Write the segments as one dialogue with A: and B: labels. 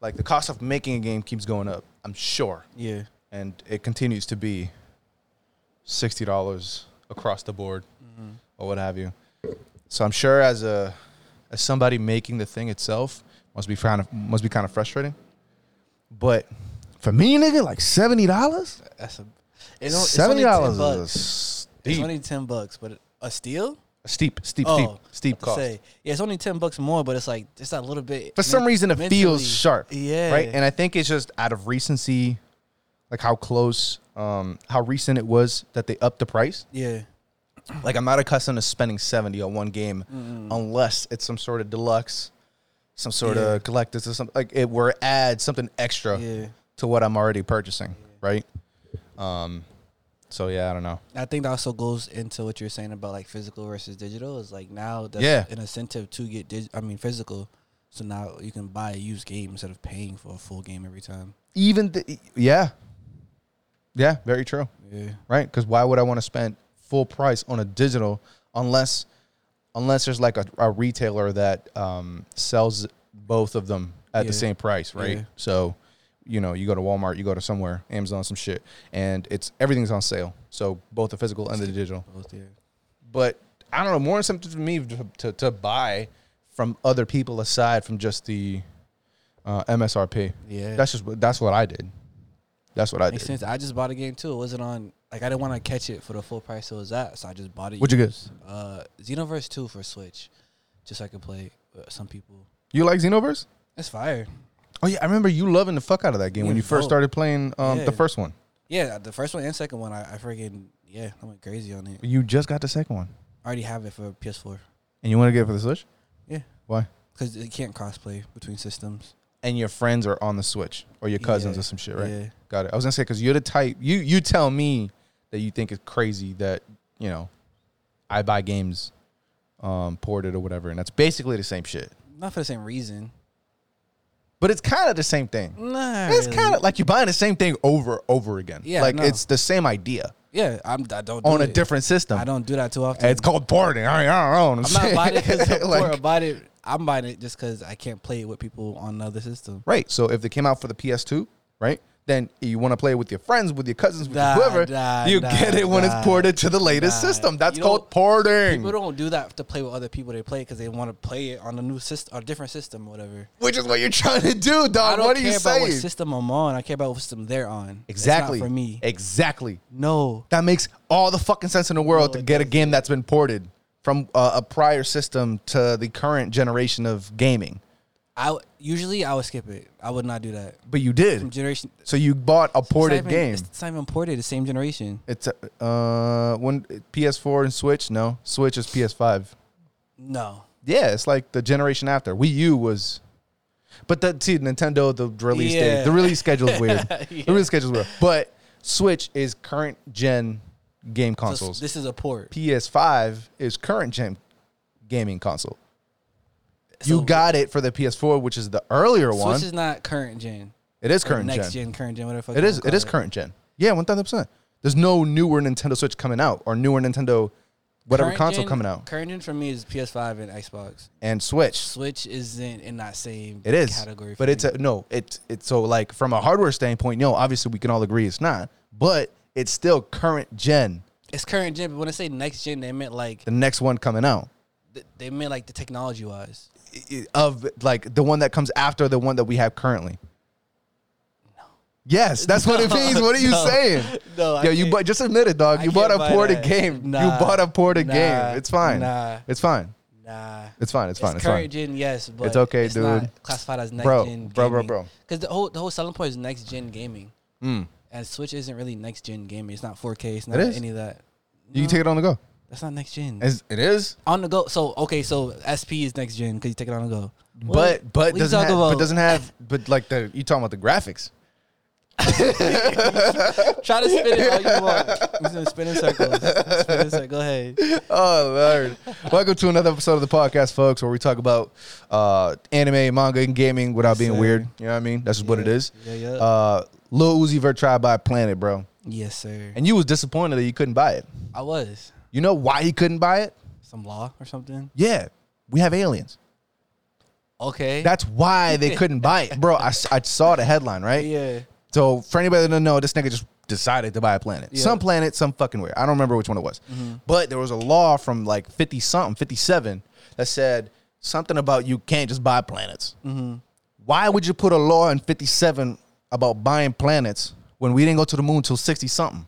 A: like the cost of making a game keeps going up. I'm sure,
B: Yeah.
A: and it continues to be sixty dollars across the board or what have you. So I'm sure as a as somebody making the thing itself must be kind of must be kind of frustrating. But
C: For me, nigga, like seventy dollars.
B: That's a. It's on- it's only
C: Seventy dollars
B: $10.
C: is
B: It's
A: steep,
B: only ten bucks, but a steal?
A: steep, steep,
B: Oh,
A: steep, steep
B: I was
A: cost.
B: about to Say, yeah, it's only ten bucks more, but it's like it's that little bit.
A: For some
B: men-
A: reason, it
B: mentally-
A: feels sharp.
B: Yeah,
A: Right. And I think it's just out of recency, like how close, um, how recent it was that they upped the price.
B: yeah,
A: Like I'm not accustomed to spending 70 on one game unless it's some sort of deluxe, some sort
B: Yeah.
A: of collectors or something like it where it adds something extra
B: yeah.
A: to what I'm already purchasing, right? Um so yeah, I don't know.
B: I think that also goes into what you're saying about like physical versus digital. Is like now that's
A: Yeah.
B: an incentive to get dig- I mean physical, so now you can buy a used game instead of paying for a full game every time.
A: Even the yeah. Yeah, very true.
B: Yeah,
A: right? Because why would I want to spend full price on a digital unless unless there's like a, a retailer that um, sells both of them at
B: Yeah.
A: the same price, right?
B: Yeah.
A: So you know, you go to Walmart, you go to somewhere, Amazon, some shit, and it's everything's on sale. So both the physical and the digital.
B: both yeah.
A: But I don't know, more something for me to, to, to buy from other people aside from just the uh, MSRP.
B: Yeah.
A: That's just what- that's what I did. That's what I
B: Makes
A: did.
B: sense. I just bought a game too. It wasn't on. Like I didn't want to catch it for the full price it was at, so I just bought it.
A: What'd you get?
B: used. Uh, Xenoverse Two for Switch, just so I could play with some people.
A: You like Xenoverse?
B: It's fire.
A: Oh yeah, I remember you loving the fuck out of that game when
B: Yeah,
A: you first
B: dope.
A: started playing um,
B: Yeah.
A: the first one.
B: Yeah, the first one and second one, I, I freaking yeah, I went crazy on it.
A: You just got the second one,
B: I already have it for PS4
A: and you want to get it for the Switch.
B: Yeah.
A: Why?
B: because it can't crossplay between systems.
A: And your friends are on the Switch, or your cousins,
B: Yeah.
A: or some shit, right?
B: Yeah.
A: Got it. I was gonna say because you're the type you you tell me that you think it's crazy that you know I buy games um, ported or whatever, and that's basically the same shit.
B: Not for the same reason.
A: But it's kind of the same thing.
B: Nah,
A: It's kind of like you're buying the same thing over over again.
B: Yeah,
A: like
B: no.
A: it's the same idea
B: yeah. I'm. I don't do
A: on a
B: it.
A: different system.
B: I don't do that too often.
A: It's called porting. I, I don't know.
B: I'm not buying it because
A: Like-
B: like, about it. I'm buying it just because I can't play it with people on another system.
A: Right. So if they came out for the PS2, right, then you want to play with your friends, with your cousins, with
B: Nah,
A: whoever,
B: nah,
A: you
B: nah,
A: get it when
B: nah,
A: it's ported to the latest
B: nah.
A: system. That's
B: You
A: called
B: don't-
A: porting,
B: People don't do that to play with other people they play because they want to play it on a new system, or different system, whatever.
A: which is what you're trying to do,
B: I
A: dog.
B: don't
A: What are
B: care
A: you
B: about what
A: saying?
B: system I'm on. I care about what system they're on. It's not
A: Exactly. Eh.
B: for me.
A: Exactly.
B: No.
A: That makes all the fucking sense in the world
B: No,
A: to
B: it
A: get a game that's been ported from uh, a prior system to the current generation of gaming.
B: I w- usually I would skip it. I would not do that.
A: But you did.
B: From generation it's
A: So you bought a
B: not
A: ported
B: even-
A: game.
B: It's not even ported. The same generation.
A: It's uh when PS4 and Switch. No, Switch is PS5.
B: No.
A: Yeah, it's like the generation after. Wii U was, but the see Nintendo the release
B: Yeah.
A: date, the release schedule is weird. The release schedule is weird. But Switch is current gen game
B: So s-
A: consoles.
B: this is a port.
A: PS5 is current gen gaming console. you
B: So
A: got it for the PS4, which is the earlier one.
B: Switch is not current gen.
A: it is
B: or
A: current
B: Next
A: gen.
B: gen, current gen, whatever. the fuck
A: It
B: you
A: is.
B: wanna
A: It is
B: call
A: current gen. Yeah, one thousand percent. There's no newer Nintendo Switch coming out or newer Nintendo whatever
B: Current
A: console
B: gen-
A: coming out
B: Current gen for me is PS5 and Xbox.
A: and Switch.
B: Switch isn't in that same
A: It is
B: category.
A: but
B: for
A: it's
B: me.
A: a, no. It's it's so like from a hardware standpoint, no. Obviously, we can all agree it's not, but it's still current gen.
B: it's current gen. But when I say next gen, they meant like
A: The next one coming out
B: th- they meant like the technology wise.
A: i- i- of like the one that comes after the one that we have currently. Yes, that's what it
B: No,
A: means. What are you
B: no.
A: saying?
B: No, I
A: Yo, you
B: can't-
A: bought, just admit it, dog.
B: I
A: You bought a
B: can't buy
A: ported
B: that.
A: game.
B: Nah,
A: you bought a ported
B: nah,
A: game. It's fine.
B: nah.
A: It's fine.
B: Nah,
A: It's fine. It's fine. It's
B: current
A: fine.
B: gen, yes, but
A: It's okay,
B: it's not
A: dude.
B: classified as next
A: Bro,
B: gen,
A: bro, bro, bro.
B: Because the whole the whole selling point is next gen gaming,
A: Mm.
B: and Switch isn't really next gen gaming. It's not 4K. It's not
A: is.
B: any of that.
A: You can take it on the go.
B: That's not next gen.
A: It's, it is,
B: on the go. So okay, so SP is next gen because you take it on the go.
A: but but
B: what you
A: doesn't
B: talking
A: have, but
B: about?
A: doesn't have but like the you talking about the graphics.
B: Try to spin it all you want. He's gonna spin in circles. Spin in circles. Go ahead.
A: Oh Lord! Welcome to another episode of the podcast, folks, where we talk about uh, anime, manga, and gaming without being
B: sir.
A: weird. You know what I mean? That's just what it
B: Yeah,
A: is.
B: yeah, yeah.
A: Uh, Lil Uzi Vert tried by Planet, bro,
B: Yes, sir.
A: and you was disappointed that you couldn't buy it.
B: I was
A: You know why he couldn't buy it?
B: some law or something.
A: Yeah, we have aliens.
B: Okay.
A: That's why they couldn't buy it, bro. I, s- I saw the headline, right?
B: yeah.
A: So for anybody that doesn't know, this nigga just decided to buy a planet.
B: Yeah.
A: Some planet, some fucking where. I don't remember which one it was. But there was a law from like 50 something, 57 that said something about you can't just buy planets. Why would you put a law in 57 about buying planets when we didn't go to the moon till 60 something?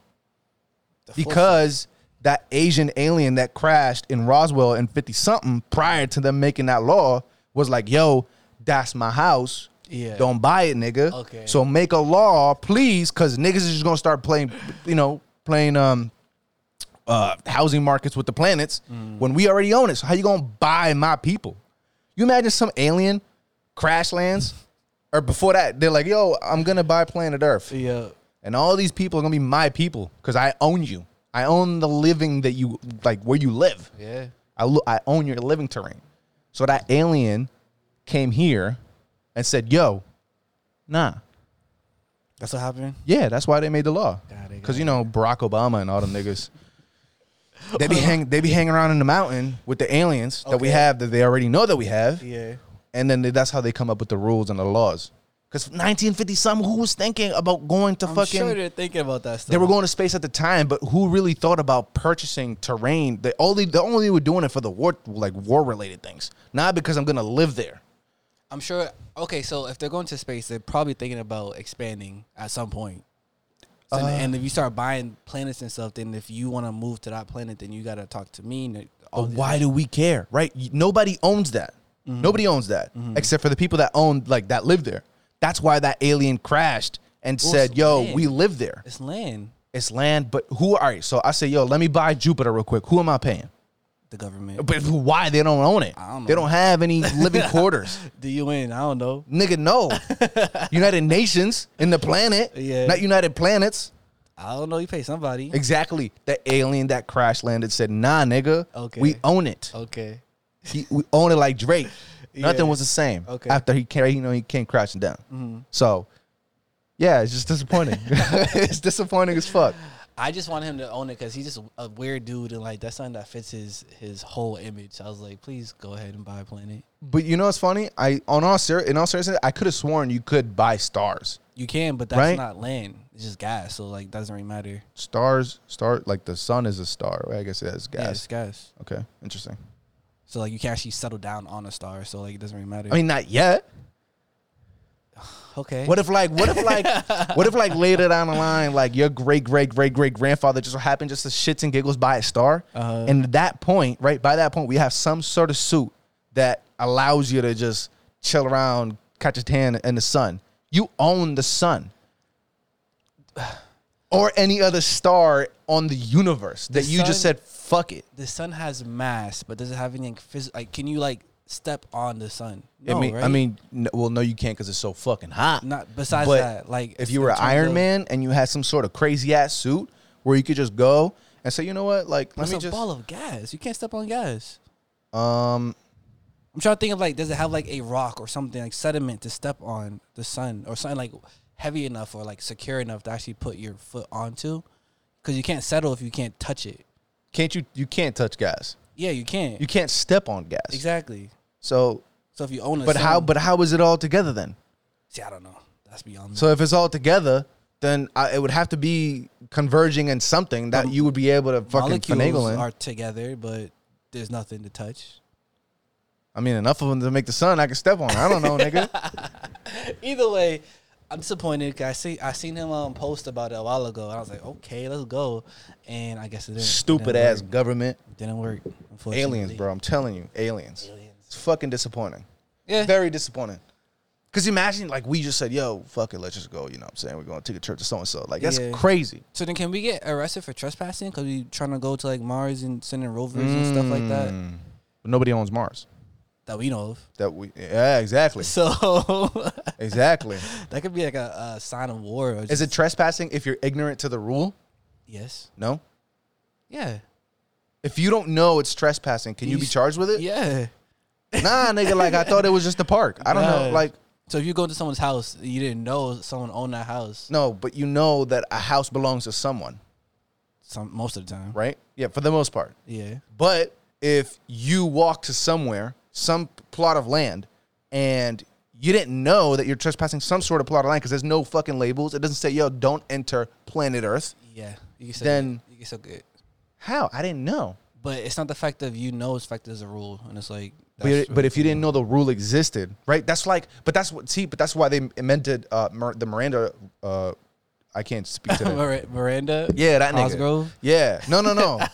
A: Because that Asian alien that crashed in Roswell in 50 something prior to them making that law was like, yo, that's my house.
B: Yeah.
A: Don't buy it, nigga.
B: Okay.
A: So make a law, please, because niggas is just gonna start playing, you know, playing um uh housing markets with the planets
B: Mm.
A: when we already own it. So how you gonna buy my people? You imagine some alien crash lands, or before that, they're like, yo, I'm gonna buy planet Earth.
B: Yeah.
A: And all these people are gonna be my people because I own you. I own the living that you like where you live.
B: Yeah.
A: I, lo- I own your living terrain. So that alien came here and said, yo, nah.
B: That's what happened.
A: Yeah, that's why they made the law.
B: Got it,
A: Because, you know, Barack Obama and all them niggas, they be, hang, they be hanging around in the mountain with the aliens that we
B: Okay.
A: have that they already know that we have.
B: Yeah.
A: And then they, that's how they come up with the rules and the laws. Because 1950 something, who was thinking about going to
B: I'm
A: fucking.
B: sure they're thinking about that stuff.
A: They were going to space at the time, but who really thought about purchasing terrain? They only they only were doing it for the war like war related things, not because I'm gonna live there.
B: I'm sure. Okay, so if they're going to space, they're probably thinking about expanding at some point. So, and- and if you start buying planets and stuff, then if you want to move to that planet, then you got to talk to me. And all
A: But
B: this-
A: why do we care, right? Y- Nobody owns that.
B: Mm-hmm.
A: Nobody owns that except for the people that own like that live there. That's why that alien crashed and
B: Well,
A: said,
B: it's
A: "Yo,
B: land.
A: we live there.
B: It's land.
A: It's land." But who are you? So I say, "Yo, let me buy Jupiter real quick. Who am I paying?"
B: The government.
A: But why they don't own it?
B: I don't
A: They
B: know.
A: don't have any living quarters.
B: The UN. I don't know.
A: Nigga, no. United Nations in the planet.
B: Yeah.
A: Not United Planets.
B: I don't know. You pay somebody.
A: Exactly. The alien that crash landed said, nah, nigga.
B: Okay.
A: We own it.
B: Okay.
A: He, we own it like Drake. Nothing
B: Yeah.
A: was the same.
B: Okay. Mm-hmm.
A: After he came, you know, he came crashing down. So yeah, it's just disappointing. it's disappointing as fuck.
B: I just want him to own it because he's just a weird dude and like that's something that fits his his whole image. So I was like, please go ahead and buy a planet.
A: But you know what's funny? I on all ser- in all seriousness, I could have sworn you could buy stars.
B: You can, but that's
A: Right.
B: not land. It's just gas. So like, doesn't really matter.
A: Stars, star like the sun is a star. Right? I guess it has
B: Yeah, it's
A: gas.
B: gas.
A: Okay, interesting.
B: So like, you can actually settle down on a star. So like, it doesn't really matter.
A: I mean, not yet.
B: okay.
A: What if like what if like what if like later down the line like your great great great great grandfather just so happened just to shits and giggles by a star
B: Uh-huh.
A: and at that point right by that point we have some sort of suit that allows you to just chill around catch a tan in the sun you own the sun or any other star on the universe that
B: The
A: you just
B: sun-
A: said fuck it
B: the sun has mass, but does it have anything phys- like? Can you like step on the sun? No,
A: I mean I
B: right?
A: mean n- well no you can't because it's so fucking hot
B: not besides
A: But
B: that. Like,
A: if you were
B: in
A: an
B: terms
A: Iron
B: of-
A: Man and you had some sort of crazy ass suit where you could just go and say, you know what, like let
B: that's
A: me
B: a ball
A: just
B: of gas. You can't step on gas.
A: um
B: I'm trying to think of like, does it have like a rock or something like sediment to step on the sun or something like heavy enough or like secure enough to actually put your foot onto? Because you can't settle if you can't touch it.
A: can't you you can't touch gas.
B: Yeah, you can't.
A: You can't step on gas.
B: exactly.
A: So
B: So if you own a
A: but how
B: sun-
A: but how is it all together then?
B: see, I don't know. That's beyond. me.
A: So if it's all together, then I, it would have to be converging in something that you would be able to fucking finagle
B: Molecules
A: in.
B: are together, but there's nothing to touch.
A: I mean, enough of them to make the sun I can step on. I don't know, nigga.
B: Either way, I'm disappointed. 'cause I see I seen him um, post about it a while ago, and I was like, okay, let's go. And I guess it didn't.
A: Stupid
B: didn't
A: ass
B: work.
A: government.
B: Didn't work. Unfortunately.
A: Aliens, bro. I'm telling you, aliens.
B: Aliens.
A: It's fucking disappointing.
B: Yeah.
A: Very disappointing. Cause imagine like we just said, yo, fuck it, let's just go. You know what I'm saying? We're gonna take a trip to so and so. Like that's
B: Yeah.
A: crazy.
B: So then, can we get arrested for trespassing? Cause we trying to go to like Mars and sending rovers and stuff like that
A: Mm. But nobody owns Mars.
B: that we know of.
A: That we Yeah, exactly.
B: So
A: exactly.
B: that could be like a, a sign of war. Or
A: Is
B: just-
A: it trespassing if you're ignorant to the rule?
B: Yes.
A: No.
B: Yeah.
A: If you don't know it's trespassing, can you be
B: These-
A: charged with it?
B: Yeah.
A: Nah, nigga, like I thought it was just a park. I don't know.
B: Nah.
A: Like,
B: So if you go into someone's house, you didn't know someone owned that house.
A: no, but you know that a house belongs to someone,
B: Some most of the time.
A: right? Yeah, for the most part.
B: Yeah.
A: But if you walk to somewhere, some plot of land, and you didn't know that you're trespassing some sort of plot of land because there's no fucking labels. It doesn't say, yo, don't enter planet Earth.
B: Yeah, you can still
A: Then-
B: you can still get,
A: How? I didn't know.
B: but it's not the fact of you know. It's the fact there's a rule, and it's like,
A: But, but if you didn't know the rule existed, right? That's like, but that's what, see, but that's why they amended uh, Mir- the Miranda, uh, I can't speak to that.
B: Mir- Miranda,
A: Yeah, that nigga.
B: Cosgrove?
A: Yeah. No, no, no.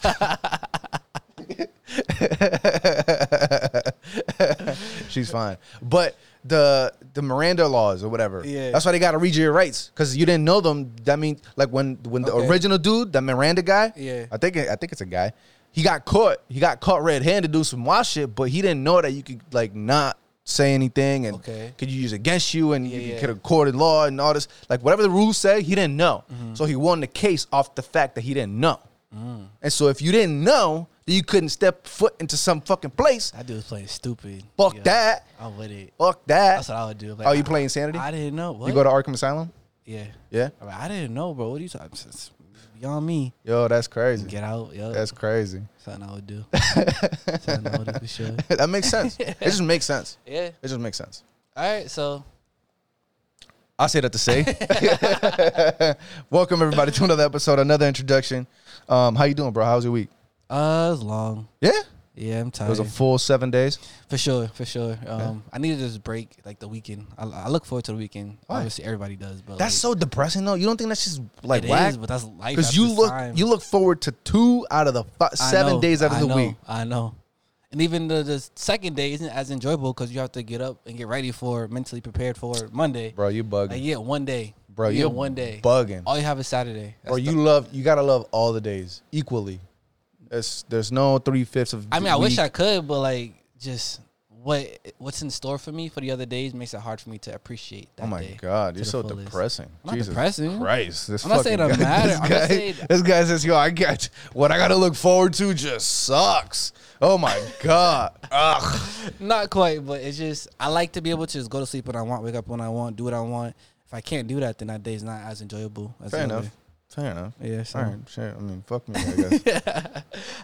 A: She's fine. But the the Miranda laws or whatever.
B: Yeah.
A: That's why they gotta read you your rights. Cause you didn't know them. That means like when when the
B: Okay.
A: original dude, the Miranda guy,
B: Yeah.
A: I think I think it's a guy. He got caught. He got caught red handed doing some wild shit, but he didn't know that you could like not say anything and
B: Okay.
A: could you use against you and you,
B: Yeah,
A: you
B: yeah.
A: could have courted law and all this. Like whatever the rules say, he didn't know.
B: Mm-hmm.
A: So he won the case off the fact that he didn't know.
B: Mm.
A: And so if you didn't know that you couldn't step foot into some fucking place,
B: that dude was playing stupid.
A: fuck
B: Yeah,
A: that.
B: I'm with it.
A: Fuck that.
B: That's what I would do. Like,
A: oh, you
B: I-
A: play Insanity?
B: I didn't know. What?
A: you go to Arkham Asylum?
B: yeah.
A: Yeah.
B: I, mean, I didn't know, bro. What are you talking? It's beyond me.
A: Yo, that's crazy.
B: Get out. Yo,
A: That's crazy.
B: something I would do. something I would do for sure.
A: that makes sense. It just makes sense.
B: Yeah.
A: It just makes sense.
B: All right. So
A: I say that to say. Welcome everybody to another episode, another introduction. Um, how you doing, bro? How was your week?
B: uh, it was long.
A: Yeah.
B: Yeah, I'm tired.
A: It was a full seven days.
B: For sure, for sure. Um, I needed this break, like the weekend. I, I look forward to the weekend.
A: Why?
B: Obviously, everybody does, but
A: That's
B: like,
A: so depressing, though. You don't think that's just like
B: it
A: whack?
B: is, but that's life.
A: Because
B: Because
A: you look you look forward to two out of the fi- seven days out of
B: I
A: the
B: know,
A: week.
B: I know, and even the, the second day isn't as enjoyable because you have to get up and get ready for mentally prepared for Monday.
A: Bro, you bugging,
B: Like, yeah, one day,
A: bro.
B: Yeah,
A: You
B: one day.
A: bugging,
B: All you have is Saturday. That's
A: bro. You love you gotta love all the days equally. There's there's no three fifths of.
B: I mean,
A: the
B: I wish
A: week.
B: I could, but like, just what what's in store for me for the other days makes it hard for me to appreciate that.
A: Oh my
B: day
A: god,
B: to
A: you're
B: the
A: so
B: fullest.
A: depressing.
B: I'm not
A: Jesus
B: depressing.
A: Christ, this
B: I'm not saying
A: fucking
B: I'm
A: guy-
B: mad.
A: This
B: I'm
A: guy,
B: just saying-
A: this guy says, "Yo, I got what I gotta look forward to. Just sucks." Oh my god, ugh.
B: Not quite, but it's just I like to be able to just go to sleep when I want, wake up when I want, do what I want. If I can't do that, then that day's not as enjoyable. As
A: Fair
B: the
A: enough.
B: other.
A: Fair enough.
B: Yeah. So.
A: All right, sure. I mean, fuck me. I guess it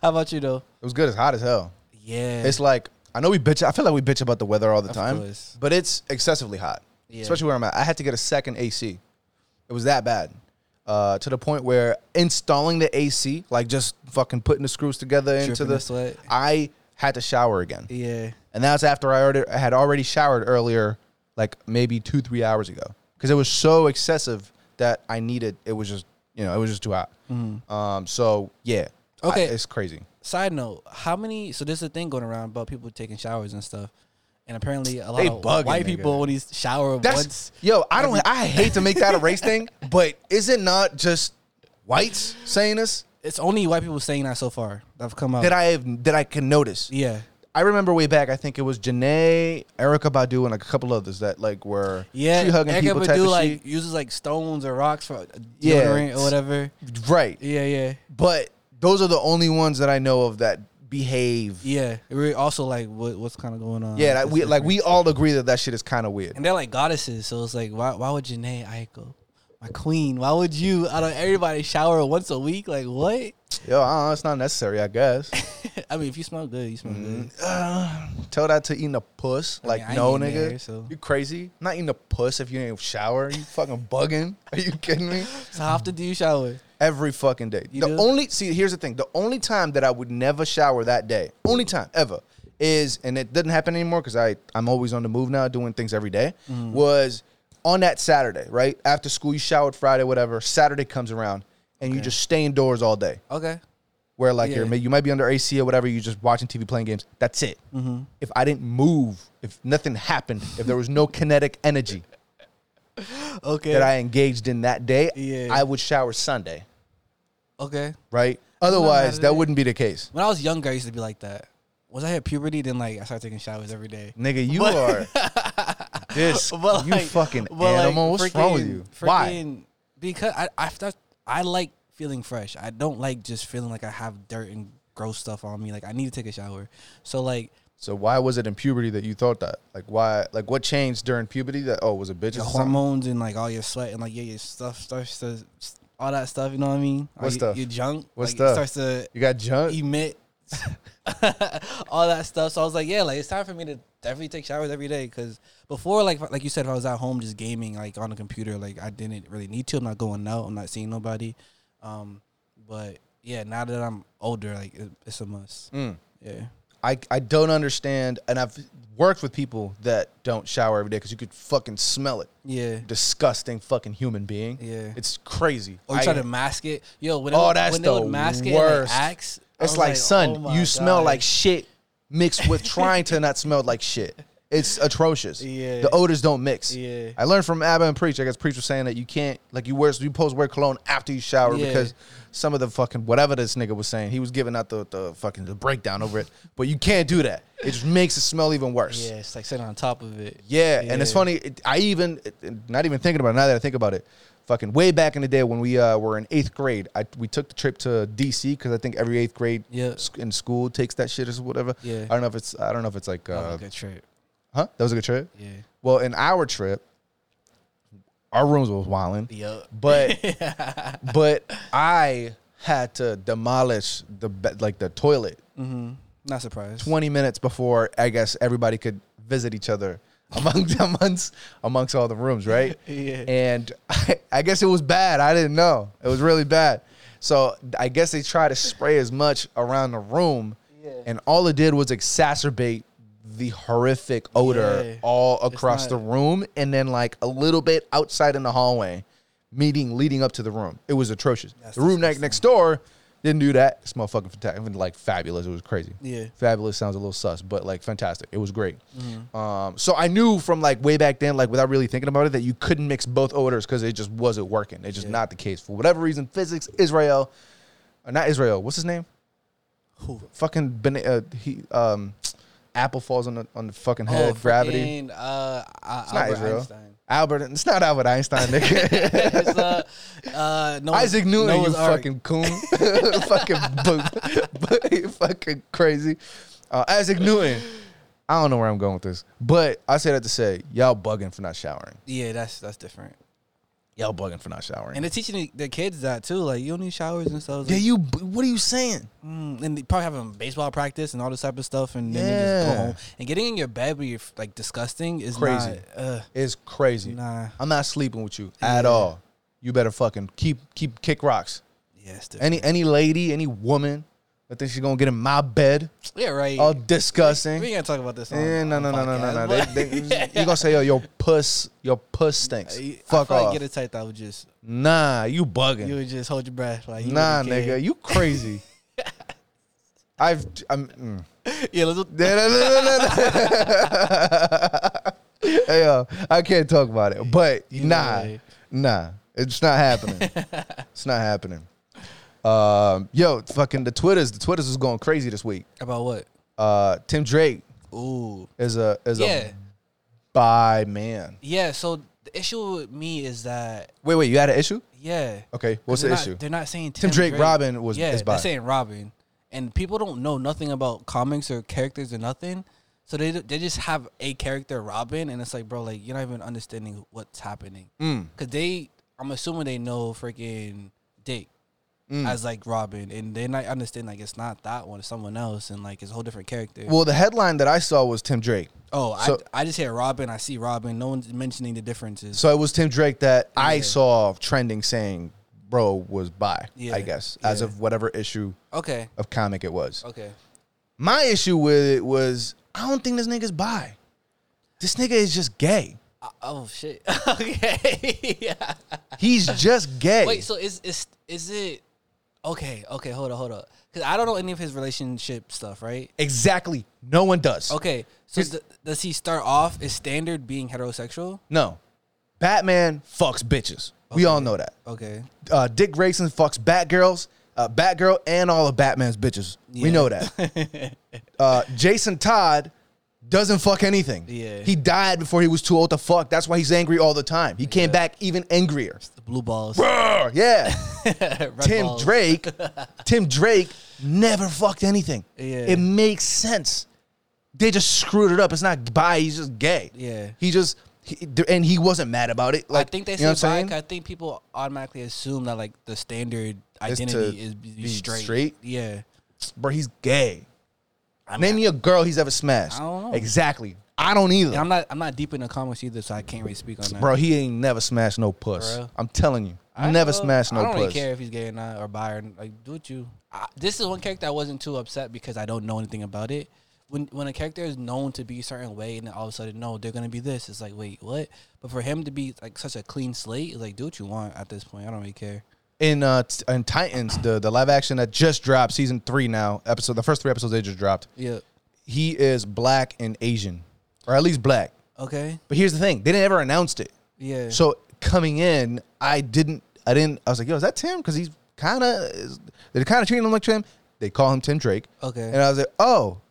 B: How about you though?
A: was good. It's hot as hell.
B: Yeah.
A: It's like I know we bitch. I feel like we bitch about the weather all the
B: Of
A: time,
B: course.
A: but it's excessively hot,
B: Yeah.
A: especially where I'm at. I had to get a second AC. It was that bad, uh, to the point where installing the AC, like just fucking putting the screws together into
B: Dripping
A: the,
B: the sweat.
A: I had to shower again,
B: yeah.
A: and that's after I already I had already showered earlier, like maybe two three hours ago, because it was so excessive that I needed. It was just you know it was just too hot. Um, so yeah, I-
B: Mm-hmm. Okay.
A: it's crazy.
B: Side note: How many? So there's a thing going around about people taking showers and stuff, and apparently a lot
A: They
B: of
A: bugging,
B: white
A: nigga.
B: people when these shower
A: That's
B: once.
A: yo. I don't. I hate to make that a race thing, but is it not just whites saying this
B: It's only white people saying that so far that have come out.
A: that I have that I can notice?
B: yeah.
A: I remember way back. I think it was Janae, Erica Badu, and like a couple others that like were
B: Yeah.
A: tree hugging
B: Erica
A: people type
B: Badu
A: of
B: like uses like stones or rocks for
A: Yeah.
B: deodorant or whatever.
A: shit. Right,
B: Yeah. Yeah.
A: but those are the only ones that I know of that behave. Yeah,
B: Yeah, we're also like what, what's kind of going on.
A: that
B: It's
A: we like
B: different.
A: we all agree that that shit is kind of weird.
B: and they're like goddesses, so it's like why why would Janae Aiko, my queen, why would you out of everybody shower once a week? Like what?
A: Yo, uh, it's not necessary, I guess.
B: I mean, if you smell good, you smell good.
A: Uh, tell that to eating a puss.
B: I
A: Like,
B: mean, I
A: no,
B: ain't
A: nigga.
B: eating there, so-
A: You crazy? I'm not eating a puss if you didn't shower. You fucking bugging. Are you kidding me?
B: So how often do you shower?
A: Every fucking day.
B: You
A: the
B: do?
A: only, see, here's the thing. The only time that I would never shower that day, only time ever, is, and it doesn't happen anymore because I'm always on the move now doing things every day,
B: Mm-hmm.
A: was on that Saturday, right? After school, you showered Friday, whatever. Saturday comes around and you just stay indoors all day
B: Okay,
A: where like
B: Yeah.
A: you're, you might be under AC or whatever, you're just watching TV, playing games. That's it.
B: Mm-hmm.
A: If I didn't move, if nothing happened, if there was no kinetic energy
B: okay,
A: that I engaged in that day,
B: Yeah.
A: I would shower Sunday,
B: okay.
A: right?
B: how
A: Otherwise,
B: to
A: that
B: do it.
A: wouldn't be the case.
B: When I was younger, I used to be like that. Once I hit puberty, then like I started taking showers every day.
A: Nigga, you
B: But-
A: are this.
B: But
A: you
B: like-
A: fucking
B: but, like,
A: animal. What's wrong with
B: freaking-
A: you? Why?
B: freaking- Because I I start- I like feeling fresh. I don't like just feeling like I have dirt and gross stuff on me. Like I need to take a shower. So like
A: So why was it in puberty that you thought that? Like why? Like what changed during puberty that? Oh, was it bitches?
B: your
A: or something?
B: hormones and like all your sweat and like yeah your stuff starts to all that stuff. You know what I mean? All
A: What
B: your-
A: stuff?
B: Your junk.
A: What
B: like,
A: stuff?
B: It starts to
A: You got junk.
B: emit all that stuff. So I was like, yeah, like it's time for me to definitely take showers every day because before, like like you said, if I was at home just gaming like on the computer, like I didn't really need to. I'm not going out. I'm not seeing nobody. Um, but yeah, now that I'm older, like it, it's a must.
A: Mm.
B: Yeah.
A: I, I don't understand, and I've worked with people that don't shower every day because you could fucking smell it.
B: Yeah.
A: Disgusting fucking human being.
B: Yeah.
A: It's crazy.
B: Or you
A: I-
B: try to mask it. Yo, when, it,
A: Oh,
B: would-
A: that's
B: when
A: the
B: they would mask
A: worst.
B: it and like, axe, I
A: it's
B: was
A: like,
B: oh
A: son,
B: my
A: you smell
B: God.
A: like shit mixed with trying to not smell like shit. It's atrocious.
B: Yeah.
A: The odors don't mix.
B: Yeah.
A: I learned from Abba and Preach. I guess Preach was saying that you can't like you wear you post wear cologne after you shower
B: Yeah.
A: because some of the fucking whatever this nigga was saying, he was giving out the, the fucking the breakdown over it. But you can't do that. It just makes it smell even worse.
B: Yeah, it's like sitting on top of it.
A: Yeah, and it's
B: Yeah.
A: funny. it- I even it- it- not even thinking about it now that I think about it. Fucking way back in the day when we uh, were in eighth grade, I we took the trip to DC because I think every eighth grade
B: Yeah.
A: sc- in school takes that shit or whatever.
B: Yeah.
A: I don't know if it's I don't know if it's like
B: That was
A: uh,
B: a good trip.
A: huh that was a good trip.
B: Yeah.
A: Well, in our trip, our rooms was wilding,
B: Yup.
A: but but I had to demolish the be- like the toilet
B: Not surprised.
A: 20 minutes before I guess everybody could visit each other among amongst amongst all the rooms, right?
B: Yeah.
A: And I, I guess it was bad. I didn't know. It was really bad. So I guess they tried to spray as much around the room, and all it did was exacerbate the horrific odor
B: Yeah.
A: all across
B: not-
A: the room, and then like a little bit outside in the hallway, meeting leading up to the room. It was atrocious.
B: That's
A: the room next next door didn't do that. It's motherfucking fantastic. Like fabulous. It was crazy.
B: Yeah.
A: Fabulous sounds a little sus, but like fantastic. It was great.
B: Mm-hmm.
A: Um, so I knew from like way back then, like without really thinking about it, that you couldn't mix both odors because it just wasn't working. It's just not the case for whatever reason. Physics, Israel, or not Israel. What's his name?
B: Who?
A: Fucking bana- uh, he. Um, Apple falls on the on the fucking head. gravity.
B: freaking, Uh, uh,
A: it's not
B: Oh, Albert
A: Israel.
B: Einstein.
A: Albert. It's not Albert Einstein. Nigga.
B: it's, uh, uh, Noah's,
A: Isaac Newton,
B: Noah's
A: you
B: Ark.
A: fucking coon, fucking bu- bu- fucking crazy. Uh, Isaac Newton. I don't know where I'm going with this, but I say that to say y'all bugging for not showering.
B: Yeah, that's that's different.
A: Y'all bugging for not showering.
B: And they're teaching the- the kids that too. Like you don't need showers and stuff.
A: yeah,
B: Like,
A: you. What are you saying?
B: mm, and they probably having baseball practice and all this type of stuff, and then they just
A: Yeah.
B: go home. And getting in your bed when you're like disgusting is
A: Crazy.
B: Not, uh,
A: It's crazy.
B: Nah.
A: I'm not sleeping with you at all. You better fucking keep keep kick rocks.
B: yeah, it's different.
A: Any any lady, any woman that thinks she's gonna get in my bed,
B: yeah, right.
A: all
B: we
A: disgusting.
B: ain't gonna talk about this. On,
A: Eh, no,
B: on
A: no,
B: the
A: no, no, no, no,
B: podcast, but-
A: They, they, you gonna say yo, your puss, your puss stinks.
B: I- I
A: Fuck
B: feel like
A: off.
B: Get a tight that would just
A: Nah, you bugging.
B: you would just hold your breath. Like you
A: nah,
B: wouldn't care.
A: nigga, you crazy. I've I'm. Mm.
B: Yeah, let's.
A: No, no, no, no, no. mm. hey, yo, I can't talk about it, but nah,
B: way.
A: nah, it's not happening. it's not happening. Um, yo, fucking the Twitters, the Twitters is going crazy this week.
B: About what?
A: Uh, Tim Drake
B: Ooh.
A: is a is
B: Yeah.
A: a bi man.
B: Yeah. So the issue with me is that
A: Wait, wait, you had an issue?
B: yeah.
A: Okay, what's the
B: They're not-
A: issue?
B: They're not saying
A: Tim
B: Tim,
A: Drake Robin was-
B: yeah.
A: is bi.
B: They're saying Robin, and people don't know nothing about comics or characters or nothing. So they they just have a character Robin, and it's like, bro, like you're not even understanding what's happening.
A: Mm.
B: Cause they, I'm assuming they know freaking Dick
A: Mm.
B: as like Robin, and they're not understanding like it's not that one, it's someone else, and like it's a whole different character.
A: Well, the headline that I saw was Tim Drake.
B: Oh,
A: So-
B: I, I just hear Robin. I see Robin. No one's mentioning the differences.
A: So it was Tim Drake that I saw trending saying, bro, was by, I
B: Yeah,
A: guess, as
B: yeah.
A: of whatever issue
B: Okay.
A: of comic it was.
B: Okay.
A: My issue with it was, I don't think this nigga's bi. This nigga is just gay.
B: Uh, oh shit. okay. yeah.
A: He's just gay.
B: Wait. So is is is it? Okay. Okay. Hold on. Hold on. Because I don't know any of his relationship stuff. Right.
A: exactly. No one does.
B: Okay. So th- does he start off as standard being heterosexual?
A: No. Batman fucks bitches. We all know that.
B: Okay.
A: uh, Dick Grayson fucks Batgirls, uh, Batgirl, and all of Batman's bitches. We
B: Yeah.
A: know that. uh, Jason Todd doesn't fuck anything.
B: Yeah.
A: He died before he was too old to fuck. That's why he's angry all the time. He came back even angrier.
B: The blue balls.
A: Brr, yeah.
B: Red
A: Tim
B: balls.
A: Drake, Tim Drake never fucked anything.
B: Yeah.
A: It makes sense. They just screwed it up. It's not bi. He's just gay.
B: Yeah.
A: He just, he, and he wasn't mad about it.
B: I
A: Like
B: think they
A: you know
B: say
A: what I'm
B: bi.
A: saying?
B: 'cause I think people automatically assume that like the standard
A: to
B: identity is be
A: be
B: straight.
A: straight?
B: Yeah.
A: bro, he's gay. Name me a girl he's ever smashed.
B: I don't know.
A: Exactly. I don't either.
B: And I'm not I'm not deep in the comics either, so I can't really speak on that.
A: Bro, he ain't never smashed no puss.
B: For real?
A: I'm telling you.
B: I
A: never
B: don't-
A: smashed no
B: I don't
A: puss.
B: really care if he's gay or not or bi or like do what you. I, this is one character I wasn't too upset because I don't know anything about it. When when a character is known to be a certain way and then all of a sudden no they're gonna be this it's like wait what? But for him to be like such a clean slate, it's like do what you want at this point. I don't really care.
A: In uh t- in Titans, the the live action that just dropped, season three now, episode the first three episodes they just dropped.
B: Yeah.
A: He is black and Asian. Or at least black.
B: Okay.
A: But here's the thing, they never announced it.
B: Yeah.
A: So coming in, I didn't I didn't I was like, yo, is that Tim? Because he's kinda is- they're kinda treating him like Tim. They call him Tim Drake.
B: okay.
A: And I was like, oh,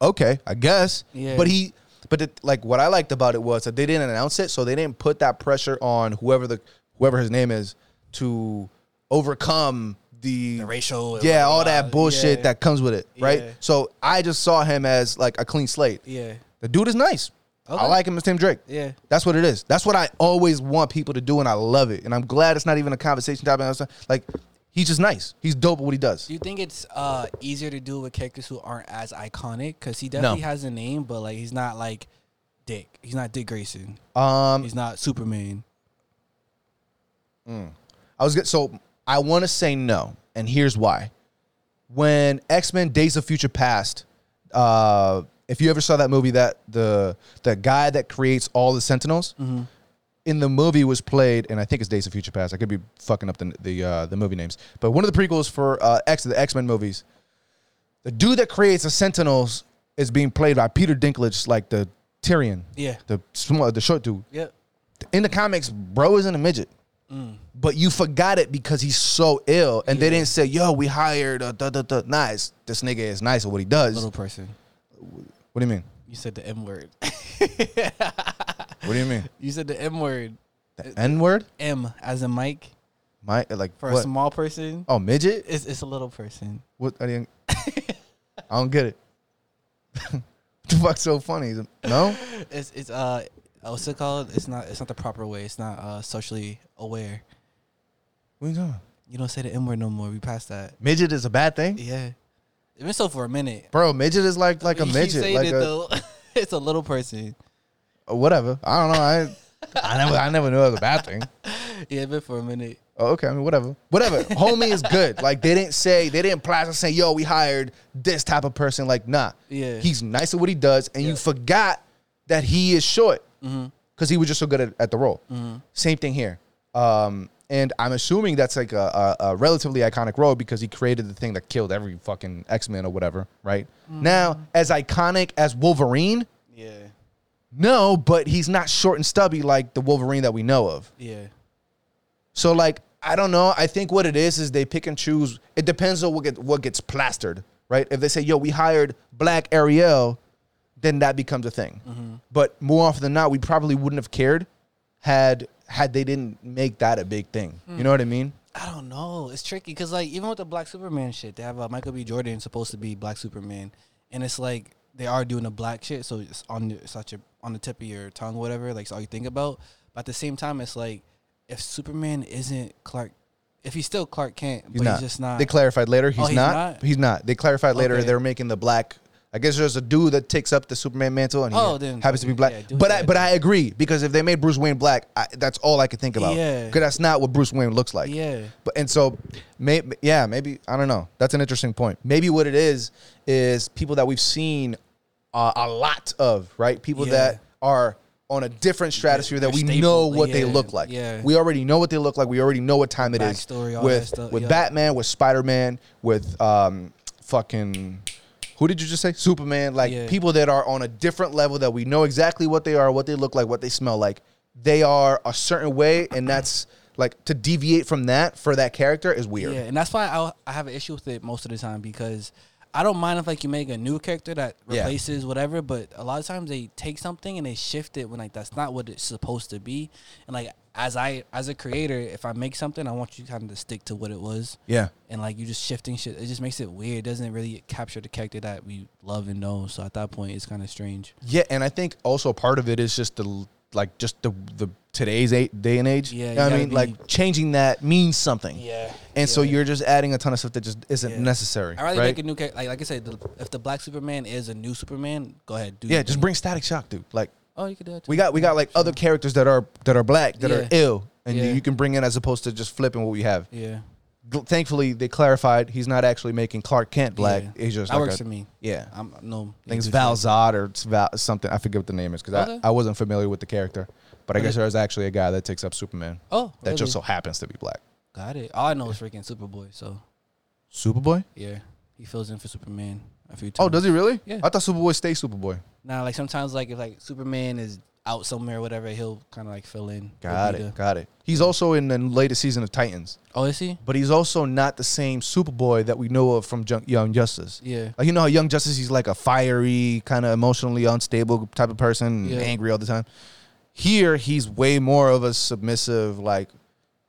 A: okay, I guess.
B: Yeah.
A: But he, but it, like what I liked about it was that they didn't announce it, so they didn't put that pressure on whoever the whoever his name is to overcome the,
B: The racial. and
A: yeah,
B: blah,
A: all
B: blah,
A: that
B: blah.
A: bullshit
B: Yeah.
A: that comes with it, right?
B: Yeah.
A: So I just saw him as like a clean slate.
B: Yeah.
A: The dude is nice. I
B: Okay.
A: like him as Tim Drake.
B: Yeah.
A: That's what it is. That's what I always want people to do, and I love it. And I'm glad it's not even a conversation topic. Like, he's just nice. He's dope at what he does.
B: Do you think it's uh, easier to do with characters who aren't as iconic? Because he definitely has a name, but like he's not like Dick. He's not Dick Grayson.
A: Um,
B: He's not Superman.
A: I was good. So I want to say no, and here's why. When X Men Days of Future Past, uh, if you ever saw that movie, that the the guy that creates all the Sentinels in the movie was played, and I think it's Days of Future Past. I could be fucking up the the uh, the movie names, but one of the prequels for uh, X the X Men movies, the dude that creates the Sentinels is being played by Peter Dinklage, like the Tyrion,
B: Yeah.
A: the small, the short dude
B: Yep.
A: in the comics, bro isn't a midget.
B: Mm.
A: But you forgot it because he's so ill, and they didn't say, "Yo, we hired a da da da." Nice, this nigga is nice at what he does.
B: Little person.
A: What do you mean?
B: You said the M word.
A: What do you mean?
B: you said the M word.
A: The N word?
B: M as in Mike
A: My like
B: for a
A: what?
B: small person.
A: Oh, midget?
B: It's, it's a little person.
A: What? I didn't. I don't get it. what the fuck's so funny? Is it- No,
B: It's it's uh what's it called? It's not it's not the proper way. It's not uh socially aware.
A: what are you talking? about?
B: You don't say the M word no more. We passed that.
A: Midget is a bad thing,
B: Yeah. It's been so for a minute.
A: bro. Midget is like like a
B: You
A: midget,
B: saying
A: like
B: it,
A: a,
B: though. it's a little person.
A: whatever. I don't know. I I never I never knew it was a bad thing.
B: Yeah, but for a minute.
A: Oh, okay. I mean, whatever. Whatever. Homie is good. Like they didn't say, they didn't plaster say, yo, we hired this type of person. Like, nah.
B: Yeah.
A: He's nice at what he does, and you forgot that he is short because he was just so good at, at the role. Same thing here. Um, and I'm assuming that's like a, a, a relatively iconic role because he created the thing that killed every fucking X Men or whatever, right? Now, as iconic as Wolverine,
B: Yeah.
A: no, but he's not short and stubby like the Wolverine that we know of.
B: Yeah.
A: So like I don't know. I think what it is is they pick and choose. It depends on what get, what gets plastered, right? If they say, "Yo, we hired Black Ariel," then that becomes a thing. But more often than not, we probably wouldn't have cared had had they didn't make that a big thing. You know what I mean?
B: I don't know. It's tricky because like even with the Black Superman shit, they have uh, Michael B. Jordan supposed to be Black Superman, and it's like they are doing the black shit, so it's on the, it's at your, on the tip of your tongue, whatever. Like it's all you think about. But at the same time, it's like if Superman isn't Clark, if he's still Clark Kent,
A: He's
B: but
A: not.
B: he's just not. Oh,
A: They clarified later. He's,
B: he's
A: not,
B: not?
A: He's not. They clarified later.
B: Okay.
A: They're making the black. I guess there's a dude that takes up the Superman mantle and he
B: Oh, then-
A: happens to be black.
B: yeah, dude,
A: but I
B: yeah,
A: but I agree because if they made Bruce Wayne black, I, that's all I could think about.
B: Yeah.
A: because that's not what Bruce Wayne looks like.
B: Yeah.
A: But and so, may, yeah, maybe I don't know. That's an interesting point. Maybe what it is is people that we've seen uh, a lot of, right? People
B: Yeah.
A: that are on a different stratosphere that
B: they're
A: we
B: staple-
A: know what they
B: yeah,
A: look like.
B: yeah.
A: We already know what they look like. We already know what time it is
B: Backstory, all
A: with
B: that stuff,
A: with
B: yeah.
A: Batman, with Spider Man, with um fucking who did you just say? Superman. Like
B: Yeah.
A: people that are on a different level that we know exactly what they are, what they look like, what they smell like. They are a certain way, and that's like to deviate from that for that character is weird.
B: Yeah, and that's why I, I have an issue with it most of the time because I don't mind if like you make a new character that
A: Yeah.
B: replaces whatever, but a lot of times they take something and they shift it when like that's not what it's supposed to be. And like as I as a creator, if I make something, I want you kind of to stick to what it was.
A: Yeah.
B: And like you just shifting shit, it just makes it weird. It doesn't really capture the character that we love and know. So at that point, it's kind of strange.
A: Yeah, and I think also part of it is just the like just the the today's a- day and age.
B: Yeah,
A: You
B: you
A: know what I
B: gotta
A: mean, like
B: be-
A: changing that means something.
B: Yeah.
A: And so
B: yeah.
A: you're just adding a ton of stuff that just isn't
B: Yeah.
A: necessary.
B: I'd rather
A: right?
B: make a new character. Like, like I said, the, if the Black Superman is a new Superman, go ahead. Do
A: yeah,
B: your
A: just
B: thing.
A: bring Static Shock, dude. Like
B: Oh, you could do that. Too.
A: we got we got like other characters that are that are black that are
B: Yeah.
A: ill, and
B: Yeah.
A: you can bring in as opposed to just flipping what we have.
B: Yeah.
A: Gl- Thankfully, they clarified he's not actually making Clark Kent black.
B: Yeah.
A: He's just
B: that
A: like
B: works
A: a-
B: for me.
A: yeah.
B: I'm no.
A: I think it's
B: yeah,
A: Val
B: just-
A: Zod or it's Val, something. I forget what the name is because
B: Okay.
A: I, I wasn't familiar with the character. But I
B: But
A: guess
B: it-
A: there's actually a guy that takes up Superman
B: Oh,
A: that just so
B: really?
A: happens to be black.
B: got it. All I know is freaking Superboy. So
A: Superboy?
B: yeah, he fills in for Superman a few times.
A: Oh, does he really?
B: Yeah.
A: I thought Superboy stays Superboy.
B: Now, like sometimes, like if like Superman is out somewhere or whatever, he'll kind of like fill in. He'll
A: Got
B: be
A: it.
B: the-
A: Got it. He's also in the latest season of Titans,
B: Oh, is he?
A: but he's also not the same Superboy that we know of from Jun- Young Justice.
B: Yeah.
A: Like you know how Young Justice he's like a fiery, kind of emotionally unstable type of person,
B: Yeah.
A: angry all the time. Here he's way more of a submissive, like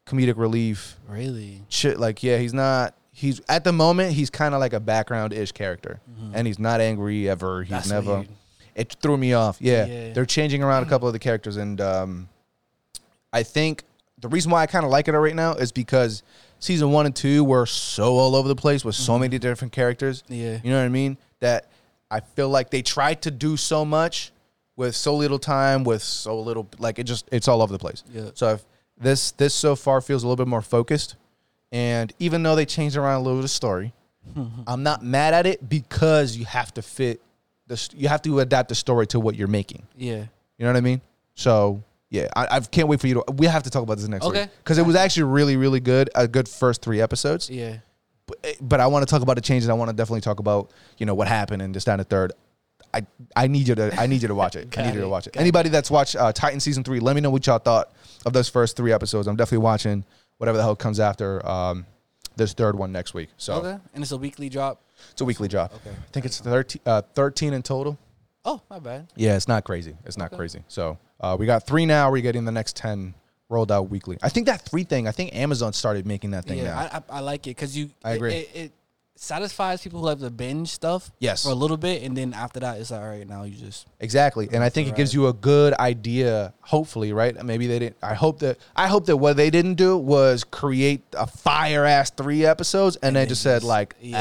A: comedic relief
B: Really?
A: shit like yeah he's not he's at the moment he's kind of like a background-ish character and he's not angry ever he's
B: Mm-hmm. That's
A: never
B: weird.
A: it threw me off yeah.
B: Yeah.
A: they're changing around a couple of the characters and um i think the reason why i kind of like it right now is because season one and two were so all over the place with
B: Mm-hmm.
A: so many different characters
B: Yeah.
A: you know what i mean that i feel like they tried to do so much with so little time with so little like it just it's all over the place
B: Yeah.
A: so if this this so far feels a little bit more focused, and even though they changed around a little bit of story, I'm not mad at it because you have to fit the st- you have to adapt the story to what you're making.
B: Yeah.
A: You know what I mean? So yeah, I, I can't wait for you to. We have to talk about this next
B: Okay.
A: because it was actually really really good. A good first three episodes,
B: Yeah.
A: but, but I want to talk about the changes. I want to definitely talk about you know what happened and this that, and the third. I, I need you to I need you to watch it. I need
B: Got
A: you to
B: it,
A: watch it.
B: got
A: Anybody that's watched uh, Titan season three, let me know what y'all thought of those first three episodes. I'm definitely watching whatever the hell comes after um, this third one next week. So
B: Okay. And it's a weekly drop.
A: it's a weekly job.
B: Okay.
A: I think it's 13, uh, 13 in total.
B: Oh, my bad.
A: Yeah, it's not crazy. It's not crazy. So uh, we got three now. We're getting the next ten rolled out weekly. I think that three thing. I think Amazon started making that thing now.
B: Yeah, I, I, I like it because you.
A: I
B: it-
A: agree.
B: It, it satisfies people who have to binge stuff.
A: Yes.
B: For a little bit, and then after that, it's like, all right, now you just.
A: Exactly, and I think it gives you a good idea. Hopefully, right? Maybe they didn't. I hope that I hope that what they didn't do was create a fire ass three episodes, and, they
B: then
A: just
B: you
A: said
B: just-
A: like,
B: yeah,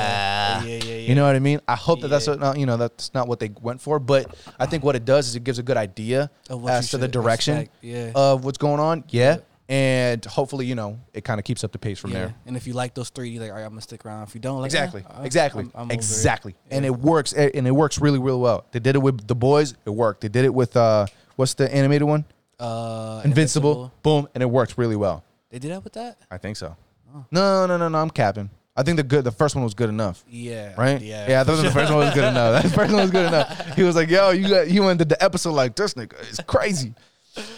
A: "Ah."
B: yeah, yeah,
A: You
B: yeah.
A: know what I mean? I hope that that's
B: Yeah.
A: what not, you know that's not what they went for, but I think what it does is it gives a good idea
B: Of what you
A: as to the
B: should
A: direction
B: expect, yeah.
A: of what's going on. Yeah, and hopefully, you know, it kind of keeps up the pace from
B: Yeah.
A: there.
B: And if you like those three, you're like, all right, I'm gonna stick around. If you don't, like,
A: Exactly.
B: eh, I-
A: exactly.
B: I'm- I'm over it.
A: exactly. And it works. a- And it works really, really well. They did it with the boys. It worked. They did it with uh, what's the animated one?
B: Uh,
A: Invincible. Boom. And it worked really well.
B: They did that with that.
A: I think so.
B: Oh.
A: No, no, no, no. I'm capping. I think the good, the first one was good enough.
B: Yeah.
A: Right?
B: Yeah.
A: Yeah, I thought the first one was good enough. That first one was good enough. He was like, "Yo, you got, you ended the episode like this, nigga. It's crazy."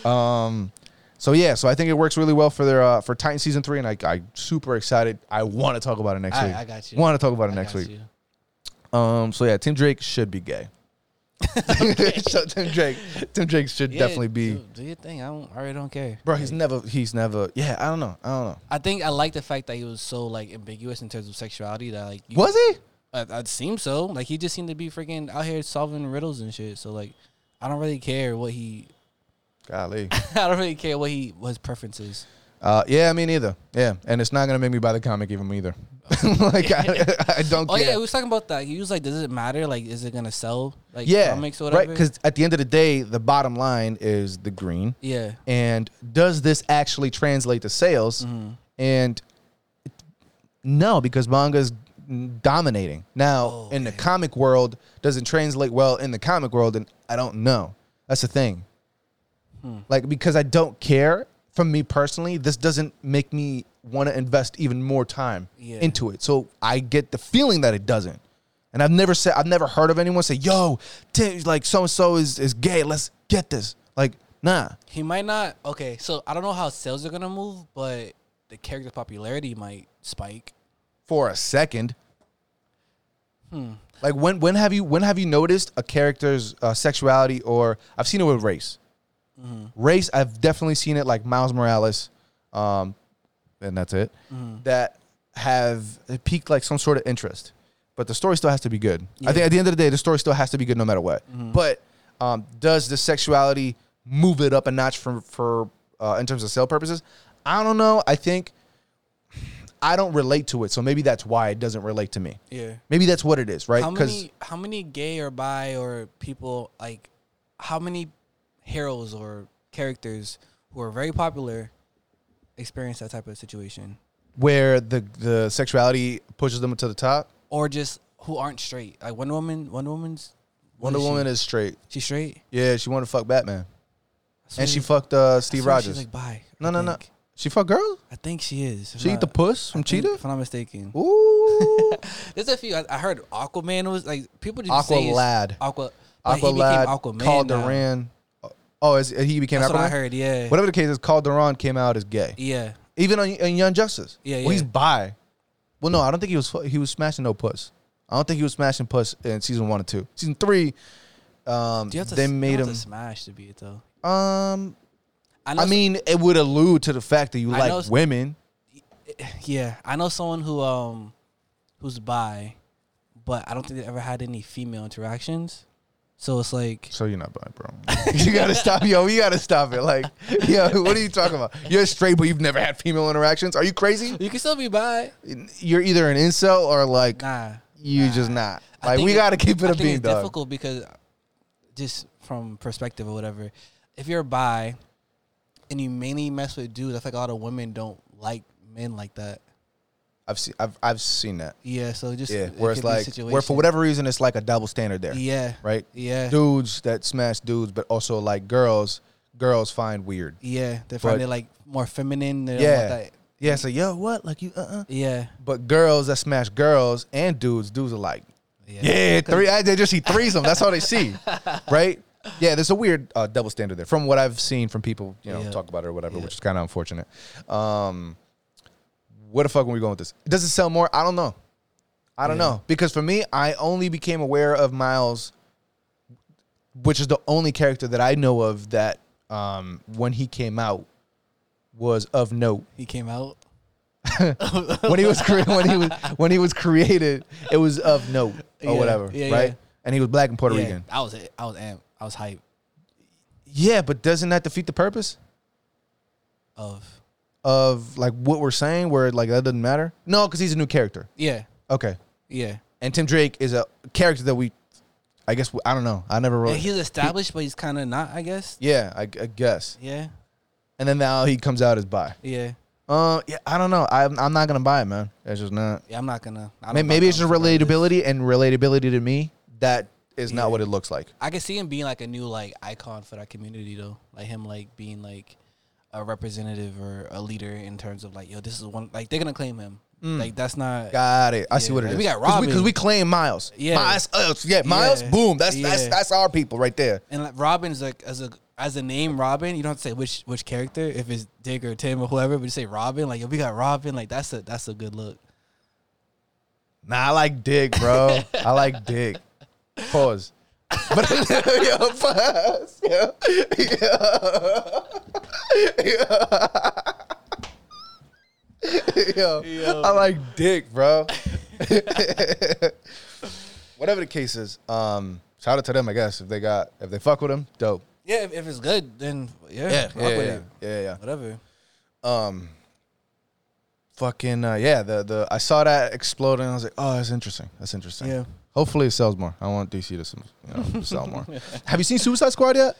A: Um, so yeah, so I think it works really well for their uh, for Titan season three, and I I super excited. I want to talk about it next
B: I-
A: week.
B: I got you.
A: Want to talk about it
B: I
A: next
B: got
A: week.
B: you.
A: Um. So yeah, Tim Drake should be gay. so Tim Drake, Tim Drake should
B: Yeah,
A: definitely be.
B: Do, do your thing. I don't. I really don't care.
A: Bro, he's never. He's never. Yeah, I don't know. I don't know.
B: I think I like the fact that he was so like ambiguous in terms of sexuality. That like you-
A: Was he?
B: I, I seem so. Like he just seemed to be freaking out here solving riddles and shit. So like, I don't really care what he.
A: Golly.
B: I don't really care what he what his preferences.
A: Uh, yeah, me neither. Yeah, and it's not gonna make me buy the comic even either. like I, I don't
B: Oh
A: care.
B: yeah. we was talking about that. He was like, "Does it matter? Like, is it gonna sell? Like,
A: yeah,
B: comics or
A: right.
B: whatever?"
A: Because at the end of the day, the bottom line is the green.
B: yeah, Mm-hmm.
A: And does this actually translate to sales? And no, because manga is dominating now
B: Oh,
A: in the comic world. Doesn't translate well in the comic world, and I don't know. That's the thing.
B: Hmm.
A: Like because I don't care. For me personally, this doesn't make me want to invest even more time
B: Yeah.
A: into it. So I get the feeling that it doesn't. And I've never said I've never heard of anyone say, "Yo, Tim, like so and so is is gay. Let's get this." Like, nah.
B: he might not. Okay, so I don't know how sales are gonna move, but the character popularity might spike.
A: for a second. Like when when have you when have you noticed a character's uh, sexuality or I've seen it with race. Race, I've definitely seen it like Miles Morales, um, and that's it. That have piqued like some sort of interest, but the story still has to be good. I think at the end of the day, the story still has to be good no matter what. But um, does the sexuality move it up a notch for for uh, in terms of sale purposes. I don't know. I think I don't relate to it, so maybe that's why it doesn't relate to me.
B: Yeah.
A: Maybe that's what it is, right?
B: How
A: Because
B: many how many gay or bi or people like how many heroes or characters who are very popular experience that type of situation
A: where the the sexuality pushes them to the top.
B: or just who aren't straight? Like Wonder Woman, Wonder Woman's
A: Wonder
B: is she?
A: Woman is straight.
B: she's straight
A: Yeah, she wanted to fuck Batman,
B: I swear-
A: and she fucked uh,
B: I
A: Steve
B: swear
A: Rogers.
B: She's like bi.
A: No,
B: I
A: no, no.
B: think.
A: She fucked girls.
B: I think she is. if
A: She
B: not-
A: eat the puss
B: I
A: from
B: think-
A: Cheetah.
B: if I'm not mistaken.
A: Ooh,
B: There's a few. I, I heard Aquaman was like people just say it's
A: Aqualad.
B: Aqua. but he became
A: Aqualad.
B: Aquaman
A: Called
B: now.
A: Duran. Oh, is, he became
B: That's
A: Aquaman.
B: what I heard. Yeah.
A: Whatever the case is, Called Duran came out as gay.
B: Yeah.
A: Even on, on Young Justice.
B: Yeah,
A: Well, he's
B: yeah.
A: bi. Well, no, I don't think he was. fu- He was smashing no puss. I don't think he was smashing puss in season one or two. Season three, um,
B: Do you have to,
A: they
B: s- you
A: made
B: don't have
A: him.
B: to smash to be it though.
A: Um,
B: know
A: I
B: s-
A: mean, it would allude to the fact that you
B: I know
A: like
B: s-
A: women.
B: yeah, I know someone who um who's bi, but I don't think they ever had any female interactions. So it's like
A: So you're not bi, bro. you gotta stop, yo. You gotta stop it. Like, yo, what are you talking about? You're straight, but you've never had female interactions. Are you crazy?
B: you can still be bi.
A: You're either an incel or like
B: Nah,
A: you just not.
B: I
A: Like
B: think
A: we
B: it-
A: gotta keep it a
B: I think
A: bean,
B: it's
A: dog.
B: difficult because just from perspective or whatever, if you're bi and you mainly mess with dudes, I think a lot of women don't like men like that.
A: I've seen, I've, I've seen that.
B: Yeah, so just
A: Yeah,
B: it
A: where it's
B: could be a
A: like, where for
B: situation.
A: whatever reason, it's like a double standard there,
B: yeah,
A: right?
B: yeah,
A: Dudes that smash dudes, but also like girls, girls find weird.
B: yeah, they find
A: But-
B: it like more feminine.
A: Yeah.
B: They don't want that.
A: Yeah, so yo, what? Like you, uh, uh
B: yeah,
A: But girls that smash girls and dudes, dudes are like, yeah, three. I, they just see threesome. That's all they see, right? Yeah, there's a weird uh, double standard there, from what I've seen from people, you know,
B: Yeah.
A: talk about it or whatever, which is kind of unfortunate. Um, where the fuck are we going with this? Does it sell more? I don't know. I don't know because for me, I only became aware of Miles, which is the only character that I know of that um, when he came out was of note
B: He came out.
A: when he was cre- when he was when he was created, it was of note or
B: Yeah,
A: whatever,
B: yeah,
A: right?
B: yeah.
A: And he was black and Puerto
B: yeah,
A: Rican.
B: I was I was amped. I was hyped
A: Yeah, but doesn't that defeat the purpose
B: of
A: of like what we're saying? Where like that doesn't matter? No, because he's a new character.
B: yeah,
A: Okay,
B: yeah.
A: and Tim Drake is a character that we, I guess I don't know. I never
B: Yeah,
A: really.
B: he's established, but he's kind of not. I guess.
A: yeah, I, I guess.
B: Yeah,
A: And then now he comes out as bi.
B: yeah,
A: Uh, yeah, I don't know. I'm I'm not gonna buy it, man. It's just not.
B: yeah. I'm not gonna. I don't
A: May-
B: know
A: Maybe
B: if
A: it's
B: I'm
A: just
B: gonna do this.
A: relatability, and relatability to me that is
B: Yeah.
A: not what it looks like.
B: I can see him being like a new like icon for that community though. Like him like being like a representative or a leader in terms of like yo, this is one like they're gonna claim him.
A: Mm.
B: Like that's not
A: Got it. I see
B: Yeah,
A: what it
B: like,
A: is.
B: we got
A: because
B: Robin.
A: we claim Miles.
B: Yeah.
A: Miles. us. Yeah, Miles.
B: Yeah.
A: Boom. That's that's
B: Yeah.
A: that's our people right there.
B: and like Robin's like as a as a name Robin, you don't have to say which which character if it's Dick or Tim or whoever, but you say Robin. Like if we got Robin, like that's a that's a good look.
A: Nah, I like Dick, bro. I like Dick. Pause. But yo, pause. Yo, yo. Yo. I like Dick, bro. Whatever the case is, um, shout out to them, I guess. If they got if they fuck with him, dope.
B: Yeah, if, if it's good, then yeah, fuck
A: yeah,
B: with
A: yeah,
B: it.
A: yeah, yeah.
B: Whatever.
A: um fucking uh, yeah the the I saw that explode and I was like oh that's interesting that's interesting
B: Yeah.
A: hopefully it sells more I want DC to you know, to sell more have you seen Suicide Squad yet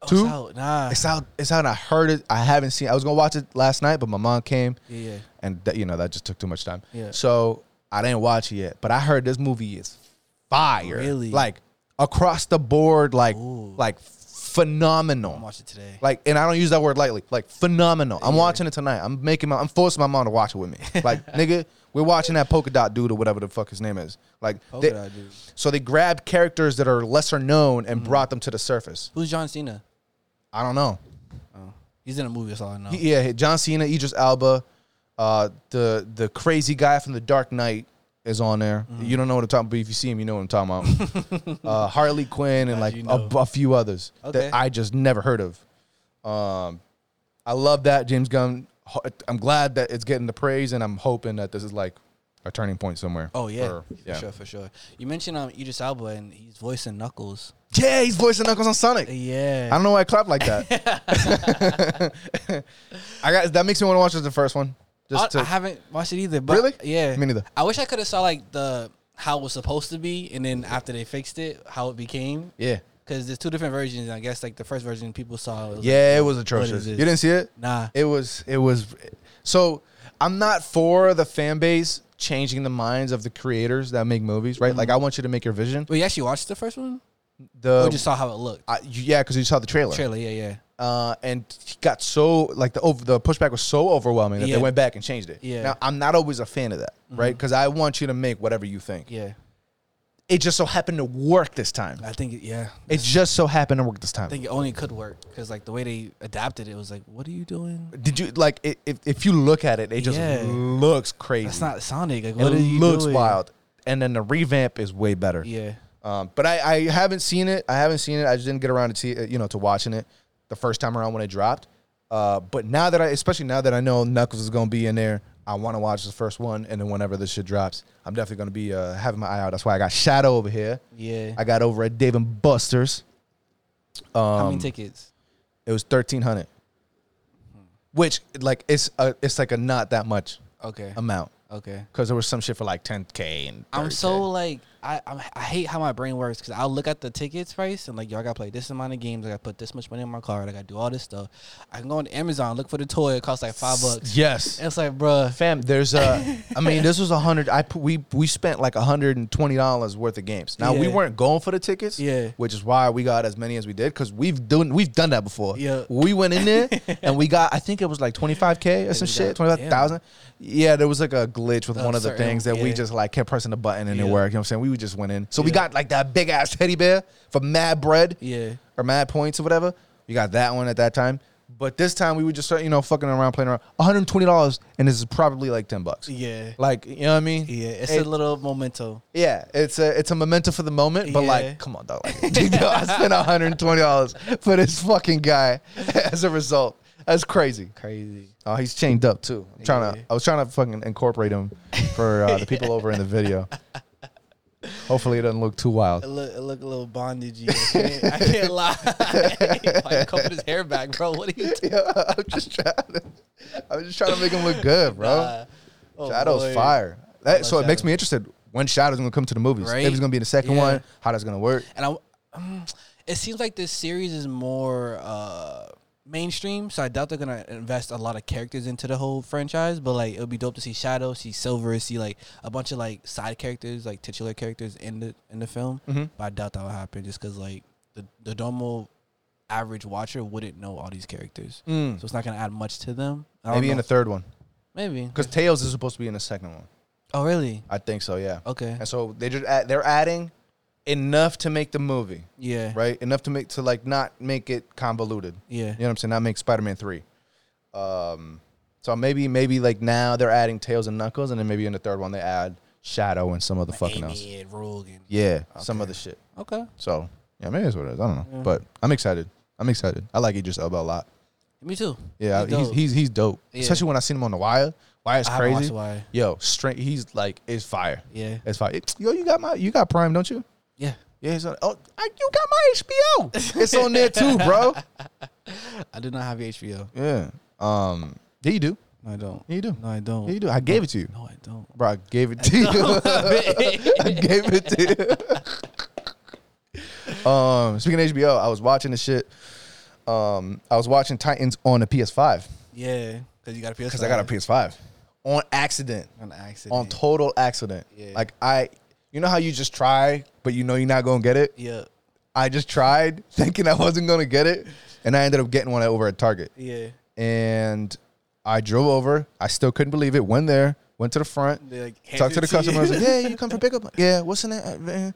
B: Oh,
A: Two?
B: it's out. Nah.
A: it's out it's out and I heard it I haven't seen I was gonna watch it last night but my mom came
B: yeah, yeah.
A: and that, you know that just took too much time
B: Yeah.
A: so I didn't watch it yet but I heard this movie is fire
B: Really?
A: like across the board like
B: Ooh. Oh
A: like phenomenal
B: I'm watching today.
A: like and I don't use that word lightly. Like phenomenal. I'm watching it tonight. I'm making my I'm forcing my mom to watch it with me. Like nigga, we're watching that polka dot dude or whatever the fuck his name is. Like
B: Polka
A: they-
B: dot dude.
A: so they grabbed characters that are lesser known
B: Mm-hmm.
A: and brought them to the surface.
B: Who's John Cena?
A: I don't know.
B: He's in a movie. That's all I know.
A: He- yeah, John Cena, Idris Alba, uh, the the crazy guy from The Dark Knight is on there.
B: Mm-hmm.
A: You don't know what I'm talking, but if you see him, you know what I'm talking about. uh, Harley Quinn and like
B: you
A: a,
B: know.
A: a few others
B: Okay.
A: that I just never heard of. Um, I love that James Gunn. Ho- I'm glad that it's getting the praise, and I'm hoping that this is like a turning point somewhere.
B: Oh yeah,
A: for-
B: for, sure, for sure. You mentioned um Idris Alba and he's voicing Knuckles.
A: Yeah, he's voicing Knuckles on Sonic.
B: Yeah.
A: I don't know why I clapped like that. I got that makes me want to watch the first one.
B: I,
A: Just to
B: I haven't watched it either. But
A: Really?
B: Yeah.
A: Me neither.
B: I wish I could have saw like the how it was supposed to be, and then after they fixed it, how it became.
A: yeah,
B: Because there's two different versions. I guess like the first version people saw. It was like,
A: yeah, it was
B: What
A: atrocious.
B: is this?
A: You didn't see it?
B: nah.
A: It was it was so I'm not for the fan base changing the minds of the creators that make movies, right?
B: Mm-hmm.
A: Like I want you to make your vision.
B: But you actually watched the first one?
A: The
B: Or just saw how it looked?
A: Um, I, yeah, because you saw the trailer,
B: Trailer, yeah, yeah.
A: Uh, and he got so like the over, the pushback was so overwhelming that
B: Yeah.
A: they went back and changed it.
B: Yeah. Mm-hmm.
A: Now I'm not always a fan of that, right? Because I want you to make whatever you think.
B: Yeah.
A: It just so happened to work this time.
B: I think, it- yeah.
A: It just so happened to work this time.
B: I think it only could work because like the way they adapted it was like, what are you doing?
A: Did you like i- if if you look at it, it just
B: Yeah.
A: looks crazy.
B: That's not Sonic. Like,
A: it
B: what are you
A: looks
B: doing?
A: wild. And then the revamp is way better.
B: Yeah.
A: Um, but I, I haven't seen it. I haven't seen it. I just didn't get around to see, you know to watching it the first time around when it dropped. Uh, but now that I, especially now that I know Knuckles is gonna be in there, I want to watch the first one, and then whenever this shit drops, I'm definitely gonna be uh, having my eye out. That's why I got Shadow over here.
B: Yeah.
A: I got over at Dave and Buster's.
B: how
A: Um,
B: many tickets?
A: It was thirteen hundred, which like it's a, it's like a not that much
B: Okay.
A: amount
B: okay.
A: because there was some shit for like ten k and
B: I'm
A: 30K.
B: so like I I'm, I hate how my brain works because I'll look at the tickets price and like y'all gotta play this amount of games. I gotta put this much money in my card. I gotta do all this stuff. I can go on Amazon look for the toy. It costs like five bucks.
A: yes
B: It's like bruh.
A: Fam, there's a. I mean, this was a hundred. I put, we we spent like a hundred and twenty dollars worth of games. Now we
B: Yeah.
A: weren't going for the tickets,
B: Yeah.
A: which is why we got as many as we did because we've done we've done that before.
B: Yeah.
A: we went in there and we got. I think it was like twenty five k or some
B: we
A: shit,
B: got-
A: twenty five thousand. Yeah, there was like a glitch with
B: Oh,
A: one of the
B: certain-
A: things that we
B: yeah.
A: just like kept pressing the button and it
B: Yeah.
A: worked. You know what I'm saying? We just went in, so we
B: Yeah.
A: got like that big ass teddy bear for Mad Bread
B: Yeah.
A: or mad points or whatever. You got that one at that time. But this time we were just you know fucking around, playing around. One hundred twenty dollars, and this is probably like ten bucks.
B: Yeah.
A: Like you know what I mean?
B: Yeah. It's
A: It-
B: a little memento.
A: yeah, it's a it's a memento for the moment. But
B: Yeah.
A: like, come on, dog. Like, you know, I spent one hundred twenty dollars for this fucking guy. As a result, that's crazy.
B: Crazy.
A: Oh, he's chained up too. I'm trying
B: Yeah.
A: to. I was trying to fucking incorporate him for uh, the people over in the video. Hopefully, it doesn't look too wild.
B: It look, it look a little bondagey. I can't, I can't lie. Why you combing his hair back, bro? What are you doing?
A: Yeah, I'm just trying. To, I'm just trying to make him look good, bro.
B: Nah. Oh,
A: Shadow's
B: boy.
A: fire. That-
B: love
A: so it makes
B: Shadow.
A: me interested when Shadow's gonna come to the movies.
B: Right?
A: If he's gonna be in the second
B: Yeah.
A: one, how that's gonna work.
B: and I, um, it seems like this series is more uh, mainstream, so I doubt they're gonna invest a lot of characters into the whole franchise. But like, it would be dope to see Shadow, see Silver, see like a bunch of like side characters, like titular characters in the in the film.
A: Mm-hmm.
B: But I doubt that would happen, just because like the the normal average watcher wouldn't know all these characters, so it's not gonna add much to them. I
A: Mm. Maybe in the
B: the
A: third one,
B: maybe.
A: because Tails is supposed to be in the second one.
B: Oh really?
A: I think so. Yeah.
B: Okay.
A: And so they just add, they're adding enough to make the movie,
B: Yeah.
A: right? Enough to make to like not make it convoluted.
B: Yeah.
A: You know what I'm saying? Not make Spider-Man three. Um. So maybe maybe like now they're adding Tails and Knuckles, and then maybe in the third one they add Shadow and some other fucking else.
B: Amy and Rogue and-
A: Yeah, some other shit.
B: Okay.
A: So yeah, maybe that's what it is. I don't know, but I'm excited. I'm excited. I like Idris Elba a lot.
B: Me too.
A: Yeah, he's
B: dope.
A: he's, he's, dope.
B: Yeah.
A: Especially when I seen him on the Wire. Wire's
B: I haven't watched
A: crazy.
B: The Wire.
A: Yo, straight. He's like it's fire.
B: Yeah.
A: It's fire. Yo, you got my you got Prime, don't you?
B: Yeah.
A: Yeah. He's on, oh, I, you got my HBO. it's on there too, bro.
B: I do not have HBO.
A: Yeah. Um. Yeah, you do.
B: No, I don't.
A: Yeah, you do.
B: No, I don't.
A: Yeah, you do. I gave it to you,
B: No, I don't.
A: bro. I gave it to you. I gave it to you. um, speaking of HBO, I was watching this shit. Um, I was watching Titans on the PS5
B: yeah, because you got a PS.
A: because I got a PS5 on accident,
B: on accident.
A: on total accident.
B: Yeah.
A: Like I, you know how you just try, but you know you're not gonna get it.
B: yeah,
A: I just tried thinking I wasn't gonna get it, and I ended up getting one over at Target
B: yeah.
A: and I drove over. I still couldn't believe it. Went there, went to the front,
B: They, like, hand
A: talked to
B: it
A: the
B: to you.
A: customer. I was like, "Yeah, you come for pickup? Yeah, what's in it?" Uh, uh."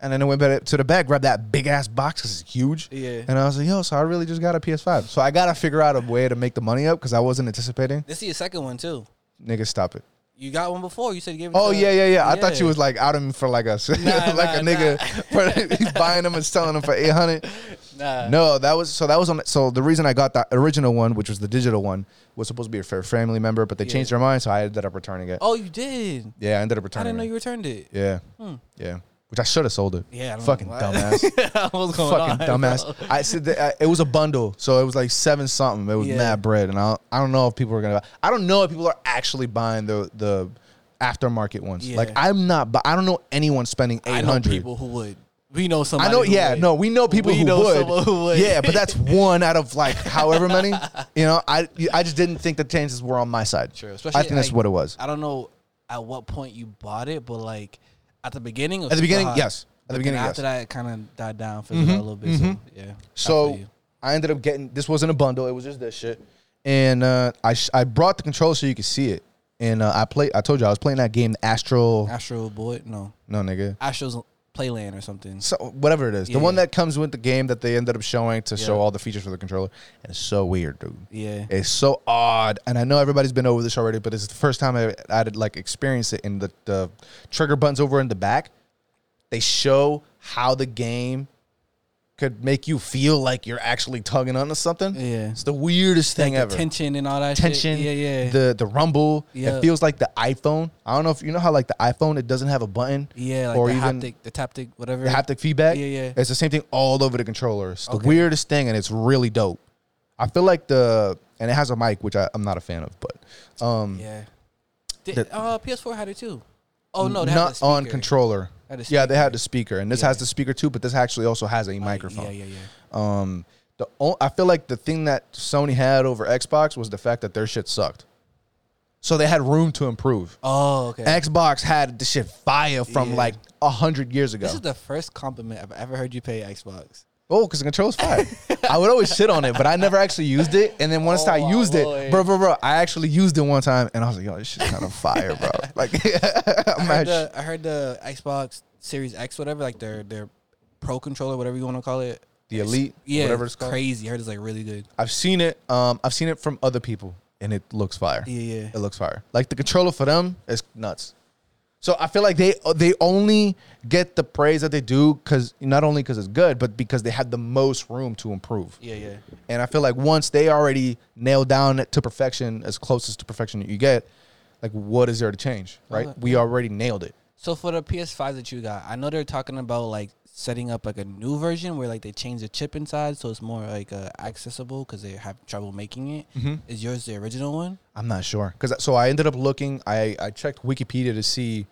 A: And then I went back to the back, grabbed that big ass box 'cause it's huge.
B: Yeah.
A: And I was like, "Yo, so I really just got a PS5. So I gotta figure out a way to make the money up because I wasn't anticipating."
B: This is your second one too.
A: Nigga, stop it.
B: You got one before. You said you gave. It
A: Oh
B: to-
A: yeah, yeah, yeah. I thought you was like out him for like us, like a
B: nah,
A: nigga. For, he's buying them and selling them for eight hundred.
B: Nah.
A: No, that was so that was on. So the reason I got that original one, which was the digital one, was supposed to be for a family member, but they
B: Yeah.
A: changed their mind, so I ended up returning it.
B: Oh, you did.
A: Yeah, I ended up
B: I
A: returning.
B: didn't know
A: it.
B: you returned it.
A: Yeah,
B: Hmm.
A: yeah. which I should have sold it.
B: Yeah, I don't know
A: fucking
B: why.
A: dumbass.
B: What's going
A: fucking
B: on, bro?
A: dumbass. I said that, I, it was a bundle, so it was like seven something. It was
B: Yeah.
A: mad bread, and I I don't know if people are gonna. Buy, I don't know if people are actually buying the the aftermarket ones.
B: Yeah.
A: Like I'm not, but I don't know anyone spending
B: I
A: eight
B: know
A: hundred.
B: people who would. We know
A: I
B: somebody.
A: know,
B: who
A: yeah,
B: would.
A: no, we know people
B: We
A: who,
B: know someone
A: would.
B: who would.
A: Yeah, but that's one out of like however many. You know, I I just didn't think the chances were on my side.
B: True, especially,
A: I think that's
B: like,
A: what it was.
B: I don't know at what point you bought it, but like at the beginning.
A: At the beginning, yes. At the beginning,
B: After
A: yes. Mm-hmm.
B: that, it kind of died down for a little bit. So, yeah. I
A: So
B: feel you.
A: I ended up getting this wasn't a bundle; it was just this shit. And uh, I sh- I brought the controller so you could see it. And uh, I play. I told you I was playing that game, Astro.
B: Astro Boy, no,
A: No, nigga.
B: Astro's Playland or something.
A: So whatever it is,
B: Yeah,
A: the one
B: yeah.
A: that comes with the game that they ended up showing to show
B: Yeah.
A: all the features for the controller, and it's so weird, dude.
B: Yeah.
A: It's so odd, and I know everybody's been over this already, but it's the first time I I had like experienced it. And the, the trigger buttons over in the back, they show how the game could make you feel like you're actually tugging onto something.
B: Yeah.
A: it's the weirdest thing
B: like
A: ever.
B: the tension and all that
A: Tension,
B: Shit. Yeah, yeah.
A: The the rumble,
B: Yeah.
A: it feels like the iPhone. I don't know if you know how like the iPhone, it doesn't have a button,
B: yeah, like
A: or
B: the
A: even
B: haptic, the taptic, whatever.
A: the haptic feedback.
B: Yeah, yeah.
A: It's the same thing all over the controller. It's the
B: Okay.
A: weirdest thing, and it's really dope. I feel like the and it has a mic, which I, I'm not a fan of, but um,
B: yeah. Did,
A: the-
B: uh, PS4 had it too. Oh no, they had the
A: not on
B: speaker.
A: controller.
B: Had the
A: Yeah, they
B: speaker.
A: had the speaker, and this
B: Yeah.
A: has the speaker too, but this actually also has a
B: Uh,
A: microphone.
B: Yeah, yeah, yeah.
A: Um, the o- I feel like the thing that Sony had over Xbox was the fact that their shit sucked, so they had room to improve.
B: Oh, okay.
A: Xbox had the shit fire from
B: Yeah.
A: like a hundred years ago.
B: This is the first compliment I've ever heard you pay Xbox.
A: Oh, because the controller's fire. I would always shit on it, but I never actually used it. And then once
B: Oh,
A: I
B: my
A: used
B: lord.
A: it, bro, bro, bro, I actually used it one time, and I was like, yo, this shit's kind of fire, bro. Like,
B: I
A: I'm not
B: heard,
A: sh-
B: the, I heard the Xbox Series X, whatever, like their their Pro controller, whatever you want to call it.
A: The Elite,
B: yeah,
A: whatever it's called.
B: crazy. I heard it's like really good.
A: I've seen it. Um, I've seen it from other people, and it looks fire.
B: Yeah, yeah.
A: It looks fire. Like the controller for them is nuts. So I feel like they uh, they only get the praise that they do because not only because it's good, but because they had the most room to improve.
B: Yeah, yeah.
A: And I feel like once they already nail down to perfection, as close as to perfection that you get, like what is there to change, right?
B: Okay.
A: We already nailed it.
B: So for the PS5 that you got, I know they're talking about like setting up like a new version where like they change the chip inside, so it's more like uh, accessible because they have trouble making it.
A: Mm-hmm.
B: Is yours the original one?
A: I'm not sure because so I ended up looking. I I checked Wikipedia to see.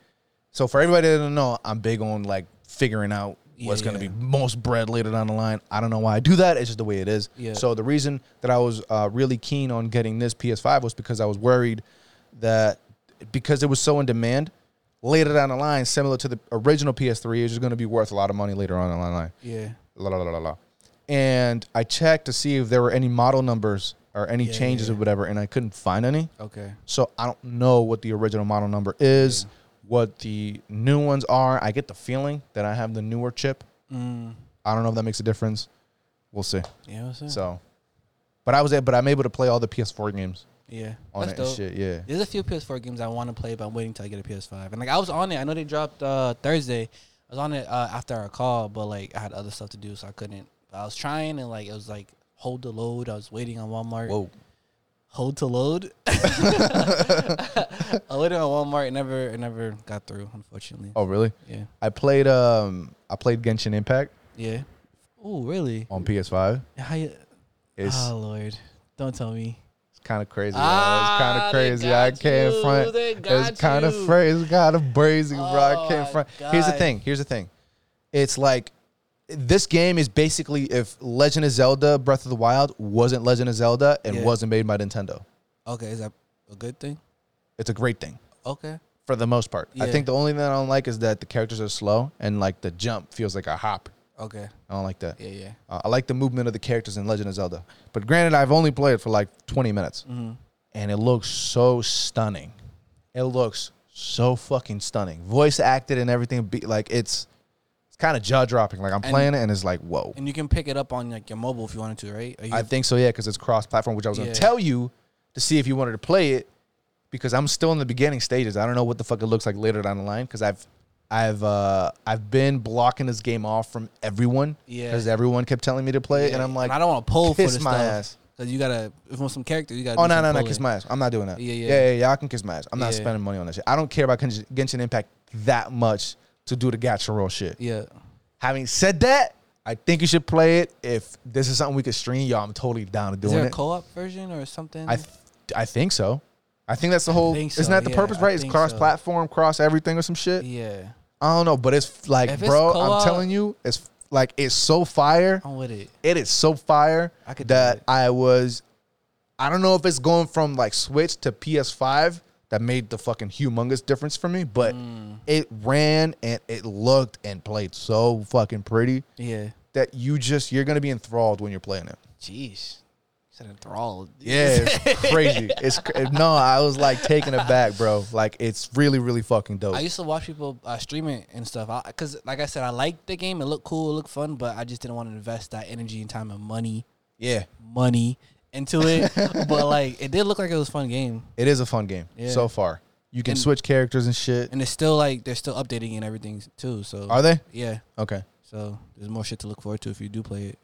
A: So for everybody that don't know, I'm big on like figuring out what's
B: Yeah,
A: going to
B: yeah.
A: be most bread later down the line. I don't know why I do that. It's just the way it is.
B: Yeah.
A: So the reason that I was uh, really keen on getting this PS5 was because I was worried that because it was so in demand. Later down the line, similar to the original PS3, it's just going to be worth a lot of money later on in the line
B: Yeah.
A: la la la la la. And I checked to see if there were any model numbers or any
B: Yeah, yeah,
A: changes
B: yeah.
A: or whatever, and I couldn't find any.
B: Okay.
A: So I don't know what the original model number is, what the new ones are. I get the feeling that I have the newer chip.
B: Mm.
A: I don't know if that makes a difference. We'll see.
B: Yeah. What's that?
A: So, but I was a- but I'm able to play all the PS4 games
B: yeah.
A: on it
B: That's
A: and
B: dope.
A: shit. Yeah.
B: There's a few PS4 games I want to play, but I'm waiting till I get a PS5. And like I was on it. I know they dropped uh, Thursday. I was on it uh, after our call, but like I had other stuff to do, so I couldn't. But I was trying, and like it was like hold the load. I was waiting on Walmart.
A: Whoa.
B: Hold to load. I waited on Walmart. It never, it never got through. Unfortunately.
A: Oh really?
B: Yeah.
A: I played um I played Genshin Impact
B: Yeah. Oh really?
A: on PS5.
B: How you,
A: It's
B: oh Lord! Don't tell me.
A: It's kind of crazy. yo. it's kind
B: Ah,
A: of
B: they
A: crazy. I
B: got
A: can't
B: you.
A: front.
B: They got
A: It's kind of
B: you.
A: crazy. It's kind of brazy, bro.
B: Oh,
A: I can't
B: my
A: front. Here's the
B: God.
A: thing. Here's the thing. It's like this game is basically if Legend of Zelda: Breath of the Wild wasn't Legend of Zelda and
B: Yeah.
A: wasn't made by Nintendo.
B: Okay, is that a good thing?
A: It's a great thing
B: Okay.
A: for the most part. I
B: Yeah.
A: think the only thing I don't like is that the characters are slow and like the jump feels like a hop.
B: Okay.
A: I don't like that.
B: Yeah. Yeah.
A: Uh, I like the movement of the characters in Legend of Zelda. But granted, I've only played for like 20 minutes.
B: Mm-hmm.
A: And it looks so stunning. It looks so fucking stunning. Voice acted and everything. Be, like, it's it's kind of jaw dropping. Like, I'm playing it and it's like, whoa.
B: And you can pick it up on like your mobile if you wanted to, right? Or you
A: I think so, yeah, because it's cross platform, which I was going
B: Yeah.
A: to tell you to see if you wanted to play it because I'm still in the beginning stages. I don't know what the fuck it looks like later down the line because I've. I've uh I've been blocking this game off from everyone
B: Yeah.
A: because everyone kept telling me to play it and I'm like
B: I don't want to pull for
A: kiss
B: this
A: my
B: stuff.
A: ass.
B: Cause you gotta, if you want some character, you gotta.
A: Oh
B: do
A: no
B: some
A: no no!
B: pulling.
A: Kiss my ass. I'm not doing that.
B: Yeah, yeah.
A: yeah, yeah. Y'all can kiss my ass. I'm not
B: Yeah.
A: spending money on that shit. I don't care about Genshin Genshin Impact that much to do the gacha roll shit.
B: Yeah.
A: Having said that, I think you should play it. If this is something we could stream, y'all, I'm totally down to
B: Is
A: doing
B: there a
A: it.
B: co-op version or something?
A: I, th- I think so. I think that's the whole.
B: think
A: Isn't
B: so,
A: that the
B: yeah,
A: purpose?
B: I
A: Right? It's
B: think
A: cross
B: so.
A: platform, cross everything, or some shit.
B: yeah.
A: I don't know, but it's f- like,
B: If it's
A: bro,
B: co-op-
A: I'm telling you, it's f- like it's so fire.
B: I'm with it.
A: It is so fire
B: I could do
A: that
B: it.
A: I was. I don't know if it's going from like Switch to PS5 that made the fucking humongous difference for me, but
B: Mm.
A: it ran and it looked and played so fucking pretty
B: Yeah.
A: that you just you're gonna be enthralled when you're playing it.
B: Jeez. Said enthralled.
A: Yeah, it's crazy. It's cr- no, I was like taken aback, bro. Like it's really, really fucking dope.
B: I used to watch people uh, stream it and stuff. I, Cause like I said, I liked the game. It looked cool. It looked fun. But I just didn't want to invest that energy and time and money,
A: yeah,
B: money into it. but like, it did look like it was a fun game.
A: it is a fun game
B: Yeah.
A: so far. You can
B: And-
A: switch characters and shit.
B: And it's still like they're still updating and everything too. So
A: Are they
B: yeah.
A: okay?
B: So there's more shit to look forward to if you do play it.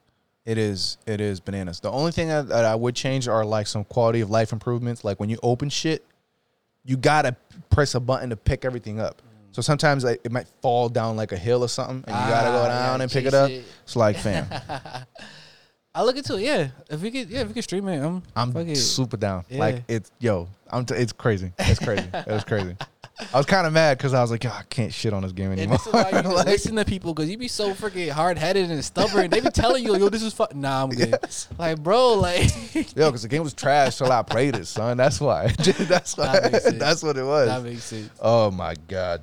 A: It is. It is bananas. The only thing that, that I would change are like some quality of life improvements. Like when you open shit, you gotta press a button to pick everything up. So sometimes like, it might fall down like a hill or something, and you gotta
B: Ah,
A: go
B: yeah,
A: down and pick
B: chase
A: it up.
B: it.
A: It's like, fam,
B: I look into it. Yeah. If we could, yeah, if we could stream it, I'm,
A: I'm
B: fuck it.
A: super down.
B: Yeah.
A: Like it's yo, I'm. T- it's crazy. It's crazy. it was crazy. I was kind of mad because I was like, yo, I can't shit on this game
B: And
A: anymore.
B: this is why you need to
A: Like,
B: listen to people because you be so freaking hard headed and stubborn. they be telling you, yo, this is fuck. Nah, I'm good. Like, bro, like,
A: yo, because the game was trash till I played it, son. That's why. that's why.
B: That makes sense.
A: that's what it was.
B: that makes sense.
A: Oh my god.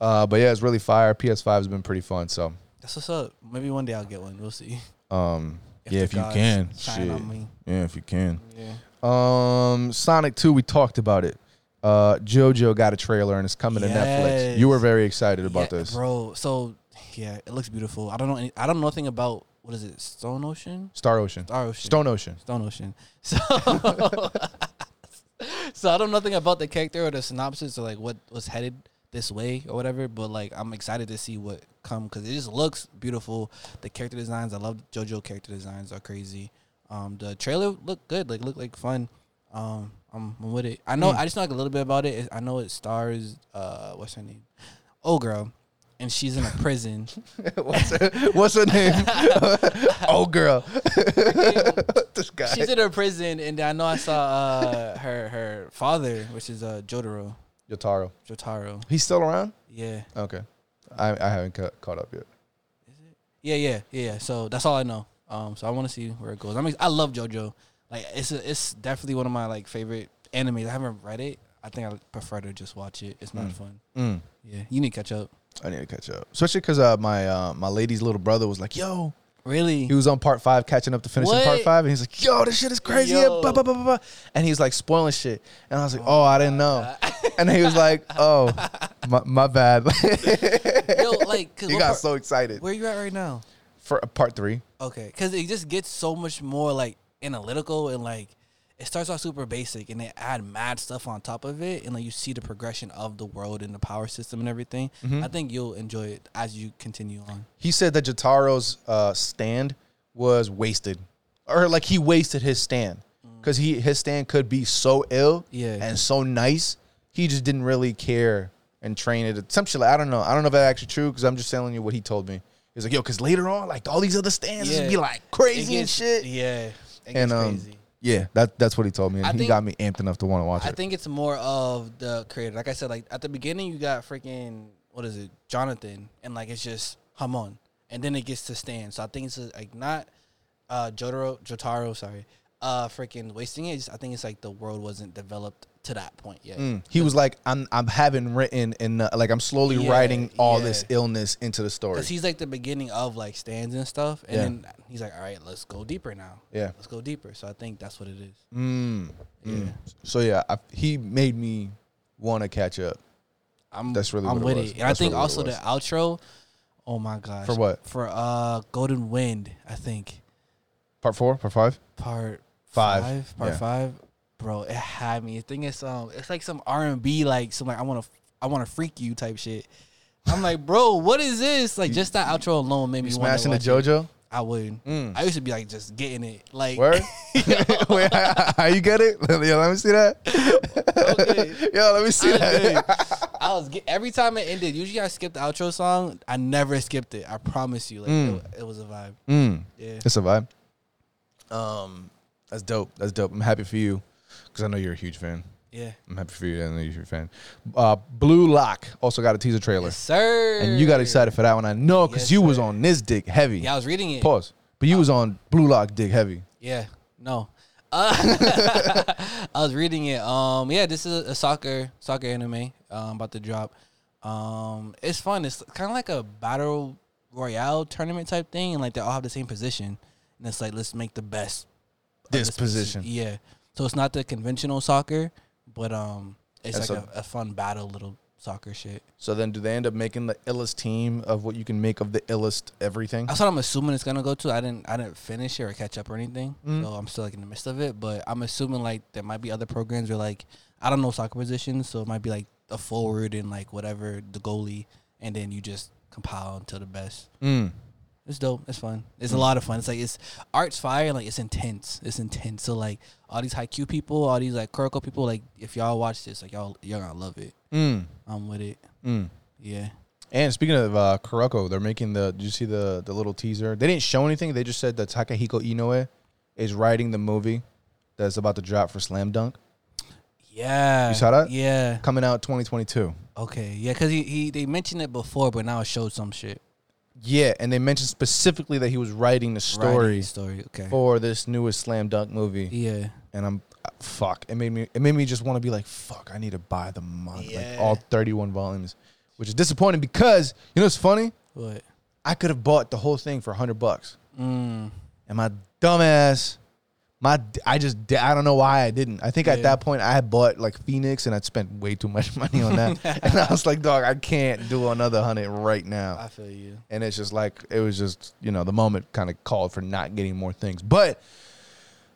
A: Uh, but yeah, it's really fire. PS5 has been pretty fun. So,
B: That's what's up. Maybe one day I'll get one. We'll see.
A: um,
B: If
A: yeah,
B: the
A: if you
B: gods
A: can,
B: shine
A: shit.
B: on me.
A: yeah, if you can.
B: Yeah.
A: Um, Sonic 2, we talked about it. Uh, JoJo got a trailer and it's coming to Netflix. You were
B: Yes.
A: very excited about
B: Yeah,
A: this.
B: bro. So, yeah, it looks beautiful. I don't know. Any, I don't know nothing about what is it? Stone Ocean.
A: Star Ocean,
B: Star Ocean.
A: Stone Ocean.
B: Stone Ocean. So, so I don't know nothing about the character or the synopsis or like what was headed this way or whatever. But like, I'm excited to see what come because it just looks beautiful. The character designs, I love JoJo character designs are crazy. Um, the trailer looked good. Like, looked like fun. Um, I'm, I'm with it. I know. I just know like a little bit about it. It- I know it stars. Uh, what's her name? Oh, girl. And she's in a prison.
A: what's, her, what's her name? oh, girl. this guy.
B: She's in her prison, and I know I saw uh, her her father, which is uh, Jotaro.
A: Yotaro.
B: Jotaro.
A: He's still around?
B: Yeah.
A: Okay. I, I haven't ca- caught up yet.
B: Yeah, yeah, yeah, yeah. So that's all I know. Um, so I want to see where it goes. I mean, I love JoJo. Like, it's a, it's definitely one of my like favorite animes. I haven't read it. I think I prefer to just watch it. It's not fun.
A: Mm.
B: Yeah, you need to catch up.
A: I need to catch up, especially because uh, my uh, my lady's little brother was like, "Yo,
B: Really?
A: He was on part five, catching up to finishing part
B: What?
A: five, and he's like, "Yo, this shit is crazy!" yeah,
B: Yo.
A: blah, blah, blah, blah, blah." And he's like spoiling shit, and I was like, "Oh, I didn't know." and he was like, "Oh, my, my bad."
B: Yo, like, cause
A: he
B: what
A: got
B: part-
A: so excited
B: where you at right now?
A: for uh, part three.
B: Okay, because it just gets so much more like analytical and like it starts off super basic and they add mad stuff on top of it and like you see the progression of the world and the power system and everything.
A: Mm-hmm.
B: I think you'll enjoy it as you continue on.
A: He said that Jotaro's uh, stand was wasted, or like he wasted his stand because he his stand could be so ill,
B: Mm. Yeah.
A: and so nice. He just didn't really care and train it. Some shit like, I don't know. I don't know if that's actually true because I'm just telling you what he told me. He's like, yo, because later on, like all these other stands just
B: Yeah.
A: be like
B: It
A: crazy
B: gets-
A: and shit.
B: Yeah, it gets
A: and um,
B: crazy.
A: yeah, that that's what he told me, and
B: I
A: he
B: think-
A: got me amped enough to want to watch
B: I
A: it.
B: think it's more of the creator. Like I said, like at the beginning you got freaking what is it, Jonathan, and like it's just Hamon, and then it gets to Stan. So I think it's uh, like not uh Jotaro, Jotaro, sorry, uh freaking wasting it. Just- I think it's like the world wasn't developed to that point yet.
A: Mm. He was like, I'm I'm having written and uh, like I'm slowly
B: Yeah,
A: writing all this
B: yeah.
A: illness into the story.
B: Cause he's like the beginning of like stands and stuff, and
A: Yeah.
B: then he's like, "All right, let's go deeper now.
A: Yeah.
B: let's go deeper." So I think that's what it is.
A: Mm.
B: Yeah.
A: Mm. So yeah, I, he made me want to catch up.
B: I'm
A: That's really
B: I'm
A: what it
B: with
A: was.
B: it. And I
A: That's
B: think
A: really what it
B: also the
A: was.
B: outro. Oh my gosh.
A: For what?
B: For uh Golden Wind, I think.
A: Part four, part five.
B: Part
A: Five.
B: five. part
A: Yeah.
B: five. Bro, it had me. I think it's um it's like some R and B like some like I wanna I wanna freak you type shit. I'm like, bro, what is this? Like just that outro alone made me
A: You
B: wanna
A: smashing the
B: watch it.
A: JoJo?
B: I would. I used to be like just getting it. Like
A: Word? Wait, how, how you get it? Yo, let me see that.
B: Okay.
A: Yo, let me see
B: I
A: that.
B: did. I was get, every time it ended. Usually I skipped the outro song. I never skipped it. I promise you. Like it, it was a vibe.
A: Mm.
B: Yeah.
A: It's a vibe. Um, that's dope. That's dope. I'm happy for you because I know you're a huge fan.
B: Yeah.
A: I'm happy for you. I know you're a huge fan. Uh, Blue Lock also got a teaser trailer,
B: Yes, sir.
A: and you got excited for that one. I know because
B: Yes,
A: you was
B: sir.
A: on this dick heavy.
B: Yeah, I was reading it.
A: Pause. But you was on Blue Lock dick heavy.
B: Yeah. No. Uh, I was reading it. Um, yeah, this is a soccer soccer anime um, about to drop. Um, it's fun. It's kind of like a battle royale tournament type thing, and like they all have the same position, and it's like let's make the best of
A: This position.
B: Yeah. So it's not the conventional soccer, but um, it's
A: That's
B: like a, a fun battle little soccer shit.
A: So then, do they end up making the illest team of what you can make of the illest everything?
B: That's what I'm assuming it's gonna go to. I didn't I didn't finish it or catch up or anything, so I'm still like in the midst of it. But I'm assuming like there might be other programs where like I don't know soccer positions, so it might be like a forward and like whatever the goalie, and then you just compile until the best.
A: Mm.
B: It's dope. It's fun. It's a lot of fun. It's like it's art's fire. and, Like it's intense. It's intense. So like all these high Q people, all these like Kuroko people. Like if y'all watch this, like y'all y'all gonna love it.
A: Mm.
B: I'm with it.
A: Mm.
B: Yeah.
A: And speaking of uh, Kuroko, they're making the. Did you see the the little teaser? They didn't show anything. They just said that Takahiko Inoue is writing the movie that's about to drop for Slam Dunk,
B: Yeah.
A: You saw that?
B: Yeah.
A: coming out 2022.
B: Okay, yeah, because he, he they mentioned it before, but now it showed some shit.
A: Yeah, and they mentioned specifically that he was writing the story
B: Writing story. Okay.
A: for this newest Slam Dunk movie.
B: yeah.
A: And I'm uh, fuck. It made me. It made me just want to be like fuck. I need to buy the month,
B: Yeah.
A: like all 31 volumes, which is disappointing because you know what's funny.
B: What?
A: I could have bought the whole thing for 100 bucks.
B: Mm.
A: and my dumbass, my I just di- I don't know why I didn't. I think at
B: Yeah.
A: that point I had bought like Phoenix and I'd spent way too much money on that, and I was like, dog, I can't do another hundred right now.
B: I feel you.
A: And it's just like it was just you know the moment kind of called for not getting more things, but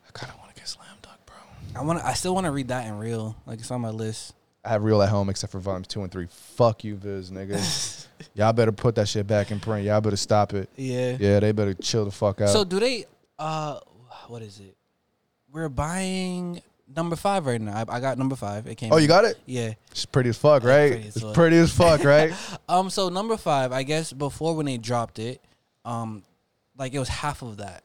A: I kind of want to get slam dunk, bro.
B: I want. to I still want to read that in real. Like it's on my list.
A: I have real at home except for volumes two and three. Fuck you, Viz, nigga. Y'all better put that shit back in print. Y'all better stop it.
B: Yeah.
A: Yeah, they better chill the fuck out.
B: So do they? Uh, what is it? We're buying number five right now. I, I got number five. It came.
A: oh, you got it.
B: Yeah.
A: It's pretty as fuck, right?
B: pretty as
A: it's
B: fuck.
A: pretty as fuck, right?
B: Um. So number five, I guess before when they dropped it, um, like it was half of that.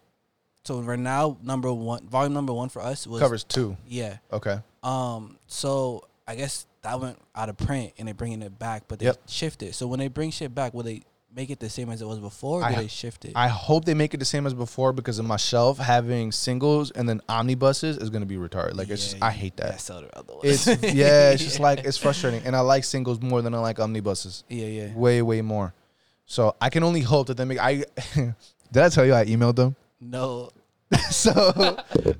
B: So right now, number one, volume number one for us was
A: Covers two.
B: Yeah.
A: Okay.
B: Um, so I guess that went out of print and they're bringing it back, but they
A: Yep.
B: shift it. So when they bring shit back, will they make it the same as it was before? Or
A: I-
B: do they shift it?
A: I hope they make it the same as before because of my shelf having singles and then omnibuses is gonna be retarded. Like it's just
B: Yeah,
A: I hate
B: That's
A: that.
B: so the other one.
A: It's yeah, it's just like it's frustrating. And I like singles more than I like omnibuses.
B: yeah, yeah.
A: Way, way more. So I can only hope that they make I did I tell you I emailed them?
B: No,
A: so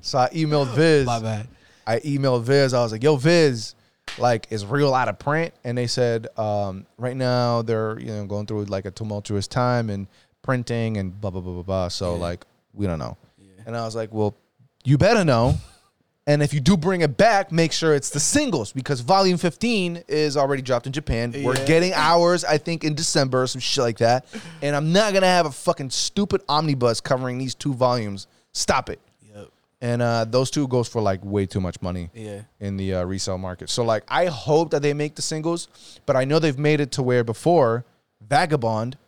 A: so I emailed Viz.
B: my bad.
A: I emailed Viz. I was like, "Yo, Viz, like, is real out of print?" And they said, um, "Right now, they're you know going through like a tumultuous time and printing and blah blah blah blah blah." So
B: Yeah.
A: like, we don't know.
B: Yeah.
A: And I was like, "Well, you better know." And if you do bring it back, make sure it's the singles because Volume 15 is already dropped in Japan. We're
B: Yeah.
A: getting ours, I think, in December, or some shit like that. And I'm not gonna have a fucking stupid omnibus covering these two volumes. Stop it.
B: Yep.
A: And uh, those two goes for like way too much money
B: Yeah.
A: in the uh, resale market. So like I hope that they make the singles, but I know they've made it to where before Vagabond,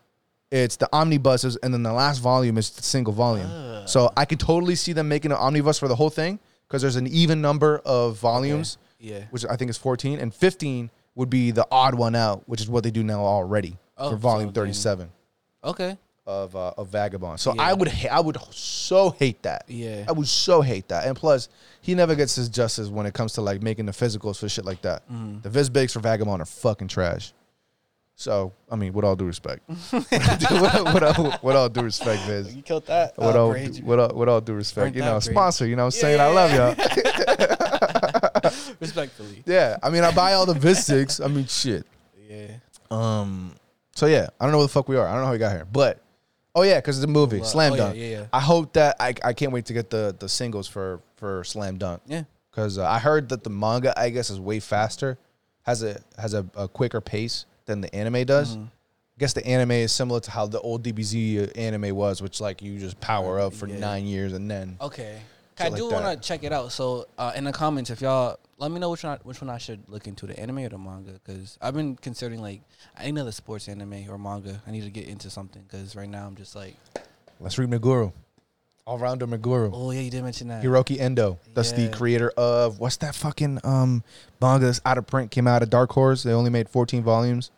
A: it's the omnibuses, and then the last volume is the single volume.
B: Ah.
A: So I could totally see them making an omnibus for the whole thing because there's an even number of volumes,
B: Yeah.
A: which I think is 14, and 15 would be the odd one out, which is what they do now already
B: Oh,
A: for
B: so
A: volume
B: then-
A: 37
B: Okay.
A: of uh, of Vagabond. So
B: Yeah.
A: I would ha- I would so hate that.
B: Yeah.
A: I would so hate that. And plus, he never gets his justice when it comes to like making the physicals for shit like that.
B: Mm.
A: The Viz Bigs for Vagabond are fucking trash. So I mean, with all due respect, with, all, with all due respect, Viz.
B: killed that. Uh,
A: With all, with, all, with all due respect,
B: Aren't
A: you know,
B: that great?
A: sponsor, you know what I'm saying?
B: Yeah,
A: I love y'all.
B: Respectfully.
A: yeah, I mean, I buy all the Viz Sticks. I mean, shit.
B: Yeah.
A: Um. So yeah, I don't know where the fuck we are. I don't know how we got here, but oh yeah, because it's a movie,
B: Well,
A: Slam
B: oh, yeah,
A: Dunk.
B: yeah, yeah.
A: I hope that I, I can't wait to get the the singles for for Slam Dunk.
B: Yeah.
A: Because uh, I heard that the manga,
B: Mm-hmm.
A: I guess, is way faster, has a has a, a quicker pace than the anime does. guess the anime is similar to how the old DBZ uh, anime was, which like you just power up for
B: Uh, Yeah. Oh.
A: nine years and then.
B: Okay. I
A: Shit like
B: do
A: that.
B: want to check it out. So uh, in the comments, if y'all let me know which one I, which one I should look into, the anime or the manga, because I've been considering like any other sports anime or manga. I need to get into something because right now I'm just like,
A: Let's read Meguru, all rounder Meguru.
B: oh yeah, you did mention that.
A: Hiroki Endo. That's the
B: Yeah.
A: creator of what's that fucking um manga that's out of print, came out of Dark Horse. They only made 14 volumes.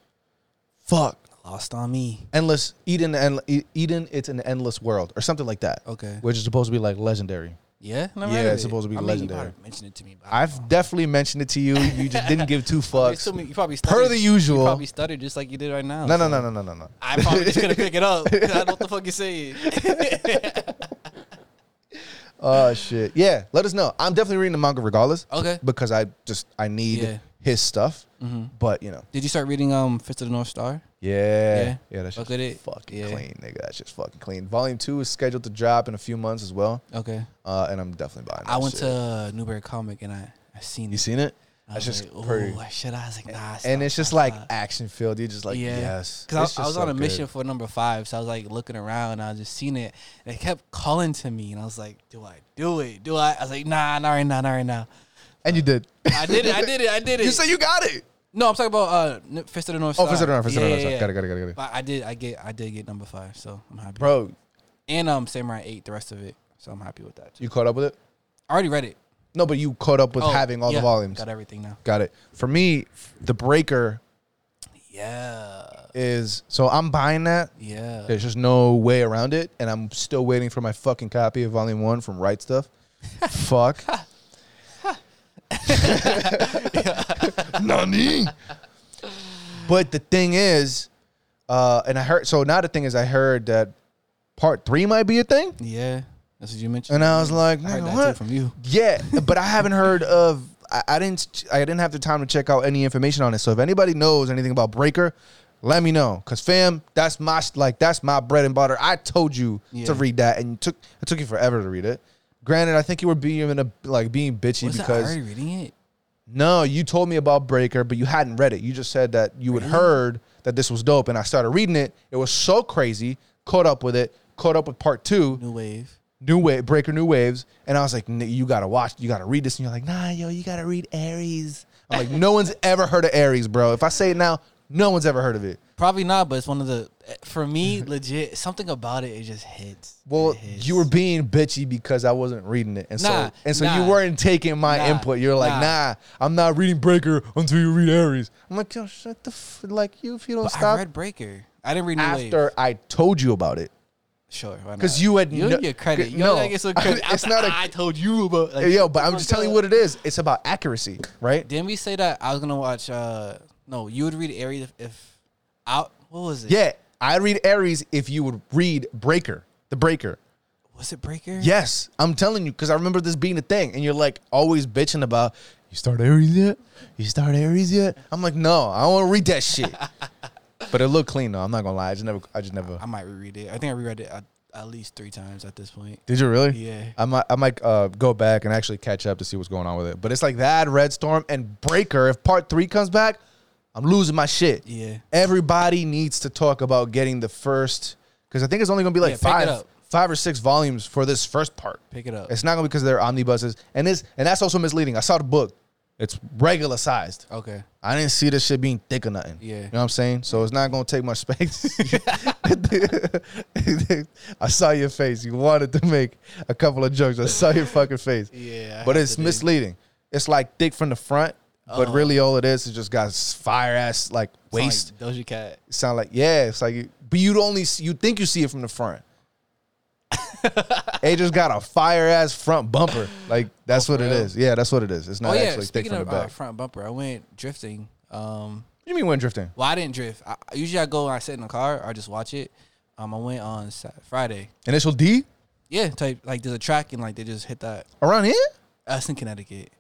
A: Fuck.
B: Lost on me.
A: Endless Eden and E, Eden, it's an endless world or something like that.
B: Okay.
A: Which is supposed to be like legendary.
B: Yeah. Never
A: Yeah,
B: heard of
A: it's
B: it.
A: supposed to be
B: I mean, you
A: legendary.
B: probably mentioned it to me. but I don't
A: I've definitely mentioned it to you. You just didn't give two
B: know. You
A: fucks.
B: assume you probably
A: Per the
B: stuttered-
A: usual.
B: You probably stuttered just like you did right now.
A: No, no,
B: so
A: no, no, no, no, no.
B: I probably just gonna pick it up. 'cause I don't know what the fuck you saying.
A: Oh shit. Yeah, let us know. I'm definitely reading the manga regardless
B: okay.
A: because I just I need
B: Yeah.
A: his stuff.
B: Mm-hmm.
A: But you know,
B: Did you start reading um Fist of the North Star?
A: Yeah.
B: Yeah.
A: Yeah, that's
B: Look
A: just
B: at it.
A: fucking
B: Yeah.
A: clean, nigga. That's just fucking clean. Volume two is scheduled to drop in a few months as well.
B: Okay.
A: Uh, and I'm definitely buying that
B: I went
A: shit.
B: to Newberry Comic and I I seen
A: You
B: it.
A: seen it?
B: I
A: That's
B: was
A: just
B: like,
A: pretty.
B: Ooh, I should. I was like, nah.
A: And it's just like action filled. You're just like,
B: Yeah.
A: yes. It's
B: because I,
A: just
B: was
A: so
B: on a
A: good.
B: mission for number five, so I was like looking around and I just seen it and it kept calling to me and I was like, do I do it? Do I? I was like, nah, not right now, not right now.
A: And you did.
B: I did it. I did it. I did it.
A: You say you got it.
B: no, I'm talking about uh N- Fist of the North
A: Oh, for
B: Star.
A: certain. For
B: Yeah,
A: certain.
B: yeah, yeah.
A: Got it, got it, got it, got it.
B: But I did. I get. I did get number five, so I'm happy.
A: Bro,
B: And um, Samurai Eight, the rest of it, so I'm happy with that. Too.
A: you caught up with it?
B: I already read it.
A: No, but you caught up with
B: Oh,
A: having all
B: yeah,
A: the volumes.
B: Got everything now.
A: got it. For me, The Breaker
B: Yeah.
A: is. So I'm buying that.
B: Yeah.
A: There's just no way around it, and I'm still waiting for my fucking copy of Volume One from Right Stuff. Fuck. Nani. But the thing is, uh, and I heard. So now the thing is, I heard that part three might be a thing,
B: Yeah. That's what you mentioned.
A: and I was like,
B: I heard
A: "Nigga,
B: that
A: what?
B: too from you.
A: Yeah, but I haven't heard of. I, I didn't. I didn't have the time to check out any information on it. So if anybody knows anything about Breaker, let me know. Cause fam, that's my sh- like that's my bread and butter. I told you
B: Yeah.
A: to read that, and you took it took you forever to read it. Granted, I think you were being a, like being bitchy
B: Was I
A: because
B: already reading it?
A: no, you told me about Breaker, but you hadn't read it. You just said that you had heard that this was dope, and I started reading it. It was so crazy. Caught up with it. Caught up with part two
B: New Wave.
A: new wave breaker new waves and i was like "N- you gotta watch you gotta read this and you're like nah yo you gotta read aries i'm like no one's ever heard of aries bro if i say it now no one's ever heard of it
B: Probably not, but it's one of the eh, for me legit something about it. It just hits.
A: well
B: It hits.
A: you were being bitchy because i wasn't reading it and
B: Nah,
A: so and so
B: nah.
A: you weren't taking my
B: Nah,
A: input you're like
B: nah.
A: nah. i'm not reading breaker until you read aries i'm like yo shut the f- like you if you don't
B: But I
A: stop
B: read Breaker. I didn't read New Wave.
A: after i told you about it
B: Sure,
A: because you had
B: you
A: no-
B: get credit. You
A: no
B: gotta get some credit.
A: it's
B: After
A: not a
B: I told you about. Like,
A: yo but i'm just telling you what it is it's about accuracy right
B: Didn't we say that I was gonna watch? uh No, you would read Aries if, if out. What was it?
A: Yeah, I read Aries if you would read Breaker, The Breaker.
B: Was it Breaker?
A: Yes, I'm telling you because I remember this being a thing, and you're like always bitching about you start Aries yet? You start Aries yet? I'm like, no, I don't want to read that shit. but it looked clean though. I'm not gonna lie. I just never. I just never.
B: I might reread it. I think I reread it at, at least three times at this point.
A: Did you really?
B: Yeah.
A: I might. I might uh, go back and actually catch up to see what's going on with it. But it's like that Red Storm and Breaker. If Part Three comes back, I'm losing my shit.
B: Yeah.
A: everybody needs to talk about getting the first because I think it's only going to be
B: Yeah,
A: like
B: pick it
A: five,
B: up.
A: five or six volumes for this first part.
B: Pick it up.
A: It's not going to be because they're omnibuses, and it's and that's also misleading. I saw the book; it's regular sized.
B: Okay.
A: I didn't see this shit being thick or nothing.
B: Yeah.
A: you know what I'm saying. So it's not going to take much space. I saw your face. You wanted to make a couple of jokes. I saw your fucking face.
B: Yeah, I
A: but
B: have
A: it's
B: to do. Uh-huh.
A: misleading. It's like thick from the front, but really all it is is just got fire ass like waist
B: It's not like Doja Cat.
A: sound like yeah. It's like, you, but you'd only see, you think you see it from the front. it just got a fire ass front bumper. Like that's what it
B: Oh, real?
A: is. Yeah, that's what it is. It's
B: Oh
A: not
B: yeah.
A: actually thick
B: Speaking
A: from the
B: of
A: back.
B: uh, front bumper, I went drifting. Um,
A: what do you mean wind drifting?
B: well, I didn't drift. I, usually I go and I sit in the car or I just watch it. Um, I went on Sat- Friday.
A: Initial D
B: Yeah, type like there's a track and like they just hit that.
A: around here?
B: Us in Connecticut.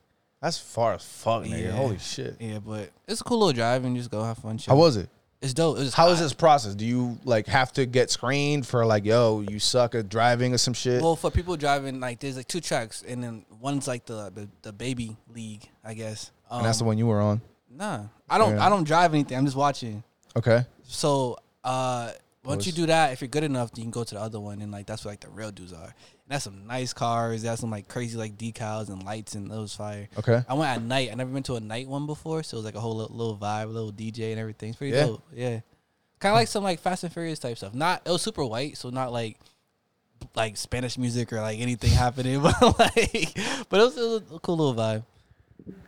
A: That's far as fuck, nigga.
B: Yeah.
A: Holy shit.
B: Yeah, but it's a cool little drive and just go have fun. Chill.
A: How was it?
B: It's dope. It was
A: How is
B: hot.
A: this process? Do you like have to get screened for like, yo, you suck at driving or some shit?
B: Well, for people driving, like there's like two tracks, and then one's like the the, the baby league, I guess. Um,
A: and that's the one you were on.
B: nah, I don't
A: Yeah.
B: I don't drive anything. I'm just watching.
A: Okay.
B: So Uh, once you
A: Nice.
B: do that, if you're good enough, you can go to the other one, and like that's what like the real dudes are. And that's some nice cars. That's some like crazy like decals and lights and those fire.
A: Okay.
B: I went at night. I never been to a night one before, so it was like a whole little, little vibe, little DJ and everything. It's pretty
A: Yeah.
B: dope. Yeah, kind of like some like Fast and Furious type stuff. Not it was super white, so not like like Spanish music or like anything happening, but like but it was, it was a cool little vibe.